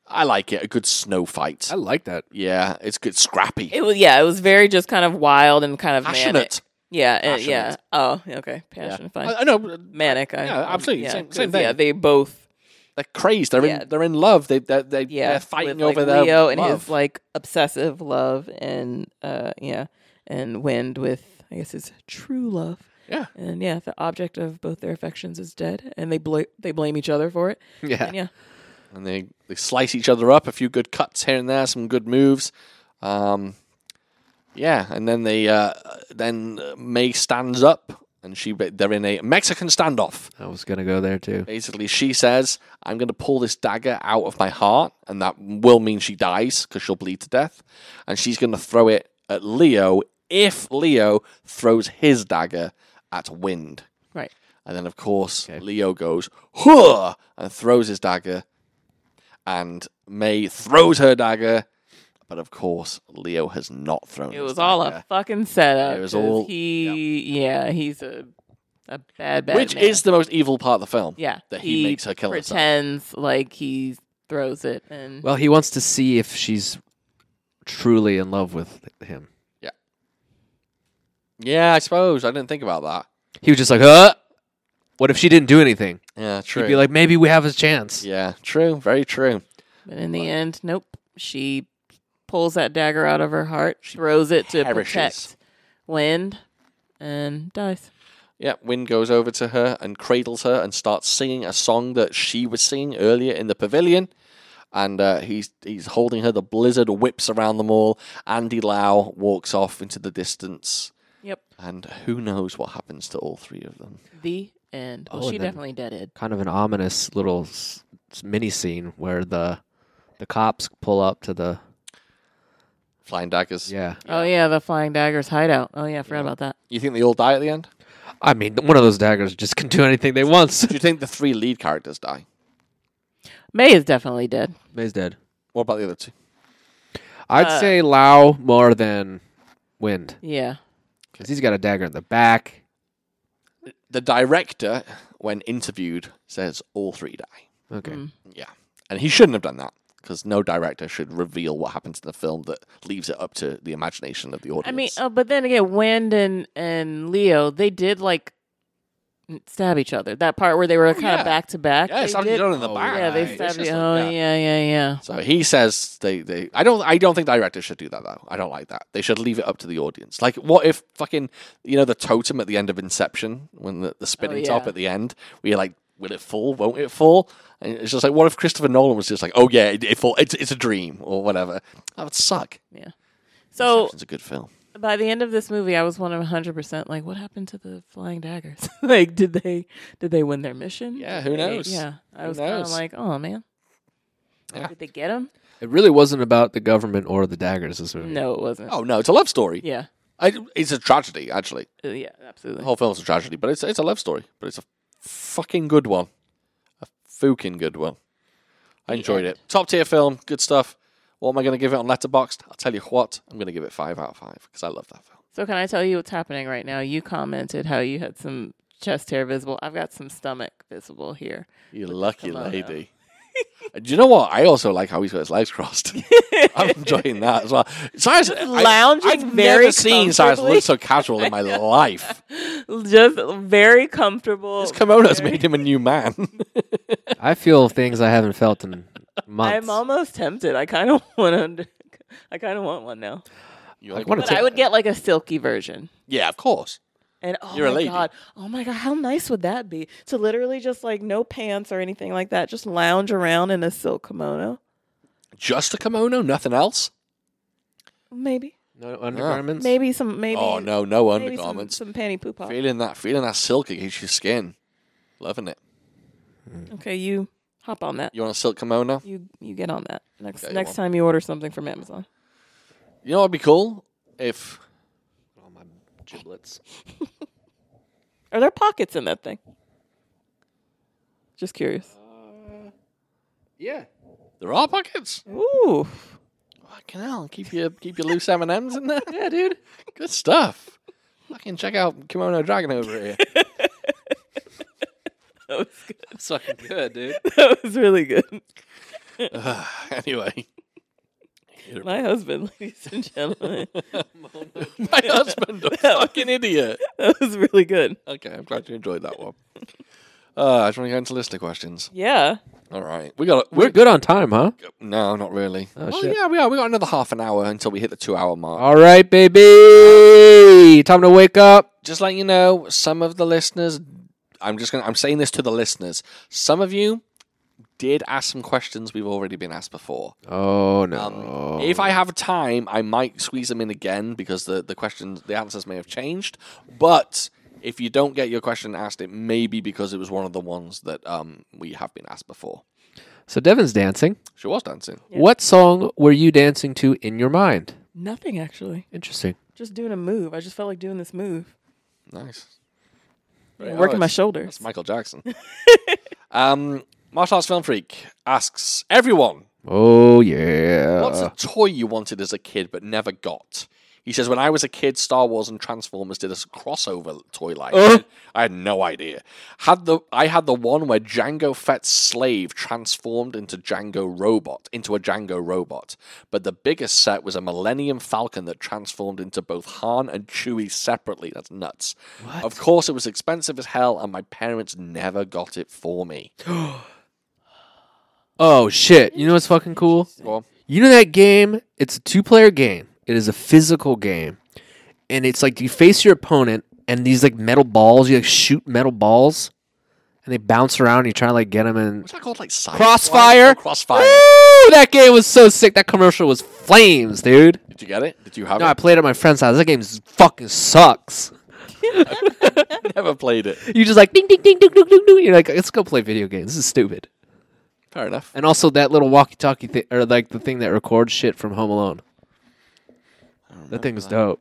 S1: I like it. A good snow fight.
S3: I like that.
S1: Yeah, it's good. Scrappy.
S2: It was yeah, it was very just kind of wild and kind of manic.
S1: Passionate.
S2: Yeah, uh,
S1: Passionate.
S2: yeah. Oh, okay. Passion, fine.
S1: I, I know.
S2: manic. I,
S1: Yeah,
S2: um,
S1: absolutely,
S2: Yeah,
S1: same- same
S2: 'cause, Yeah,
S1: thing.
S2: they both.
S1: They're crazed. They're
S2: Yeah.
S1: in. They're in love. They. They're, they
S2: Yeah,
S1: they're
S2: with,
S1: fighting
S2: like,
S1: over their
S2: Leo and
S1: love.
S2: his like obsessive love, and uh, yeah, and Wind with I guess his true love.
S1: Yeah.
S2: and yeah, the object of both their affections is dead, and they bl- they blame each other for it.
S3: Yeah.
S2: And yeah,
S1: and they they slice each other up. A few good cuts here and there. Some good moves. Um, yeah, and then they uh, then May stands up, and she they're in a Mexican standoff.
S3: I was gonna go there too.
S1: Basically, she says, I'm going to pull this dagger out of my heart, and that will mean she dies because she'll bleed to death. And she's going to throw it at Leo if Leo throws his dagger at Wind.
S2: right.
S1: And then, of course, Leo goes, Huh! and throws his dagger. And May throws her dagger. But of course, Leo has not thrown
S2: It
S1: his
S2: was all
S1: dagger,
S2: a fucking setup.
S1: It was
S2: 'cause
S1: all-
S2: he. Yeah, he's a a bad bad.
S1: Which
S2: man.
S1: is the most evil part of the film.
S2: yeah
S1: that he makes her kill herself.
S2: pretends like he throws it and
S3: Well, he wants to see if she's truly in love with him.
S1: Yeah, I suppose. I didn't think about that.
S3: He was just like, huh? What if she didn't do anything?
S1: Yeah, true.
S3: He'd be like, maybe we have a chance.
S1: yeah, true. Very true.
S2: But in the end, nope. She pulls that dagger out of her heart, throws it to
S1: perishes.
S2: protect Wind, and dies.
S1: Yeah, Wynne goes over to her and cradles her and starts singing a song that she was singing earlier in the pavilion. And uh, he's he's holding her. The blizzard whips around them all. Andy Lau walks off into the distance,
S2: Yep.
S1: and who knows what happens to all three of them?
S2: The end. Well,
S3: Oh,
S2: she
S3: and then-
S2: definitely dead it.
S3: Kind of an ominous little s- s- mini scene where the the cops pull up to the
S1: Flying daggers.
S3: yeah.
S2: Oh yeah, the flying daggers hideout. Oh yeah, I forgot about that.
S1: You think they all die at the end?
S3: I mean, one of those daggers just can do anything they want.
S1: Do you think the three lead characters die?
S2: May is definitely dead.
S3: May's dead.
S1: What about the other two?
S3: I'd
S2: Uh,
S3: say Lao more than Wind
S2: Yeah.
S3: because he's got a dagger in the back.
S1: The director, when interviewed, says all three die.
S3: Okay.
S2: Mm.
S1: Yeah. And he shouldn't have done that because no director should reveal what happens in the film that leaves it up to the imagination of the audience.
S2: I mean, oh, but then again, Wind and and Leo, they did like n- stab each other. That part where they were kind
S1: Oh, yeah.
S2: of back to back.
S1: yeah,
S2: they
S1: it's not
S2: did-
S1: done in the back.
S2: Yeah, they
S1: It's
S2: stabbed.
S1: just
S2: each-
S1: like
S2: Oh
S1: that.
S2: yeah, yeah, yeah.
S1: So he says they, they I don't I don't think directors should do that though. I don't like that. They should leave it up to the audience. Like what if fucking you know the totem at the end of Inception when the, the spinning
S2: Oh, yeah.
S1: top at the end where you're like will it fall? Won't it fall? And it's just like, what if Christopher Nolan was just like, oh yeah, it, it fall, it's it's a dream or whatever? That would suck.
S2: So
S1: it's a good film.
S2: by the end of this movie, I was one hundred percent like, what happened to the flying daggers? like, did they did they win their mission?
S1: Yeah,
S2: Did
S1: who
S2: they-
S1: knows?
S2: Yeah, I
S1: Who
S2: was kind of
S1: knows?
S2: like, oh man,
S1: Yeah.
S2: did they get him?
S3: It really wasn't about the government or the daggers. This movie.
S2: No, it wasn't.
S1: Oh no, it's a love story.
S2: Yeah,
S1: I, it's a tragedy actually.
S2: Uh, yeah, absolutely.
S1: The whole film's a tragedy, but it's it's a love story. But it's a fucking good one. A fucking good one. I enjoyed it. Top tier film. Good stuff. What am I going to give it on Letterboxd? I'll tell you what. I'm going to give it five out of five because I love that film.
S2: So can I tell you what's happening right now? You commented how you had some chest hair visible. I've got some stomach visible here.
S1: You lucky
S2: kimono.
S1: lady. Do you know what? I also like how he's got his legs crossed. I'm enjoying that as well. Cyrus, I,
S2: lounging
S1: I've
S2: very
S1: never seen Cyrus
S2: comfortably.
S1: look so casual in my life.
S2: Just very comfortable.
S1: His kimono's
S2: very-
S1: made him a new man.
S3: I feel things I haven't felt in months.
S2: I'm almost tempted. I kind of want to. I kind of want one now.
S1: You
S3: wanna
S2: But
S3: take-
S2: I would get like a silky version.
S1: Yeah, of course.
S2: And oh
S1: You're a
S2: my
S1: lady.
S2: god, oh my god, how nice would that be to literally just like no pants or anything like that, just lounge around in a silk kimono,
S1: Just a kimono, nothing else.
S2: maybe,
S3: no undergarments.
S2: maybe some, maybe.
S1: oh no, no
S2: maybe some-
S1: undergarments.
S2: Some, panty poop off.
S1: Feeling that, feeling that silk against your skin. Loving it.
S2: Okay, you hop on that.
S1: You want a silk kimono?
S2: You you get on that next
S1: Yeah, you
S2: next
S1: won't.
S2: time you order something from Amazon.
S1: You know what'd be cool if
S3: All my giblets.
S2: Are there pockets in that thing? Just curious.
S3: Yeah.
S1: there are pockets.
S2: Ooh,
S1: Fucking hell, keep your keep your loose M and M's in there. Yeah, dude. Good stuff. Fucking check out Kimono Dragon over here.
S2: that was good.
S3: That's fucking good, dude.
S2: That was really good.
S1: anyway,
S2: My husband, ladies and gentlemen,
S1: my husband, a fucking idiot.
S2: that was really good.
S1: Okay, I'm glad you enjoyed that one. Uh, I just want to go into listener questions.
S2: Yeah.
S1: All right, we got
S3: We're
S1: we're
S3: good on time, huh?
S1: no, not really. Oh
S3: shit.
S1: yeah, we are. We got another half an hour until we hit the two hour mark.
S3: All right, baby. Time to wake up.
S1: just letting you know, some of the listeners, I'm just gonna, I'm saying this to the listeners. Some of you did ask some questions we've already been asked before.
S3: Oh no.
S1: Um, If I have time, I might squeeze them in again because the the questions, the answers may have changed. But if you don't get your question asked, it may be because it was one of the ones that um we have been asked before.
S3: so Devin's dancing.
S1: She was dancing.
S3: What song were you dancing to in your mind?
S2: Nothing actually.
S3: Interesting.
S2: Just doing a move. I just felt like doing this move.
S1: Nice.
S2: Yeah,
S1: Very
S2: working my
S1: nice.
S2: shoulders.
S1: That's Michael Jackson. um, Martial Arts Film Freak asks everyone
S3: Oh yeah.
S1: What's a toy you wanted as a kid but never got? He says, when I was a kid, Star Wars and Transformers did a s- crossover toy line.
S3: Uh-huh.
S1: I had no idea. Had the I had the one where Django Fett's slave transformed into Django robot into a Django robot, but the biggest set was a Millennium Falcon that transformed into both Han and Chewie separately. That's nuts. Of course, it was expensive as hell, and my parents never got it for me.
S3: oh shit. You know what's fucking cool?
S1: Well,
S3: You know that game? It's a two player game. It is a physical game. And it's like you face your opponent and these like metal balls, you like shoot metal balls and they bounce around and you try to like get them and
S1: what's that called? Like Sideswipe?
S3: Crossfire?
S1: Oh, Crossfire.
S3: Ooh, that game was so sick. That commercial was flames, dude.
S1: Did you get it? Did you have
S3: No, I
S1: it?
S3: played it at my friend's house. That game s- fucking sucks.
S1: I never played it.
S3: You just like ding ding ding ding ding ding ding. You're like, let's go play video games. This is stupid.
S1: Fair enough.
S3: And also that little walkie-talkie thing, or like the thing that records shit from Home Alone. That thing was dope.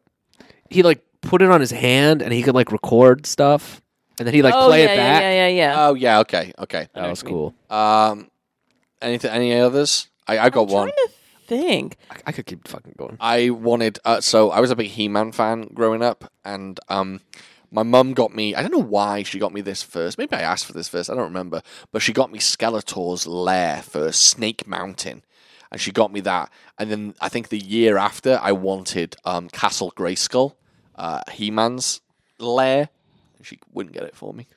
S3: He like put it on his hand, and he could like record stuff, and then he like
S2: oh
S3: play
S2: yeah,
S3: it back.
S2: yeah, yeah, yeah, yeah.
S1: Oh yeah, okay, okay.
S3: That was cool.
S1: Um, anything? Any others? I, I got one.
S2: trying to think.
S3: I, I could keep fucking going.
S1: I wanted. Uh, so I was a big He-Man fan growing up, and um, my mum got me. I don't know why she got me this first. Maybe I asked for this first. I don't remember. But she got me Skeletor's lair for Snake Mountain, and she got me that. And then I think the year after, I wanted um, Castle Grayskull, uh, He-Man's lair. She wouldn't get it for me.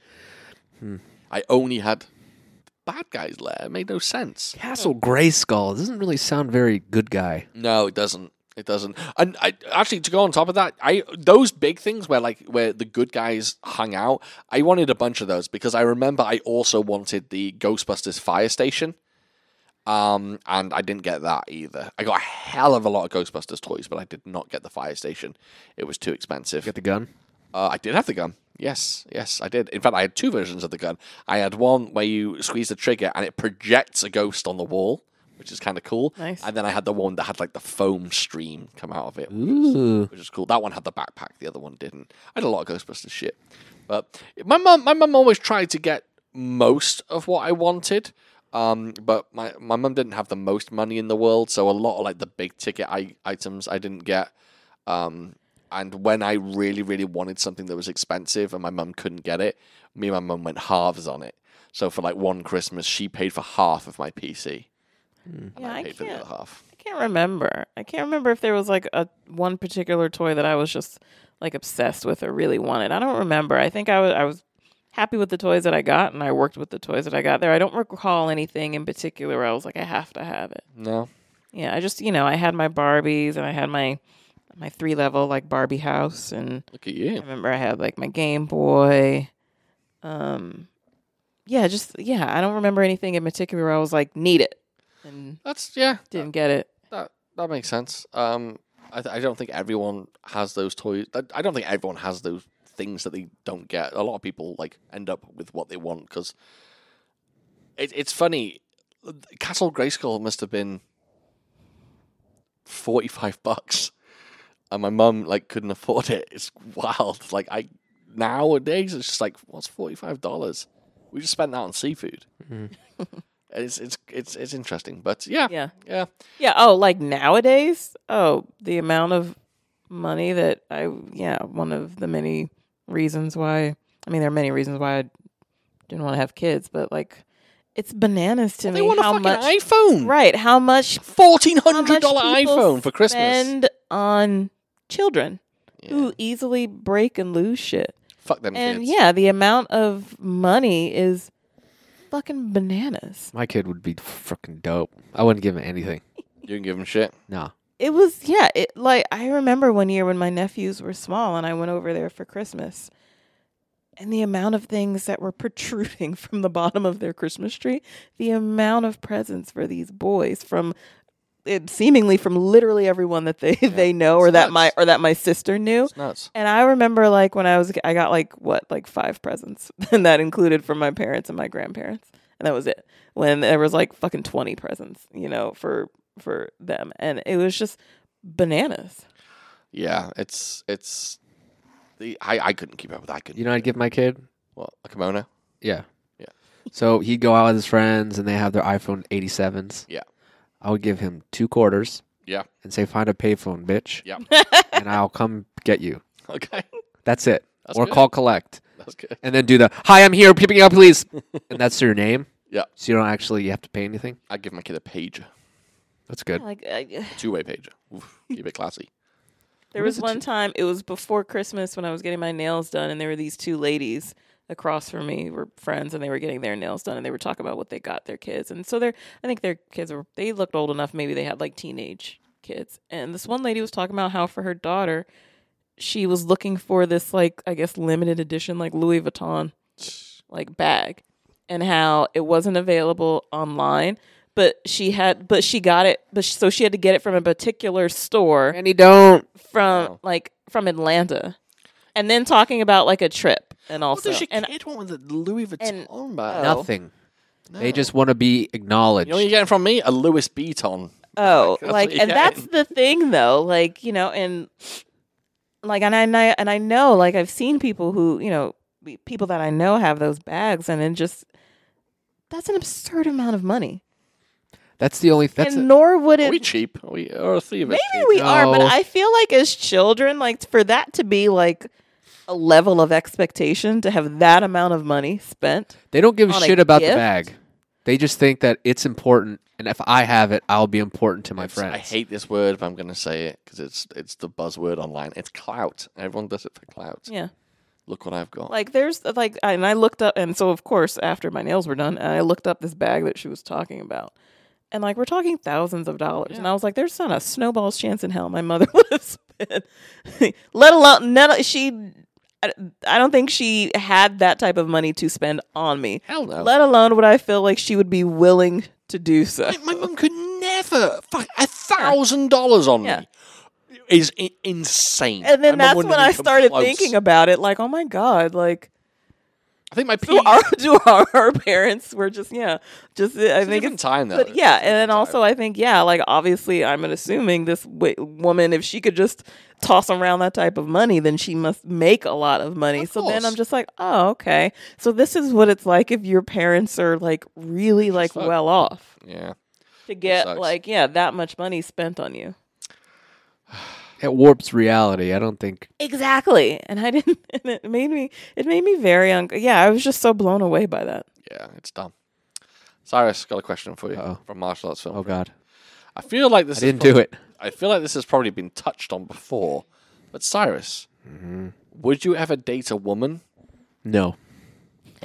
S1: I only had bad guys' lair. It made no sense.
S3: Castle Grayskull doesn't really sound very good guy.
S1: No, it doesn't. It doesn't. And I actually to go on top of that, I those big things where like where the good guys hung out, I wanted a bunch of those because I remember I also wanted the Ghostbusters fire station. Um, and I didn't get that either. I got a hell of a lot of Ghostbusters toys, but I did not get the fire station. It was too expensive.
S3: Get the gun.
S1: Uh, I did have the gun. Yes, yes, I did. In fact, I had two versions of the gun. I had one where you squeeze the trigger and it projects a ghost on the wall, which is kind of cool.
S2: Nice.
S1: And then I had the one that had like the foam stream come out of it, which is-
S3: Ooh.
S1: which is cool. That one had the backpack, the other one didn't. I had a lot of Ghostbusters shit. But my mum, my mum always tried to get most of what I wanted. Um, but my my mum didn't have the most money in the world, so a lot of like the big ticket I, items I didn't get. Um, and when I really, really wanted something that was expensive and my mum couldn't get it, me and my mum went halves on it. So for like one Christmas, she paid for half of my PC. And
S2: Yeah,
S1: I
S2: I
S1: paid for the
S2: can't-
S1: other half.
S2: I can't remember. I can't remember if there was like a one particular toy that I was just like obsessed with or really wanted. I don't remember. I think I was I was happy with the toys that I got and I worked with the toys that I got there. I don't recall anything in particular where I was like I have to have it.
S1: No.
S2: Yeah, I just, you know, I had my Barbies and I had my my three level like Barbie house and
S1: Look at
S2: I
S1: you.
S2: remember I had like my Game Boy. Um yeah, just yeah, I don't remember anything in particular where I was like need it and
S1: That's yeah.
S2: didn't get it.
S1: That that makes sense. Um, I, th- I don't think everyone has those toys. I- I don't think everyone has those things that they don't get. A lot of people like end up with what they want because it, it's funny. Castle Grayskull must have been forty five bucks, and my mum like couldn't afford it. It's wild. Like I nowadays, it's just like what's forty five dollars? We just spent that on seafood. it's it's it's it's interesting, but yeah,
S2: Yeah.
S1: yeah.
S2: Yeah. Oh, like nowadays? Oh, the amount of money that I, yeah, one of the many reasons why, I mean, there are many reasons why I didn't want to have kids, but like, it's bananas to
S1: They
S2: me
S1: want a
S2: how
S1: fucking
S2: much,
S1: iPhone.
S2: right? How much
S1: Fourteen
S2: how
S1: hundred
S2: much
S1: dollar
S2: people
S1: iPhone for Christmas.
S2: spend on children
S1: Yeah.
S2: who easily break and lose shit,
S1: Fuck them
S2: and
S1: kids.
S2: yeah, the amount of money is fucking bananas.
S3: My kid would be freaking dope. I wouldn't give him anything.
S1: You can give them shit.
S3: No.
S2: it was yeah it like i remember one year when my nephews were small and i went over there for christmas and the amount of things that were protruding from the bottom of their christmas tree the amount of presents for these boys from it seemingly from literally everyone that they they know or
S1: It's
S2: that my
S1: nuts.
S2: or that my sister knew
S1: It's nuts.
S2: and I remember like when I was I got like what like five presents and that included from my parents and my grandparents and that was it. When there was like fucking 20 presents, you know, for for them and it was just bananas.
S1: Yeah, it's it's. The, I I couldn't keep up with. that. I couldn't.
S3: You know, what I'd give my kid.
S1: what a kimono.
S3: Yeah.
S1: Yeah.
S3: So he'd go out with his friends and they have their iPhone 87s.
S1: Yeah.
S3: I would give him two quarters.
S1: Yeah.
S3: And say, find a payphone, bitch.
S1: Yeah.
S3: and I'll come get you.
S1: Okay,
S3: That's it.
S1: That's
S3: or
S1: good.
S3: call collect.
S1: that's good.
S3: And then do the, hi, I'm here, picking up, please. and that's your name.
S1: Yeah.
S3: So you don't actually have to pay anything.
S1: I'd give my kid a pager,
S3: That's good.
S2: Like I,
S1: two way pager. Oof, keep it classy.
S2: there
S3: What is
S2: was
S3: it
S2: one time it was before Christmas when I was getting my nails done and there were these two ladies across from me were friends and they were getting their nails done and they were talking about what they got their kids and so their I think their kids were they looked old enough maybe they had like teenage kids and this one lady was talking about how for her daughter she was looking for this like I guess limited edition like Louis Vuitton like bag and how it wasn't available online but she had but she got it but so she had to get it from a particular store
S3: And he don't.
S2: from
S1: Wow.
S2: like from Atlanta, and then talking about like a trip and also
S1: what does your
S2: and
S1: kid want with a Louis Vuitton bag?
S2: Oh.
S3: Nothing.
S1: No.
S3: They just want to be acknowledged.
S1: You know what you're getting from me? A Louis Vuitton.
S2: oh
S1: That's
S2: like
S1: what you're
S2: and that's
S1: getting.
S2: the thing though like you know and like and I and I and I know like I've seen people who you know be- people that I know have those bags and then just that's an absurd amount of money
S3: that's the only. That's
S2: and
S3: it.
S2: nor would
S1: Are we
S2: it
S1: cheap? Are we or three of us?
S2: Maybe
S1: cheap?
S2: we are, but
S3: No.
S2: I feel like as children, like for that to be like a level of expectation to have that amount of money spent.
S3: They don't give a
S2: on a
S3: shit about the
S2: gift?
S3: bag. They just think that it's important, and if I have it, I'll be important to my
S1: It's-
S3: friends.
S1: I hate this word, but I'm going to say it because it's it's the buzzword online. It's clout. Everyone does it for clout.
S2: Yeah.
S1: Look what I've got.
S2: Like there's like and I looked up and so of course after my nails were done, I looked up this bag that she was talking about. And like we're talking thousands of dollars. And I was like, there's not a snowball's chance in hell my mother would have spent, let alone none. Of, she, I, I don't think she had that type of money to spend on me.
S1: Hell no.
S2: Let alone would I feel like she would be willing to do so.
S1: My mum could never fuck a thousand dollars on
S2: Yeah.
S1: me. Is I- insane.
S2: And then
S1: My mum
S2: that's
S1: wouldn't
S2: when
S1: even
S2: I
S1: come
S2: started
S1: close.
S2: thinking about it, like, oh my god, like
S1: I think my
S2: do
S1: peak.
S2: our do our, our parents were just yeah, just I
S1: I think
S2: think
S1: in
S2: it's
S1: time though.
S2: but yeah, and then also I think yeah, like obviously I'm assuming this w- woman if she could just toss around that type of money, then she must make a lot of money.
S1: Of
S2: so then I'm
S1: course.
S2: just like, oh okay, so this is what it's like if your parents are like really like
S1: sucks.
S2: well off
S1: yeah.
S2: to get
S1: sucks.
S2: like yeah that much money spent on you.
S3: It warps reality. I don't think.
S2: Exactly. And I didn't and it made me it made me very un yeah, I was just so blown away by that.
S1: Yeah, it's dumb. Cyrus, got a question for you
S3: Uh-oh.
S1: from martial arts film.
S3: Oh God,
S1: I feel like this
S3: I
S1: is
S3: didn't
S1: prob-
S3: do it.
S1: I feel like this has probably been touched on before. But Cyrus,
S3: Mm-hmm.
S1: would you ever date a woman?
S3: No.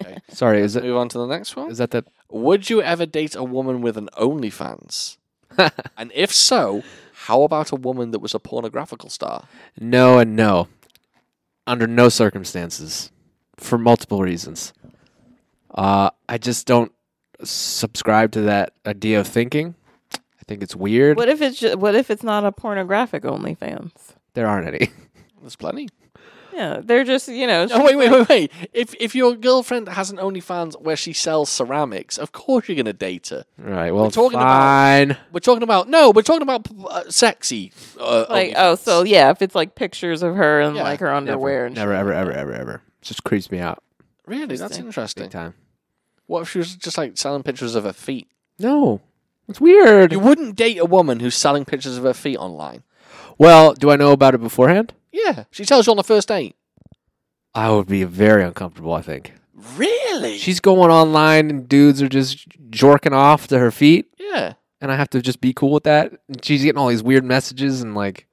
S1: Okay.
S3: Sorry. Is it?
S1: Move on to the next one.
S3: Is that the?
S1: Would you ever date a woman with an OnlyFans? and if so, how about a woman that was a pornographical star?
S3: No and no. Under no circumstances, for multiple reasons. Uh, I just don't subscribe to that idea of thinking. I think it's weird.
S2: What if it's just, what if it's not a pornographic OnlyFans?
S3: There aren't any.
S1: There's plenty.
S2: Yeah, they're just you know.
S1: Oh wait, wait, wait, wait! If if your girlfriend has an OnlyFans where she sells ceramics, of course you're gonna date her.
S3: All right. Well,
S1: talking about-
S3: fine.
S1: We're talking about no, we're talking about uh, sexy. Uh,
S2: like
S1: OnlyFans.
S2: oh, so yeah, if it's like pictures of her and
S1: Yeah,
S2: like her underwear and
S3: Never, ever, ever, ever, ever. It just creeps me out
S1: really? That's
S3: big
S1: interesting.
S3: time.
S1: What if she was just like selling pictures of her feet?
S3: No, it's weird.
S1: You wouldn't date a woman who's selling pictures of her feet online.
S3: Well, do I know about it beforehand?
S1: Yeah, she tells you on the first date.
S3: I would be very uncomfortable. I think
S1: Really?
S3: she's going online and dudes are just jorking off to her feet,
S1: yeah,
S3: and I have to just be cool with that. And she's getting all these weird messages, and like,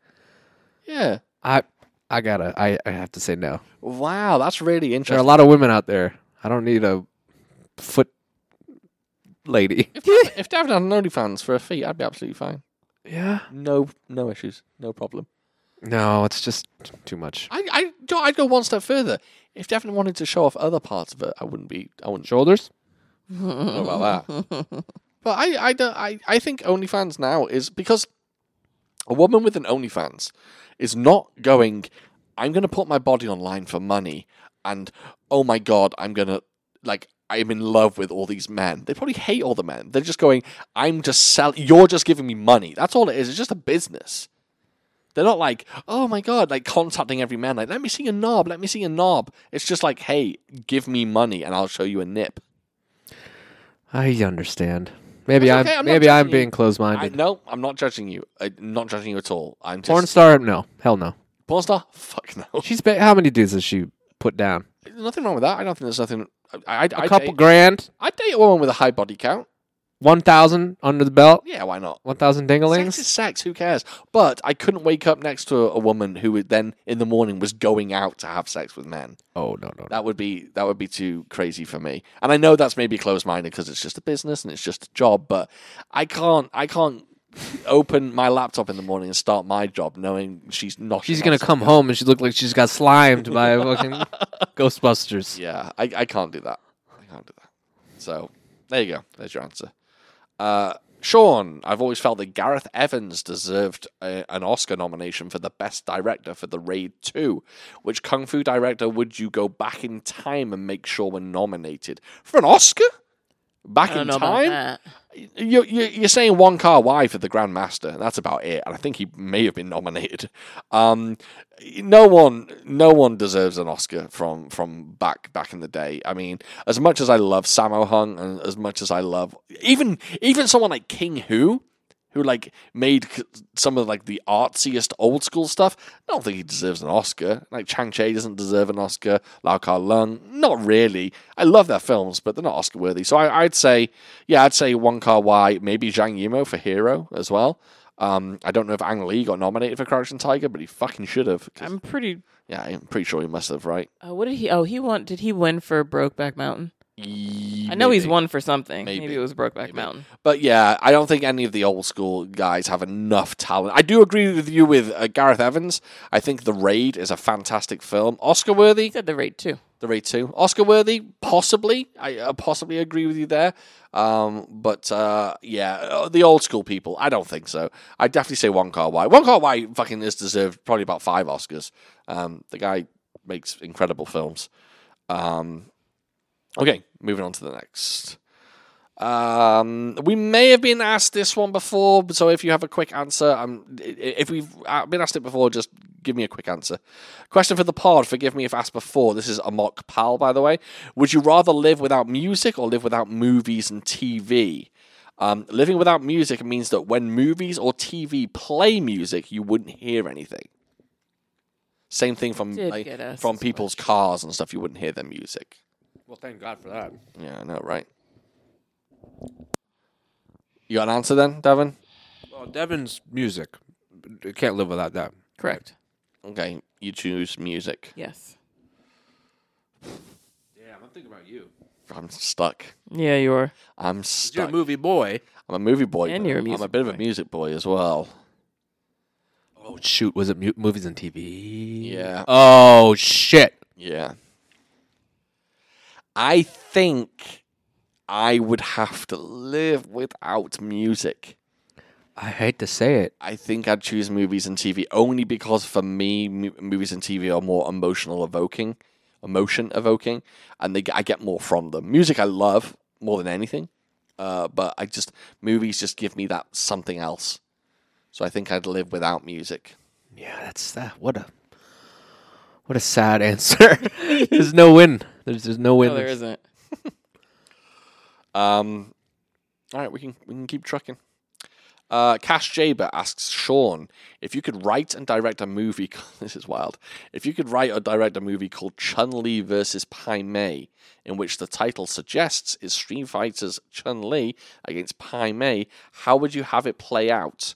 S1: yeah.
S3: I, I gotta, I, I have to say no.
S1: Wow, that's really
S3: There are a
S1: interesting.
S3: lot of women out there. I don't need a foot lady.
S1: If Dav- if David had an OnlyFans for her feet, I'd be absolutely fine.
S3: Yeah.
S1: No, no issues, no problem.
S3: No, it's just too much.
S1: I, I, do- I'd go one step further. If Daphne wanted to show off other parts of it, I wouldn't be. I wouldn't
S3: Shoulders.
S1: know about that. But I, I, don't, I, I think OnlyFans now is because a woman with an OnlyFans is not going. I'm going to put my body online for money, and oh my god, I'm going to like. I'm in love with all these men. They probably hate all the men. They're just going. I'm just selling. You're just giving me money. That's all it is. It's just a business. They're not like, oh my god, like contacting every man. Like, let me see your knob. Let me see your knob. It's just like, hey, give me money, and I'll show you a nip.
S3: I understand. Maybe
S1: That's
S3: I'm,
S1: okay, I'm not
S3: maybe
S1: judging
S3: I'm
S1: you.
S3: being
S1: I,
S3: closed-minded.
S1: no, I'm not judging you. I'm not judging you at all. I'm just,
S3: Porn star? No, hell no.
S1: porn star. Fuck no.
S3: She's ba- how many dudes has she put down?
S1: nothing wrong with that. I don't think there's nothing. I, I,
S3: A
S1: I
S3: couple
S1: Date,
S3: grand,
S1: I date a woman with a high body count.
S3: one thousand under the belt,
S1: Yeah, why not?
S3: one thousand
S1: Sex is
S3: dinglings.
S1: sex. Who cares? But I couldn't wake up next to a woman who would then in the morning was going out to have sex with men.
S3: Oh no no. no.
S1: That would be that would be too crazy for me. And I know that's maybe closed minded because it's just a business and it's just a job. But I can't. I can't. Open my laptop in the morning and start my job, knowing she's not.
S3: She's gonna come home and she looked like she's got slimed by a fucking Ghostbusters.
S1: Yeah, I, I can't do that. I can't do that. So there you go. There's your answer. Uh, Sean, I've always felt that Gareth Evans deserved a, an Oscar nomination for the best director for The Raid 2. Which Kung Fu director would you go back in time and make sure were nominated for an Oscar? Back in time? you, you, you're saying one car wide for the Grandmaster. and That's about it. And I think he may have been nominated. Um, no one, no one deserves an Oscar from from back back in the day. I mean, as much as I love Sammo Hung, and as much as I love even even someone like King Who, who like made c- some of like the artsiest old school stuff. I don't think he deserves an Oscar. Like Chang Che doesn't deserve an Oscar. Lao Kar Lung, not really. I love their films, but they're not Oscar worthy. So I, I'd say, yeah, I'd say Wong Kar Wai, maybe Zhang Yimou for Hero as well. Um, I don't know if Ang Lee got nominated for Crouching Tiger, but he fucking should have. 'cause-
S2: I'm pretty.
S1: yeah, I'm pretty sure he must have, right?
S2: oh, Uh, what did he? Oh, he won. Did he win for Brokeback Mountain?
S1: I
S2: I know he's won for something. Maybe,
S1: Maybe.
S2: it was Brokeback
S1: Maybe.
S2: Mountain.
S1: But yeah, I don't think any of the old school guys have enough talent. I do agree with you with uh, Gareth Evans. I think The Raid is a fantastic film. Oscar worthy,
S2: He said the rate too.
S1: The Raid 2. Oscar worthy, possibly. I uh, possibly agree with you there. Um, but uh, yeah, uh, the old school people, I don't think so. I definitely say One Car Why. One Car Why fucking is deserved probably about five Oscars. Um, the guy makes incredible films. Um, okay, moving on to the next. Um, we may have been asked this one before, so if you have a quick answer, um, i- i- if we've uh, been asked it before, just give me a quick answer. Question for the pod. Forgive me if asked before. This is Amok Pal, by the way. Would you rather live without music or live without movies and TV? Um, living without music means that when movies or TV play music, you wouldn't hear anything. Same thing from
S2: Did
S1: like,
S2: get asked
S1: from
S2: this
S1: people's cars and stuff. You wouldn't hear their music.
S3: Well, thank God for that.
S1: Yeah, I know, right? You got an answer then, Devin?
S3: Well, Devin's music. I can't live without that.
S2: Correct.
S1: Okay, you choose music.
S2: Yes.
S4: Damn, I'm thinking about you. 'Cause
S1: I'm stuck.
S2: Yeah, you are.
S1: I'm
S4: You're a
S1: stuck.
S4: movie boy.
S1: I'm a movie boy.
S2: And
S1: but
S2: you're a
S1: I'm a
S2: music
S1: bit of a
S2: boy.
S1: music boy as well.
S3: Oh shoot, was it mu- movies and TV?
S1: Yeah.
S3: Oh shit.
S1: Yeah. I think I would have to live without music.
S3: I hate to say it.
S1: I think I'd choose movies and TV only because for me, mu- movies and TV are more emotional evoking, emotion evoking, and they, g- I get more from them. Music I love more than anything, uh, but I just movies just give me that something else. So I think I'd live without music.
S3: Yeah, that's that. What a what a sad answer. there's no win. There's there's no win.
S2: No, there isn't.
S1: Um, all right, we can we can keep trucking. Uh, Cash Jaber asks Sean if you could write and direct a movie. this is wild. If you could write or direct a movie called Chun Li versus Pai Mei, in which the title suggests is Street Fighter's Chun Li against Pai Mei, how would you have it play out?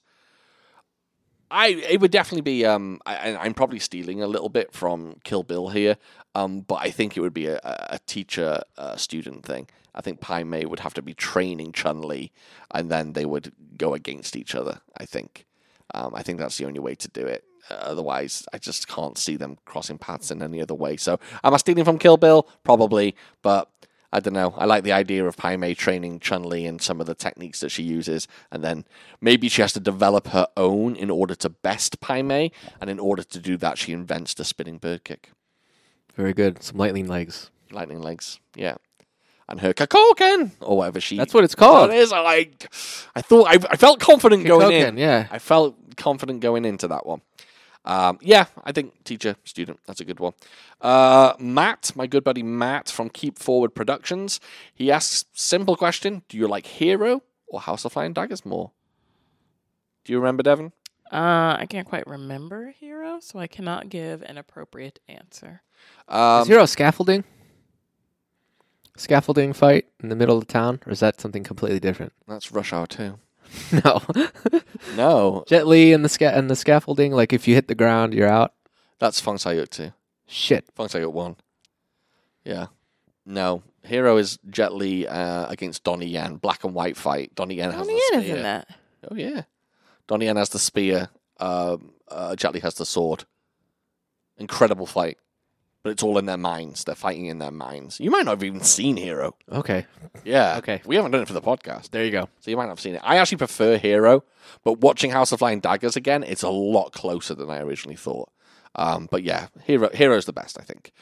S1: I it would definitely be um I, and I'm probably stealing a little bit from Kill Bill here um but I think it would be a, a a teacher uh, student thing. I think Pai Mei would have to be training Chun Li and then they would go against each other. I think um, I think that's the only way to do it. Uh, otherwise, I just can't see them crossing paths in any other way. So am I stealing from Kill Bill? Probably, but. I don't know. I like the idea of Pai Mei training Chun Li and some of the techniques that she uses, and then maybe she has to develop her own in order to best Pai Mei, and in order to do that, she invents the spinning bird kick,
S3: Very good. Some lightning legs.
S1: lightning legs, yeah, and her kakoken or whatever she.
S3: That's what it's
S1: Oh,
S3: called.
S1: it is. I like. I thought I, I felt confident going in.
S3: Kakoken, yeah.
S1: I felt confident going into that one. Um, yeah, I think teacher, student, that's a good one. Uh, Matt, my good buddy Matt from Keep Forward Productions, he asks simple question: Do you like Hero or House of Flying Daggers more? Do you remember Devon?
S2: Uh, I can't quite remember Hero, so I cannot give an appropriate answer.
S1: Um,
S3: is Hero scaffolding? Scaffolding fight in the middle of town, or is that something completely different?
S1: that's Rush Hour Two.
S3: no.
S1: No,
S3: Jet Li and the sca- and the scaffolding. Like if you hit the ground, you're out.
S1: that's Fong Sayuk Two.
S3: Shit.
S1: Fong Sayuk One. Yeah. No, Hero is Jet Li uh, against Donnie Yen, black and white fight. Donnie Yen has
S2: Donnie
S1: the
S2: Yen is
S1: spear.
S2: in that.
S1: Oh yeah, Donnie Yen has the spear. Um, uh, Jet Li has the sword. Incredible fight, but it's all in their minds. They're fighting in their minds. You might not have even seen Hero.
S3: Okay.
S1: Yeah.
S3: Okay.
S1: We haven't done it for the podcast,
S3: There you go.
S1: so you might not have seen it. I actually prefer Hero, but watching House of Flying Daggers again, it's a lot closer than I originally thought. Um, but yeah, Hero Hero's the best, I think.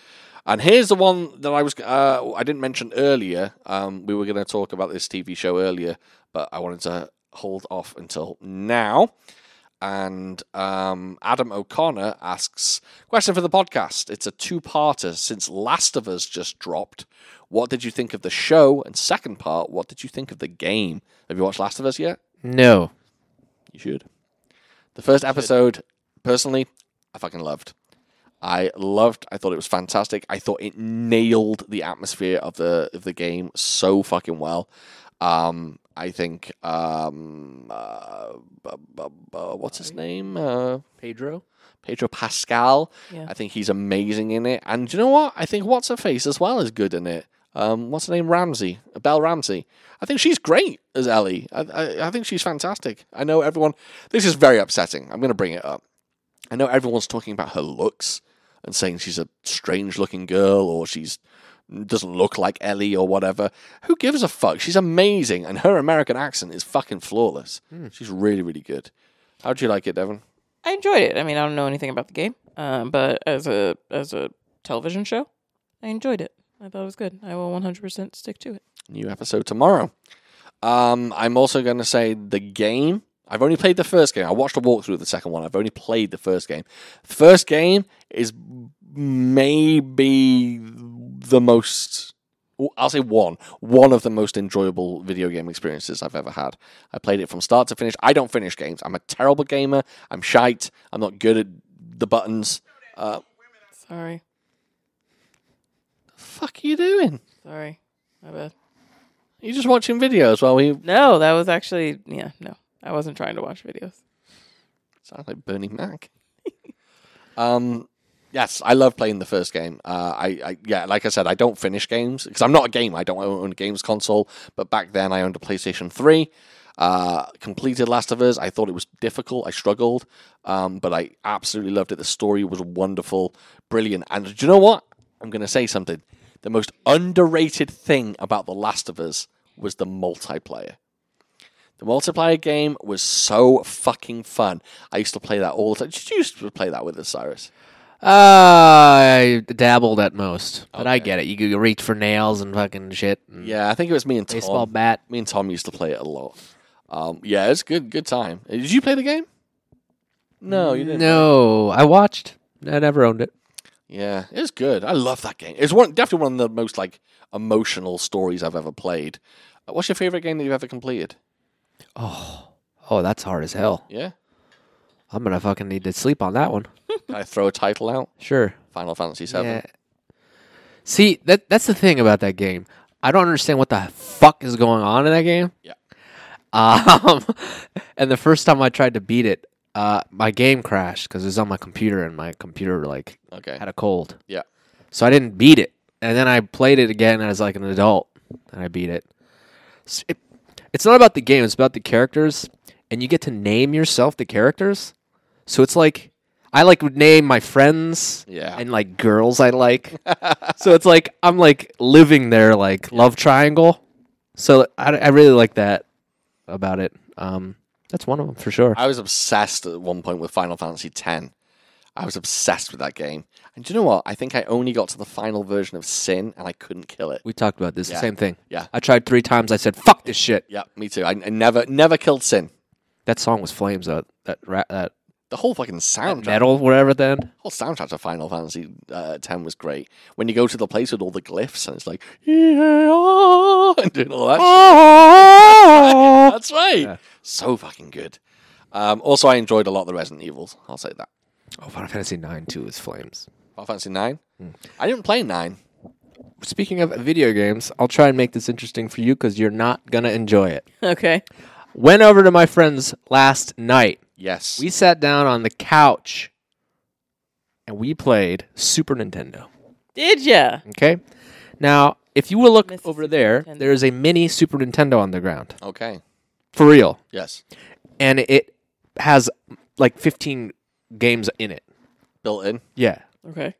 S1: And here's the one that I was uh, I didn't mention earlier. Um, we were going to talk about this TV show earlier, but I wanted to hold off until now. And um, Adam O'Connor asks question for the podcast. It's a two-parter since Last of Us just dropped. What did you think of the show? And second part, what did you think of the game? Have you watched Last of Us yet?
S3: No.
S1: You should. The first episode, personally, I fucking loved. I loved. I thought it was fantastic. I thought it nailed the atmosphere of the of the game so fucking well. Um, I think um, uh, bu- bu- bu- what's his name? Uh,
S3: Pedro.
S1: Pedro Pascal.
S2: Yeah.
S1: I think he's amazing in it. And you know what? I think What's Her Face as well is good in it. Um, what's her name? Ramsey, uh, Belle Ramsey. I think she's great as Ellie. I, I, I think she's fantastic. I know everyone. This is very upsetting. I'm going to bring it up. I know everyone's talking about her looks and saying she's a strange looking girl or she's doesn't look like Ellie or whatever. Who gives a fuck? She's amazing and her American accent is fucking flawless. She's really, really good. How'd you like it, Devon?
S2: I enjoyed it. I mean, I don't know anything about the game, um, but as a as a television show, I enjoyed it. I thought it was good. I will 100% stick to it.
S1: new episode tomorrow. Um, I'm also going to say the game. I've only played the first game. I watched a walkthrough of the second one. I've only played the first game. The first game is maybe the most. I'll say one, one of the most enjoyable video game experiences I've ever had. I played it from start to finish. I don't finish games. I'm a terrible gamer. I'm shite. I'm not good at the buttons. Uh,
S2: Sorry,
S1: fuck are you doing?
S2: sorry, my bad.
S1: You're just watching videos while we
S2: No, that was actually yeah. No, I wasn't trying to watch videos.
S1: Sounds like Bernie Mac. um, yes, I love playing the first game. Uh, I, I, yeah, like I said, I don't finish games because I'm not a gamer. I don't own a games console. But back then, I owned a PlayStation Three. Uh, completed Last of Us. I thought it was difficult. I struggled, um, but I absolutely loved it. The story was wonderful, brilliant. And do you know what? I'm going to say something. The most underrated thing about The Last of Us was the multiplayer. The multiplayer game was so fucking fun. I used to play that all the time. Did you used to play that with us, Cyrus?
S3: Uh, I dabbled at most, but I get it. You could reach for nails and fucking shit. And
S1: Yeah, I think it was me and Tom.
S3: Mm. baseball bat.
S1: Me and Tom used to play it a lot. Um, yeah, it's good. Good time. Uh, Did you play the game? No, you didn't.
S3: No, I watched. I never owned it.
S1: Yeah, it's good. I love that game. It's one definitely one of the most like emotional stories I've ever played. Uh, What's your favorite game that you've ever completed?
S3: Oh, that's hard as hell.
S1: Yeah,
S3: I'm gonna fucking need to sleep on that one.
S1: Can I throw a title out.
S3: Sure.
S1: Final Fantasy Seven.
S3: See, that that's the thing about that game. I don't understand what the fuck is going on in that game.
S1: Yeah.
S3: Um, and the first time I tried to beat it, uh, my game crashed because it was on my computer, and my computer like
S1: Okay.
S3: had a cold.
S1: Yeah.
S3: So I didn't beat it, and then I played it again as like an adult, and I beat it. S- it- It's not about the game; it's about the characters, and you get to name yourself the characters. So it's like I like would name my friends,
S1: Yeah.
S3: and like girls I like. so it's like I'm like living their like love triangle. So I, I really like that about it. Um, that's one of them for sure.
S1: I was obsessed at one point with Final Fantasy X. I was obsessed with that game. And do you know what? I think I only got to the final version of Sin and I couldn't kill it.
S3: we talked about this.
S1: Yeah.
S3: The same thing.
S1: Yeah.
S3: I tried three times. I said, "Fuck this shit."
S1: Yeah, me too. I, I never never killed Sin.
S3: That song was flames. Though. That ra- that
S1: The whole fucking soundtrack,
S3: metal, whatever. Then
S1: whole soundtrack to Final Fantasy uh, X was great. When you go to the place with all the glyphs and it's like, "Yeah," and doing all that. shit.
S3: Oh,
S1: That's right. So fucking good. Um, also, I enjoyed a lot of the Resident Evils. I'll say that.
S3: Oh, Final Fantasy Nine too is flames.
S1: Final Fantasy Nine.
S3: Hmm.
S1: I didn't play Nine.
S3: Speaking of video games, I'll try and make this interesting for you because you're not gonna enjoy it.
S2: Okay,
S3: Went over to my friend's last night.
S1: Yes.
S3: We sat down on the couch and we played Super Nintendo.
S2: did ya?
S3: Okay. Now, if you will look
S2: Mrs.
S3: over there,
S2: Nintendo.
S3: there is a mini Super Nintendo on the ground.
S1: okay.
S3: For real.
S1: Yes.
S3: And it has like 15 games in it.
S1: Built in.
S3: Yeah.
S2: Okay,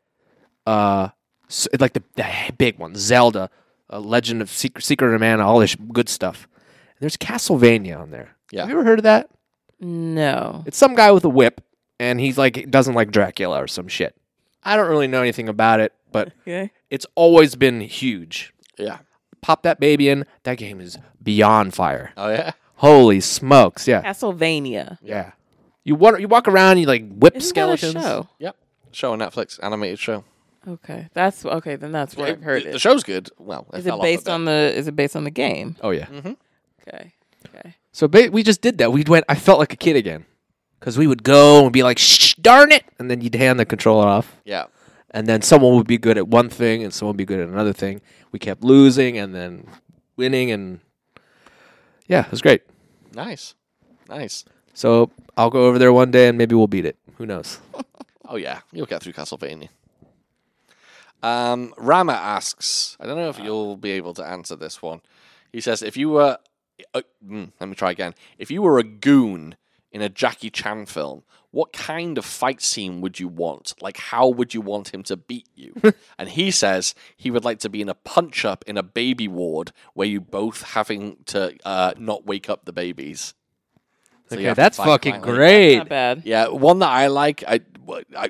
S3: uh, s like the, the big ones, Zelda, uh, Legend of Secret, Secret of Mana, all this good stuff. And there's Castlevania on there.
S1: Yeah.
S3: Have you ever heard of that?
S2: no,
S3: It's some guy with a whip, and he's like doesn't like Dracula or some shit. I don't really know anything about it, but
S2: okay,
S3: it's always been huge.
S1: Yeah.
S3: Pop that baby in. That game is beyond fire.
S1: Oh yeah.
S3: Holy smokes! Yeah,
S2: Castlevania.
S3: yeah. You walk, you walk around, you like whip
S2: Isn't
S3: skeletons.
S2: that a show?
S1: Yep. Show on Netflix, animated show.
S2: Okay, that's okay. Then that's where I've heard
S1: the,
S2: it.
S1: the show's good. Well,
S2: Is it based on the? Is it based on the game?
S3: Oh yeah.
S2: Okay, okay.
S3: So ba- we just did that. We went. I felt like a kid again, because we would go and be like, "Shh, darn it!" And then you'd hand the controller off,
S1: Yeah.
S3: and then someone would be good at one thing, and someone would be good at another thing. We kept losing and then winning, and yeah, it was great.
S1: Nice. Nice.
S3: So I'll go over there one day, and maybe we'll beat it. Who knows?
S1: Oh yeah, you'll get through Castlevania. Um, Rama asks, I don't know if you'll be able to answer this one. He says, if you were, uh, mm, let me try again. If you were a goon in a Jackie Chan film, what kind of fight scene would you want? Like, how would you want him to beat you? and he says he would like to be in a punch up in a baby ward where you both having to uh, not wake up the babies. So you
S3: Okay,
S1: have to
S3: that's
S1: fight
S3: fucking
S1: violently.
S3: great.
S2: Not bad.
S1: Yeah, one that I like. I, I,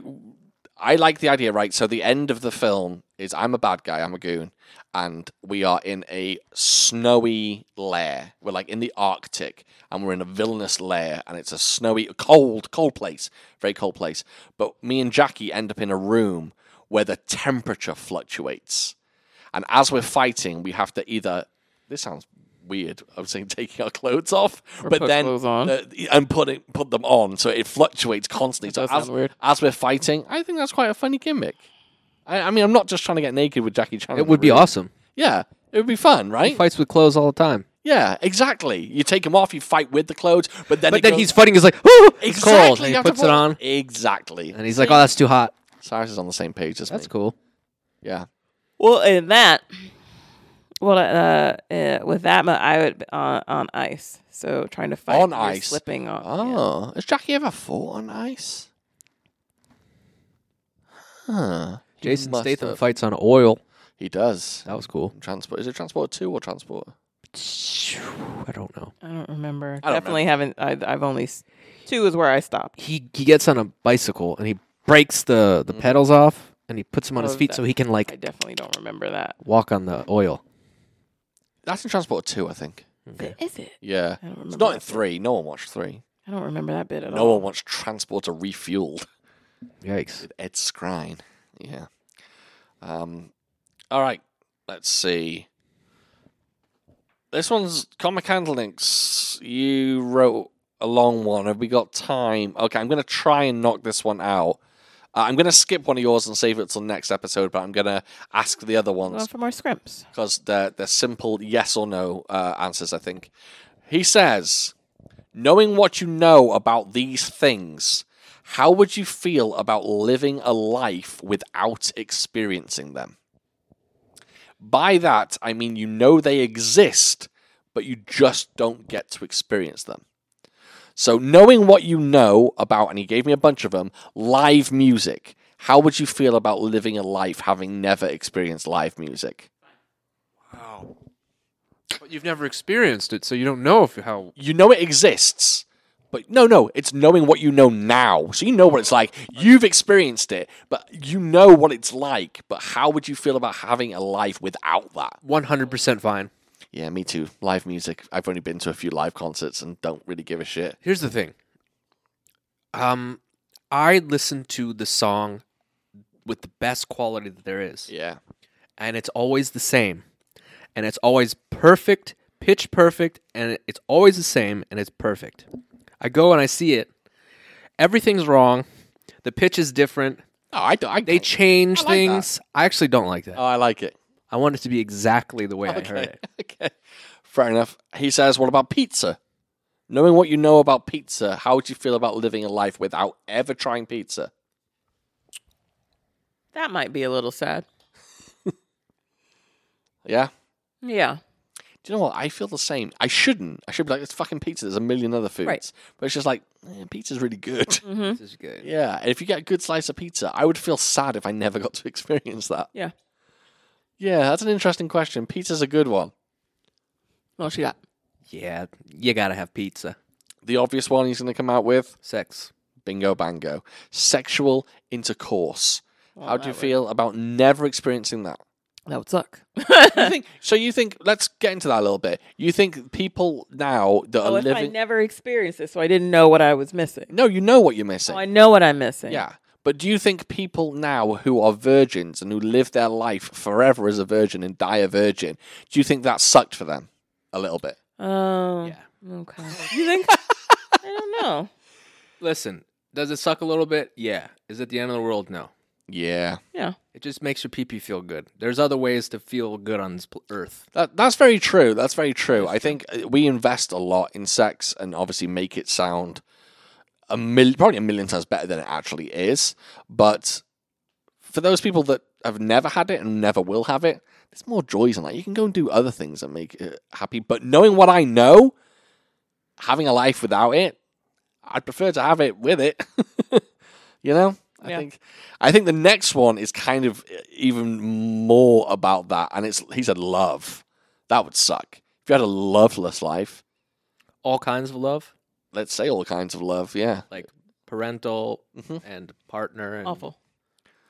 S1: I like the idea, right? So the end of the film is I'm a bad guy, I'm a goon, and we are in a snowy lair. We're like in the Arctic, and we're in a villainous lair, and it's a snowy, cold, cold place, very cold place. But me and Jackie end up in a room where the temperature fluctuates, and as we're fighting, we have to either. This sounds weird. I'm saying taking our clothes off, but
S2: put
S1: then
S2: clothes on.
S1: uh, and put it, put them on, so it fluctuates constantly.
S2: That
S1: So
S2: does
S1: as,
S2: sound weird.
S1: as we're fighting, I think that's quite a funny gimmick. I, I mean, I'm not just trying to get naked with Jackie Chan. in
S3: It
S1: the
S3: would be
S1: room.
S3: awesome.
S1: Yeah, it would be fun,
S3: He
S1: right?
S3: fights with clothes all the time.
S1: Yeah, exactly. You take him off, you fight with the clothes, but then
S3: But
S1: it
S3: then
S1: goes-
S3: he's fighting. He's like, oh, it's
S1: exactly
S3: cold. And
S1: you
S3: he
S1: have to
S3: puts
S1: put-
S3: it on,
S1: Exactly.
S3: and he's like, oh, that's too hot.
S1: Cyrus is on the same page as
S3: That's
S1: me.
S3: cool.
S1: Yeah,
S2: Well, in that, well, uh, uh, with that, mu- I would on on ice. So trying to fight
S1: On
S2: you're
S1: ice.
S2: slipping on. yeah.
S1: Oh, has Jackie ever fought on ice? Huh. He
S3: Jason
S1: must
S3: Statham
S1: have.
S3: fights on oil.
S1: He does.
S3: That was cool.
S1: Transport. Is it Transport Two or Transport?
S3: I don't know.
S2: I don't remember.
S1: I don't
S2: Definitely haven't. I, I've only s- two is where I stopped.
S3: He he gets on a bicycle and he breaks the the pedals off and he puts them on his
S2: Oh,
S3: feet
S2: that-
S3: so he can
S2: I
S3: like
S2: definitely don't remember that.
S3: walk on the oil.
S1: That's in Transport Two, I think.
S2: Is it?
S1: Yeah.
S2: I don't remember.
S1: It's not in
S2: that bit.
S1: three. No one watched three.
S2: I don't remember that bit at
S1: No
S2: all.
S1: one watched Transporter Refueled.
S3: Yikes!
S1: Ed Skrine. Yeah. Um, all right. Let's see. This one's Comic Candlelinks. You wrote a long one. Have we got time? Okay, I'm going to try and knock this one out. Uh, I'm going to skip one of yours and save it till next episode, but I'm going to ask the other ones
S2: Well, for more scrimps.
S1: because they're, they're simple yes or no uh, answers, I think. He says, knowing what you know about these things, how would you feel about living a life without experiencing them? By that, I mean you know they exist, but you just don't get to experience them. So, knowing what you know about, and he gave me a bunch of them, live music, how would you feel about living a life having never experienced live music?
S3: Wow. But you've never experienced it, so you don't know if how.
S1: you know it exists, but no, no, it's knowing what you know now. So you know what it's like. You've experienced it, but you know what it's like. But how would you feel about having a life without that?
S3: One hundred percent fine.
S1: Yeah, me too. Live music. I've only been to a few live concerts and don't really give a shit.
S3: Here's the thing. Um, I listen to the song with the best quality that there is.
S1: Yeah.
S3: and it's always the same. And it's always perfect, pitch perfect, and it's always the same and it's perfect. I go and I see it. Everything's wrong. The pitch is different.
S1: Oh, I, I,
S3: They change
S1: I like
S3: things. I actually don't like that.
S1: oh, I like it.
S3: I want it to be exactly the way I heard
S1: Okay.
S3: it.
S1: okay. Fair enough. He says, What about pizza? Knowing what you know about pizza, how would you feel about living a life without ever trying pizza?
S2: That might be a little sad.
S1: Yeah.
S2: Yeah.
S1: do you know what? I feel the same. I shouldn't. I should be like, it's fucking pizza. There's a million other foods.
S2: Right.
S1: But it's just like, eh, pizza's really good.
S2: Mm-hmm.
S3: This is good.
S1: yeah. And if you get a good slice of pizza, I would feel sad if I never got to experience that.
S2: Yeah.
S1: Yeah, that's an interesting question. Pizza's a good one.
S2: Well, she got.
S3: Yeah, you gotta have pizza.
S1: The obvious one he's going to come out with
S3: Sex.
S1: bingo bango sexual intercourse.
S2: Well,
S1: How do
S2: that
S1: you
S2: would-
S1: feel about never experiencing that?
S2: That would suck.
S1: you think, so you think, let's get into that a little bit. You think people now that
S2: Oh,
S1: are
S2: if I
S1: living.
S2: never experienced it, so I didn't know what I was missing.
S1: no, you know what you're
S2: So
S1: missing.
S2: Oh, I know what I'm missing.
S1: Yeah. But do you think people now who are virgins and who live their life forever as a virgin and die a virgin, do you think that sucked for them a little bit?
S2: Oh. Okay. You think? I don't know.
S3: Listen, does it suck a little bit? Yeah. Is it the end of the world? No.
S1: Yeah.
S2: Yeah.
S3: It just makes your pee pee feel good. There's other ways to feel good on this pl- earth.
S1: That, that's very true. That's very true. I think uh, we invest a lot in sex and obviously make it sound a mil- probably a million times better than it actually is. But for for those people that have never had it and never will have it, there's more joys in that. You can go and do other things that make it happy. But knowing what I know, having a life without it, I'd prefer to have it with it. you know? I
S2: Yeah.
S1: think I think the next one is kind of uh, even more about that. And it's he said love. That would suck. If you had a loveless life,
S3: All kinds of love,
S1: let's say all kinds of love, yeah.
S3: like parental
S1: Mhm.
S3: and partner and
S2: Awful.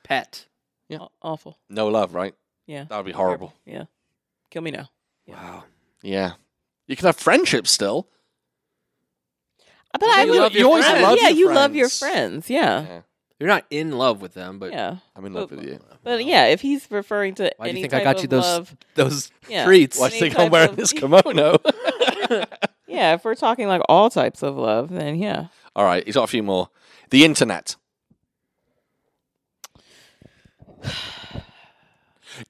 S3: pet.
S1: Yeah.
S2: Aw- Awful.
S1: No love, right?
S2: Yeah.
S1: That would be horrible.
S2: Yeah. Kill me now.
S3: Wow.
S1: Yeah. You can have friendships still.
S2: But
S1: Yeah,
S2: I
S1: you
S2: would-
S1: love your You always friends. love
S2: yeah,
S1: your
S2: you love your
S1: friends.
S2: friends. Yeah.
S1: Yeah.
S3: You're not in love with them, but
S2: yeah.
S1: I'm in
S2: Well,
S1: love with you.
S2: But yeah, if he's referring to
S3: Why do you
S2: any
S3: think I
S2: type
S3: got you
S2: of
S3: those-
S2: love,
S3: those
S2: yeah.
S3: treats.
S1: Why do you
S2: Any
S1: think I'm
S2: type
S1: wearing
S2: of-
S1: this kimono?
S2: Yeah, if we're talking like all types of love, then yeah.
S1: All right, he's got a few more. The internet. Do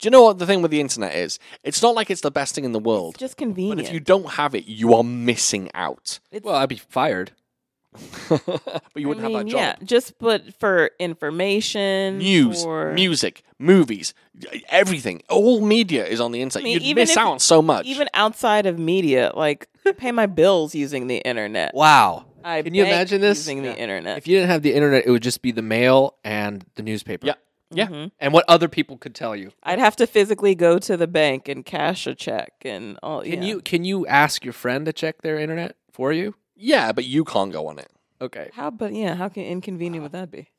S1: you know what the thing with the internet is? It's not like it's the best thing in the world.
S2: It's just
S1: but
S2: convenient.
S1: if you don't have it, you are missing out.
S3: Well, I'd be fired.
S1: but you wouldn't
S2: I mean,
S1: have that job.
S2: Yeah, just but for information,
S1: News,
S2: or,
S1: music, movies, everything. All media is on the internet.
S2: I mean,
S1: You'd
S2: even
S1: miss
S2: if-
S1: out on so much.
S2: even outside of media, like pay my bills using the internet.
S3: Wow.
S2: I
S3: Can you
S2: bank
S3: imagine this?
S2: using
S3: Yeah.
S2: the internet?
S3: If you didn't have the internet, it would just be the mail and the newspaper.
S1: Yeah. Yeah.
S2: Mhm.
S3: And what other people could tell you.
S2: I'd have to physically go to the bank and cash a check and all.
S3: Can
S2: yeah.
S3: you can you ask your friend to check their internet for you?
S1: yeah, but you can't go on it.
S3: Okay.
S2: How? But yeah, how can inconvenient would that be?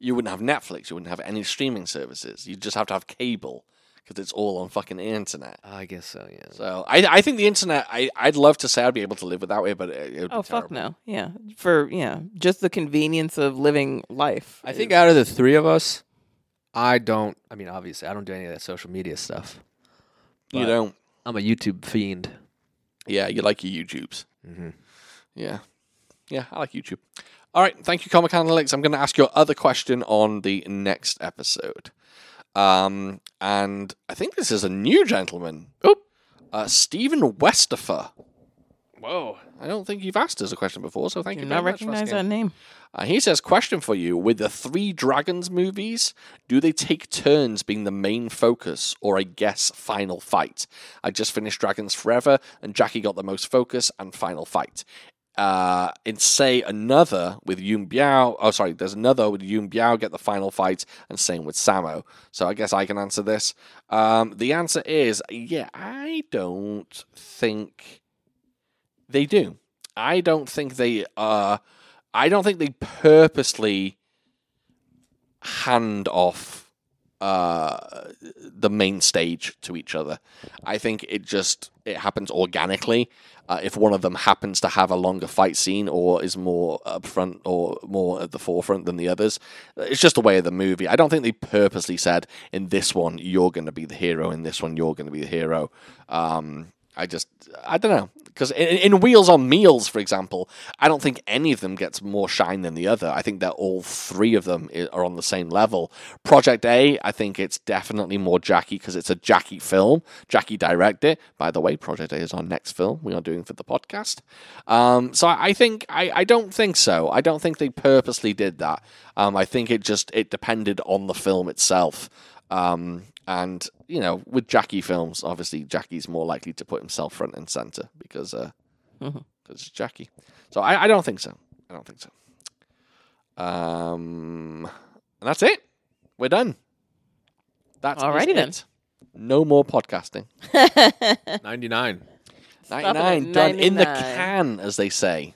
S1: you wouldn't have Netflix, you wouldn't have any streaming services. You'd just have to have cable because it's all on fucking internet.
S3: I guess so, yeah.
S1: So I, I think the internet. I, I'd love to say I'd be able to live without it, but it, it would
S2: Oh
S1: be
S2: fuck
S1: terrible.
S2: no! Yeah, for yeah, just the convenience of living life.
S3: I think out of the three of us, I don't I mean obviously I don't do any of that social media stuff.
S1: You
S3: But-
S1: don't.
S3: I'm a YouTube fiend.
S1: Yeah, you like your YouTubes.
S3: Mhm.
S1: Yeah, yeah, I like YouTube. All right, thank you, Comic Analytics. I'm going to ask your other question on the next episode. Um, and I think this is a new gentleman.
S3: Oh.
S1: uh, Stephen Westerfer.
S3: Whoa.
S1: I don't think you've asked us a question before, so thank
S2: do
S1: you.
S2: not
S1: very much for
S2: recognize
S1: asking.
S2: that name.
S1: Uh, he says, question for you: With the Three Dragons movies, do they take turns being the main focus, or I guess final fight? I just finished Dragons Forever, and Jackie got the most focus and final fight. Uh, in say another with Yun Biao, oh sorry, there's another with Yun Biao get the final fight, and same with Samo. So I guess I can answer this. Um, the answer is yeah, I don't think they do. I don't think they are. I don't think they purposely hand off uh, the main stage to each other. I think it just it happens organically. Uh, if one of them happens to have a longer fight scene or is more upfront or more at the forefront than the others, it's just a way of the movie. I don't think they purposely said in this one you're going to be the hero, in this one you're going to be the hero. Um, I just I don't know because in, in Wheels on Meals, for example, I don't think any of them gets more shine than the other. I think that all three of them i- are on the same level. Project A, I think it's definitely more Jackie because it's a Jackie film. Jackie directed it, by the way. Project A is our next film we are doing for the podcast. Um, so I I think I, I don't think so. I don't think they purposely did that. Um, I think it just it depended on the film itself. Um, and you know, with Jackie films, obviously Jackie's more likely to put himself front and center because uh,
S2: Mhm.
S1: 'cause it's Jackie. So I, I don't think so. I don't think so. Um, and that's it. We're done. That's
S2: Alrighty then.
S1: No more podcasting.
S3: Ninety nine.
S2: Stop it at
S1: 99 done in the
S2: 99.
S1: can, as they say.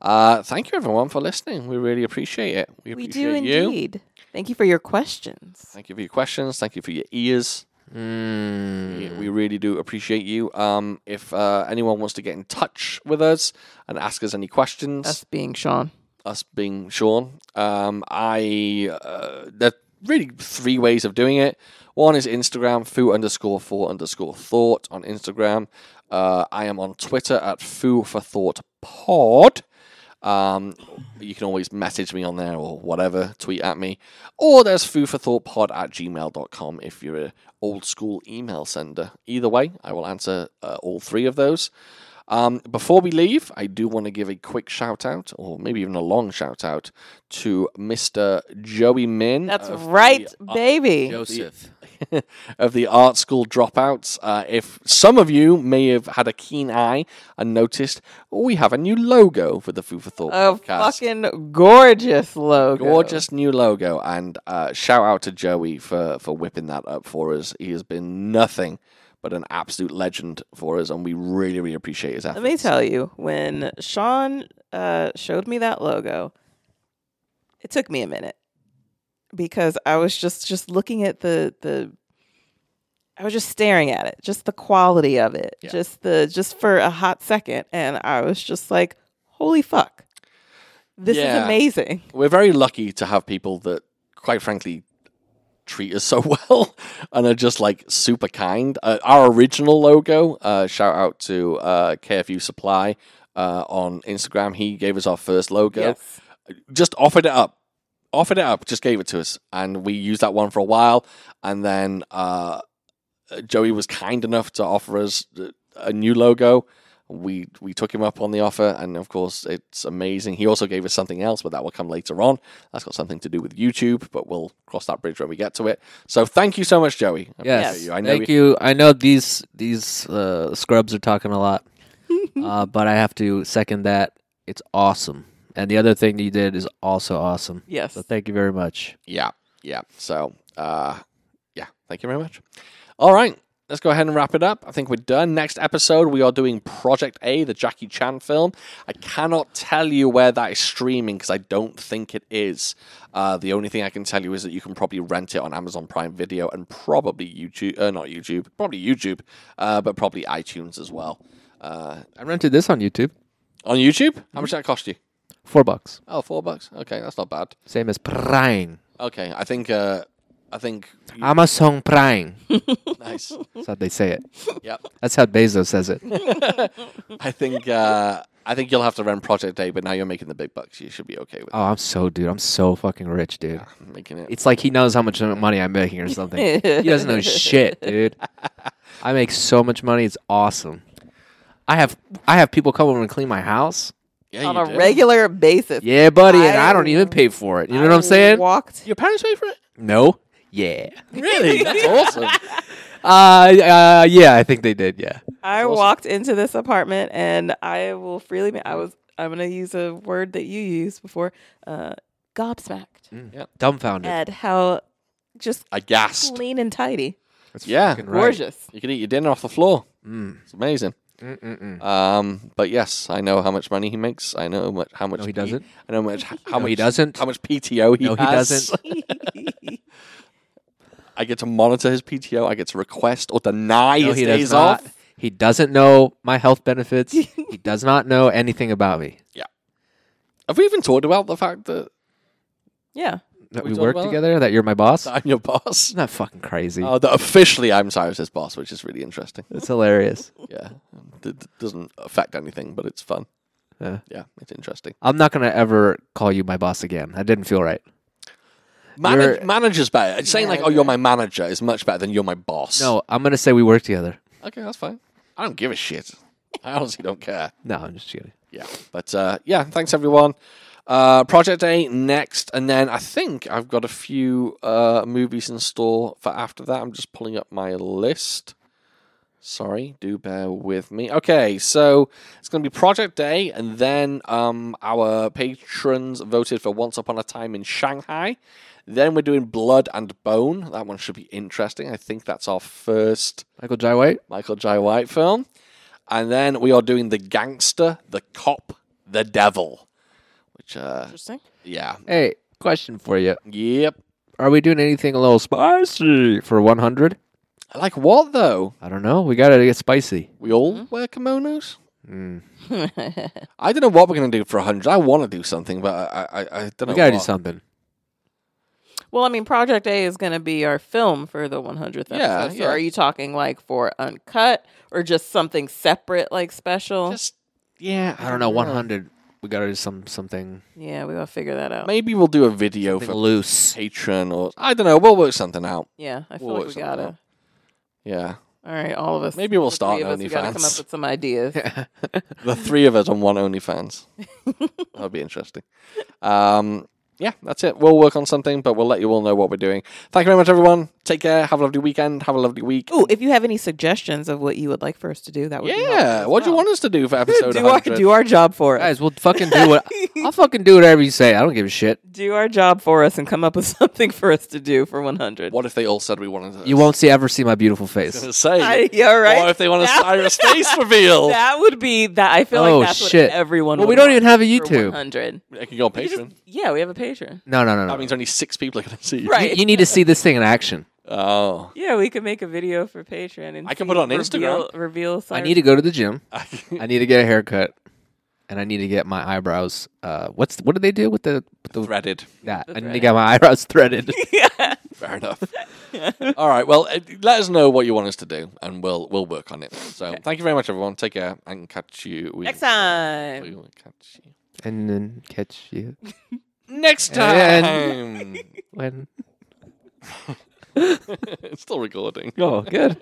S1: Uh, thank you everyone for listening. We really appreciate it. We
S2: we
S1: appreciate
S2: do
S1: you.
S2: indeed. Thank you for your questions.
S1: Thank you for your questions. Thank you for your ears. We- We really do appreciate you. Um, if uh, anyone wants to get in touch with us and ask us any questions,
S2: Us being Sean.
S1: us being Sean, um, I uh, there are really three ways of doing it. One is Instagram, foo underscore for underscore thought on Instagram. Uh, I am on Twitter at foo for thought pod. Um, you can always message me on there or whatever, tweet at me. Or there's foo for thought pod at gmail.com if you're an old school email sender. Either way, I will answer uh, all three of those. Um, before we leave, I do want to give a quick shout out, or maybe even a long shout out, to Mr. Joey Min.
S2: That's
S1: of the uh,
S2: right, baby.
S4: Joseph.
S1: of the art school dropouts. Uh, if some of you may have had a keen eye and noticed, we have a new logo for the Food for Thought
S2: A
S1: podcast.
S2: fucking gorgeous logo.
S1: Gorgeous new logo, and uh, shout out to Joey for for whipping that up for us. He has been nothing but an absolute legend for us, and we really really appreciate his efforts.
S2: Let me tell you, when Sean uh, showed me that logo, it took me a minute because I was just just looking at the the. I was just staring at it, just the quality of it,
S1: Yeah.
S2: just the just for a hot second, and I was just like, "Holy fuck, this
S1: Yeah.
S2: is amazing!"
S1: We're very lucky to have people that, quite frankly, treat us so well and are just like super kind. Uh, our original logo, uh, shout out to uh, KFU Supply uh, on Instagram. He gave us our first logo.
S2: Yes.
S1: Just offered it up. Offered it up, just gave it to us, and we used that one for a while. And then uh, Joey was kind enough to offer us a new logo. We we took him up on the offer, and of course, it's amazing. He also gave us something else, but that will come later on. That's got something to do with YouTube, but we'll cross that bridge when we get to it. So thank you so much, Joey. I
S3: Yes,
S1: appreciate you. I know
S3: thank
S1: we-
S3: you. I know these these uh, scrubs are talking a lot, uh, but I have to second that. It's awesome, and the other thing that you did is also awesome.
S2: Yes.
S3: So thank you very much.
S1: Yeah, yeah. So, uh, yeah. Thank you very much. All right, let's go ahead and wrap it up. I think we're done. Next episode, we are doing Project A, the Jackie Chan film. I cannot tell you where that is streaming because I don't think it is. Uh, the only thing I can tell you is that you can probably rent it on Amazon Prime Video and probably YouTube, uh, not YouTube, probably YouTube, uh, but probably iTunes as well. Uh,
S3: I rented this on YouTube,
S1: on YouTube, how much did that cost you?
S3: four bucks,
S1: Oh, four bucks. Okay, that's not bad.
S3: same as Prime,
S1: Okay, I think. Uh, I think
S3: Amazon Prime.
S1: nice.
S3: That's how they say it.
S1: Yep.
S3: That's how Bezos says it.
S1: I think uh, I think you'll have to run Project A, but now you're making the big bucks. You should be okay with
S3: Oh, I'm so dude. I'm so fucking rich, dude.
S1: making it.
S3: It's like he knows how much money I'm making or something. he doesn't know shit, dude. I make so much money. It's awesome. I have I have people come over and clean my house.
S1: Yeah,
S2: on
S1: you
S2: a
S1: do.
S2: regular basis.
S3: Yeah, buddy, and I
S2: I-
S3: don't even pay for it. You know what I'm saying?
S2: Walked.
S1: Your parents pay for it?
S3: No. Yeah.
S1: Really? That's awesome.
S3: Uh, uh yeah, I think they did. Yeah.
S2: I walked into this apartment and I will freely. ma- I was. I'm gonna use a word that you used before. Uh, gobsmacked
S3: Dumbfounded.
S2: at how just
S1: Mm. I gasped.
S2: clean and tidy,
S3: That's
S1: Yeah.
S3: fucking right.
S2: gorgeous.
S1: You can eat your dinner off the floor.
S3: Mm.
S1: It's amazing.
S3: Mm-mm-mm.
S1: Um, but yes, I know how much money he makes. I know much, how much
S3: he doesn't.
S1: I know much how
S3: No,
S1: much
S3: he doesn't.
S1: How much PTO he
S3: No, he
S1: has.
S3: doesn't.
S1: I get to monitor his PTO. I get to request or deny
S3: No,
S1: his
S3: he
S1: days
S3: does not.
S1: off.
S3: He doesn't know my health benefits. he does not know anything about me.
S1: Have we even talked about the fact that
S2: yeah,
S3: That
S1: We
S3: we,
S1: talked
S3: work
S1: about it?
S3: together. That you're my boss.
S1: I'm your boss?
S3: Isn't that fucking crazy?
S1: Oh, that officially I'm Cyrus's boss, which is really interesting.
S3: It's hilarious.
S1: yeah, it d- doesn't affect anything, but it's fun.
S3: Yeah.
S1: Yeah, it's interesting.
S3: I'm not gonna ever call you my boss again. That didn't feel right.
S1: Manage,
S3: You're-
S1: manager's better. It's saying like, "Oh, you're my manager" is much better than "you're my boss."
S3: No, I'm gonna say we work together.
S1: okay, that's fine. I don't give a shit. I honestly don't care.
S3: No, I'm just kidding.
S1: Yeah, but uh, yeah, thanks everyone. Uh, Project A next, and then I think I've got a few uh, movies in store for after that. I'm just pulling up my list. Sorry, do bear with me. Okay, so it's going to be Project Day, and then um, our patrons voted for Once Upon a Time in Shanghai. Then we're doing Blood and Bone. That one should be interesting. I think that's our first
S3: Michael Jai White.
S1: Michael J. White film. And then we are doing The Gangster, The Cop, The Devil. Which, uh,
S2: interesting.
S1: yeah.
S3: Hey, question for you.
S1: Yep.
S3: Are we doing anything a little spicy for 100?
S1: Like what, though?
S3: I don't know. We gotta get spicy. Hmm.
S1: We all wear kimonos? I don't know what we're going to do for 100. I want to do something, but I, I, I don't know.
S3: We gotta do
S1: what.
S3: something.
S2: Well, I mean, Project A is going to be our film for the 100th episode.
S1: Yeah,
S2: so
S1: yeah.
S2: are you talking like for uncut or just something separate, like special?
S1: Just, yeah.
S3: I don't know. 100. We gotta do some something
S2: yeah, we gotta figure that out.
S1: Maybe we'll do a video for
S3: loose.
S1: Patreon or. I don't know. We'll work something out.
S2: Yeah, I feel
S1: We'll
S2: like
S1: work
S2: we
S1: something
S2: gotta.
S1: out. Yeah.
S2: All right, all of us.
S1: Maybe we'll
S2: the
S1: start
S2: three of us, we gotta come
S1: OnlyFans.
S2: up with some ideas.
S1: The three of us on one OnlyFans. that would be interesting. Um, yeah, that's it. We'll work on something, but we'll let you all know what we're doing. Thank you very much, everyone. Take care. Have a lovely weekend. Have a lovely week.
S2: Ooh, if you have any suggestions of what you would like for us to do, that would be helpful
S1: yeah.
S2: as
S1: What do you
S2: well.
S1: want us to do for episode
S2: do our
S1: 100?
S2: do our job for us?
S3: Guys, we'll fucking do what I'll fucking do whatever you say. I don't give a shit.
S2: Do our job for us and come up with something for us to do for 100.
S1: what if they all said we wanted to?
S3: You won't see ever see my beautiful face.
S1: to say?
S2: I, yeah, right.
S1: Or if they want a
S2: That-
S1: Cyrus face reveal,
S2: That would be that. I feel
S3: Oh,
S2: like that's
S3: shit.
S2: what everyone.
S3: Well,
S2: would
S3: we don't
S2: want
S3: even have a
S2: for
S3: YouTube.
S2: 100.
S1: I can go on
S2: You just-
S1: Patreon.
S2: yeah, we have a patron.
S3: No, no, no, no.
S1: That means only six people are going to see you.
S2: Right.
S3: You, you need to see this thing in action.
S1: Oh.
S2: Yeah, we could make a video for Patreon and
S1: I can
S2: see-
S1: put it on
S2: reveal-
S1: Instagram.
S2: Reveal.
S3: I need to go to the gym. I need to get a haircut, and I need to get my eyebrows. Uh, what's what did they do with the with the
S1: Threaded.
S3: that?
S2: The
S3: I need to
S2: thread.
S3: get my eyebrows threaded.
S2: yeah.
S1: Fair enough. All right. Well, uh, let us know what you want us to do, and we'll we'll work on it. So, thank you very much, everyone. Take care, and catch you we-
S2: Next time.
S1: We will catch you
S3: and then catch you
S1: next time.
S3: And- when.
S1: it's still recording.
S3: Oh, good.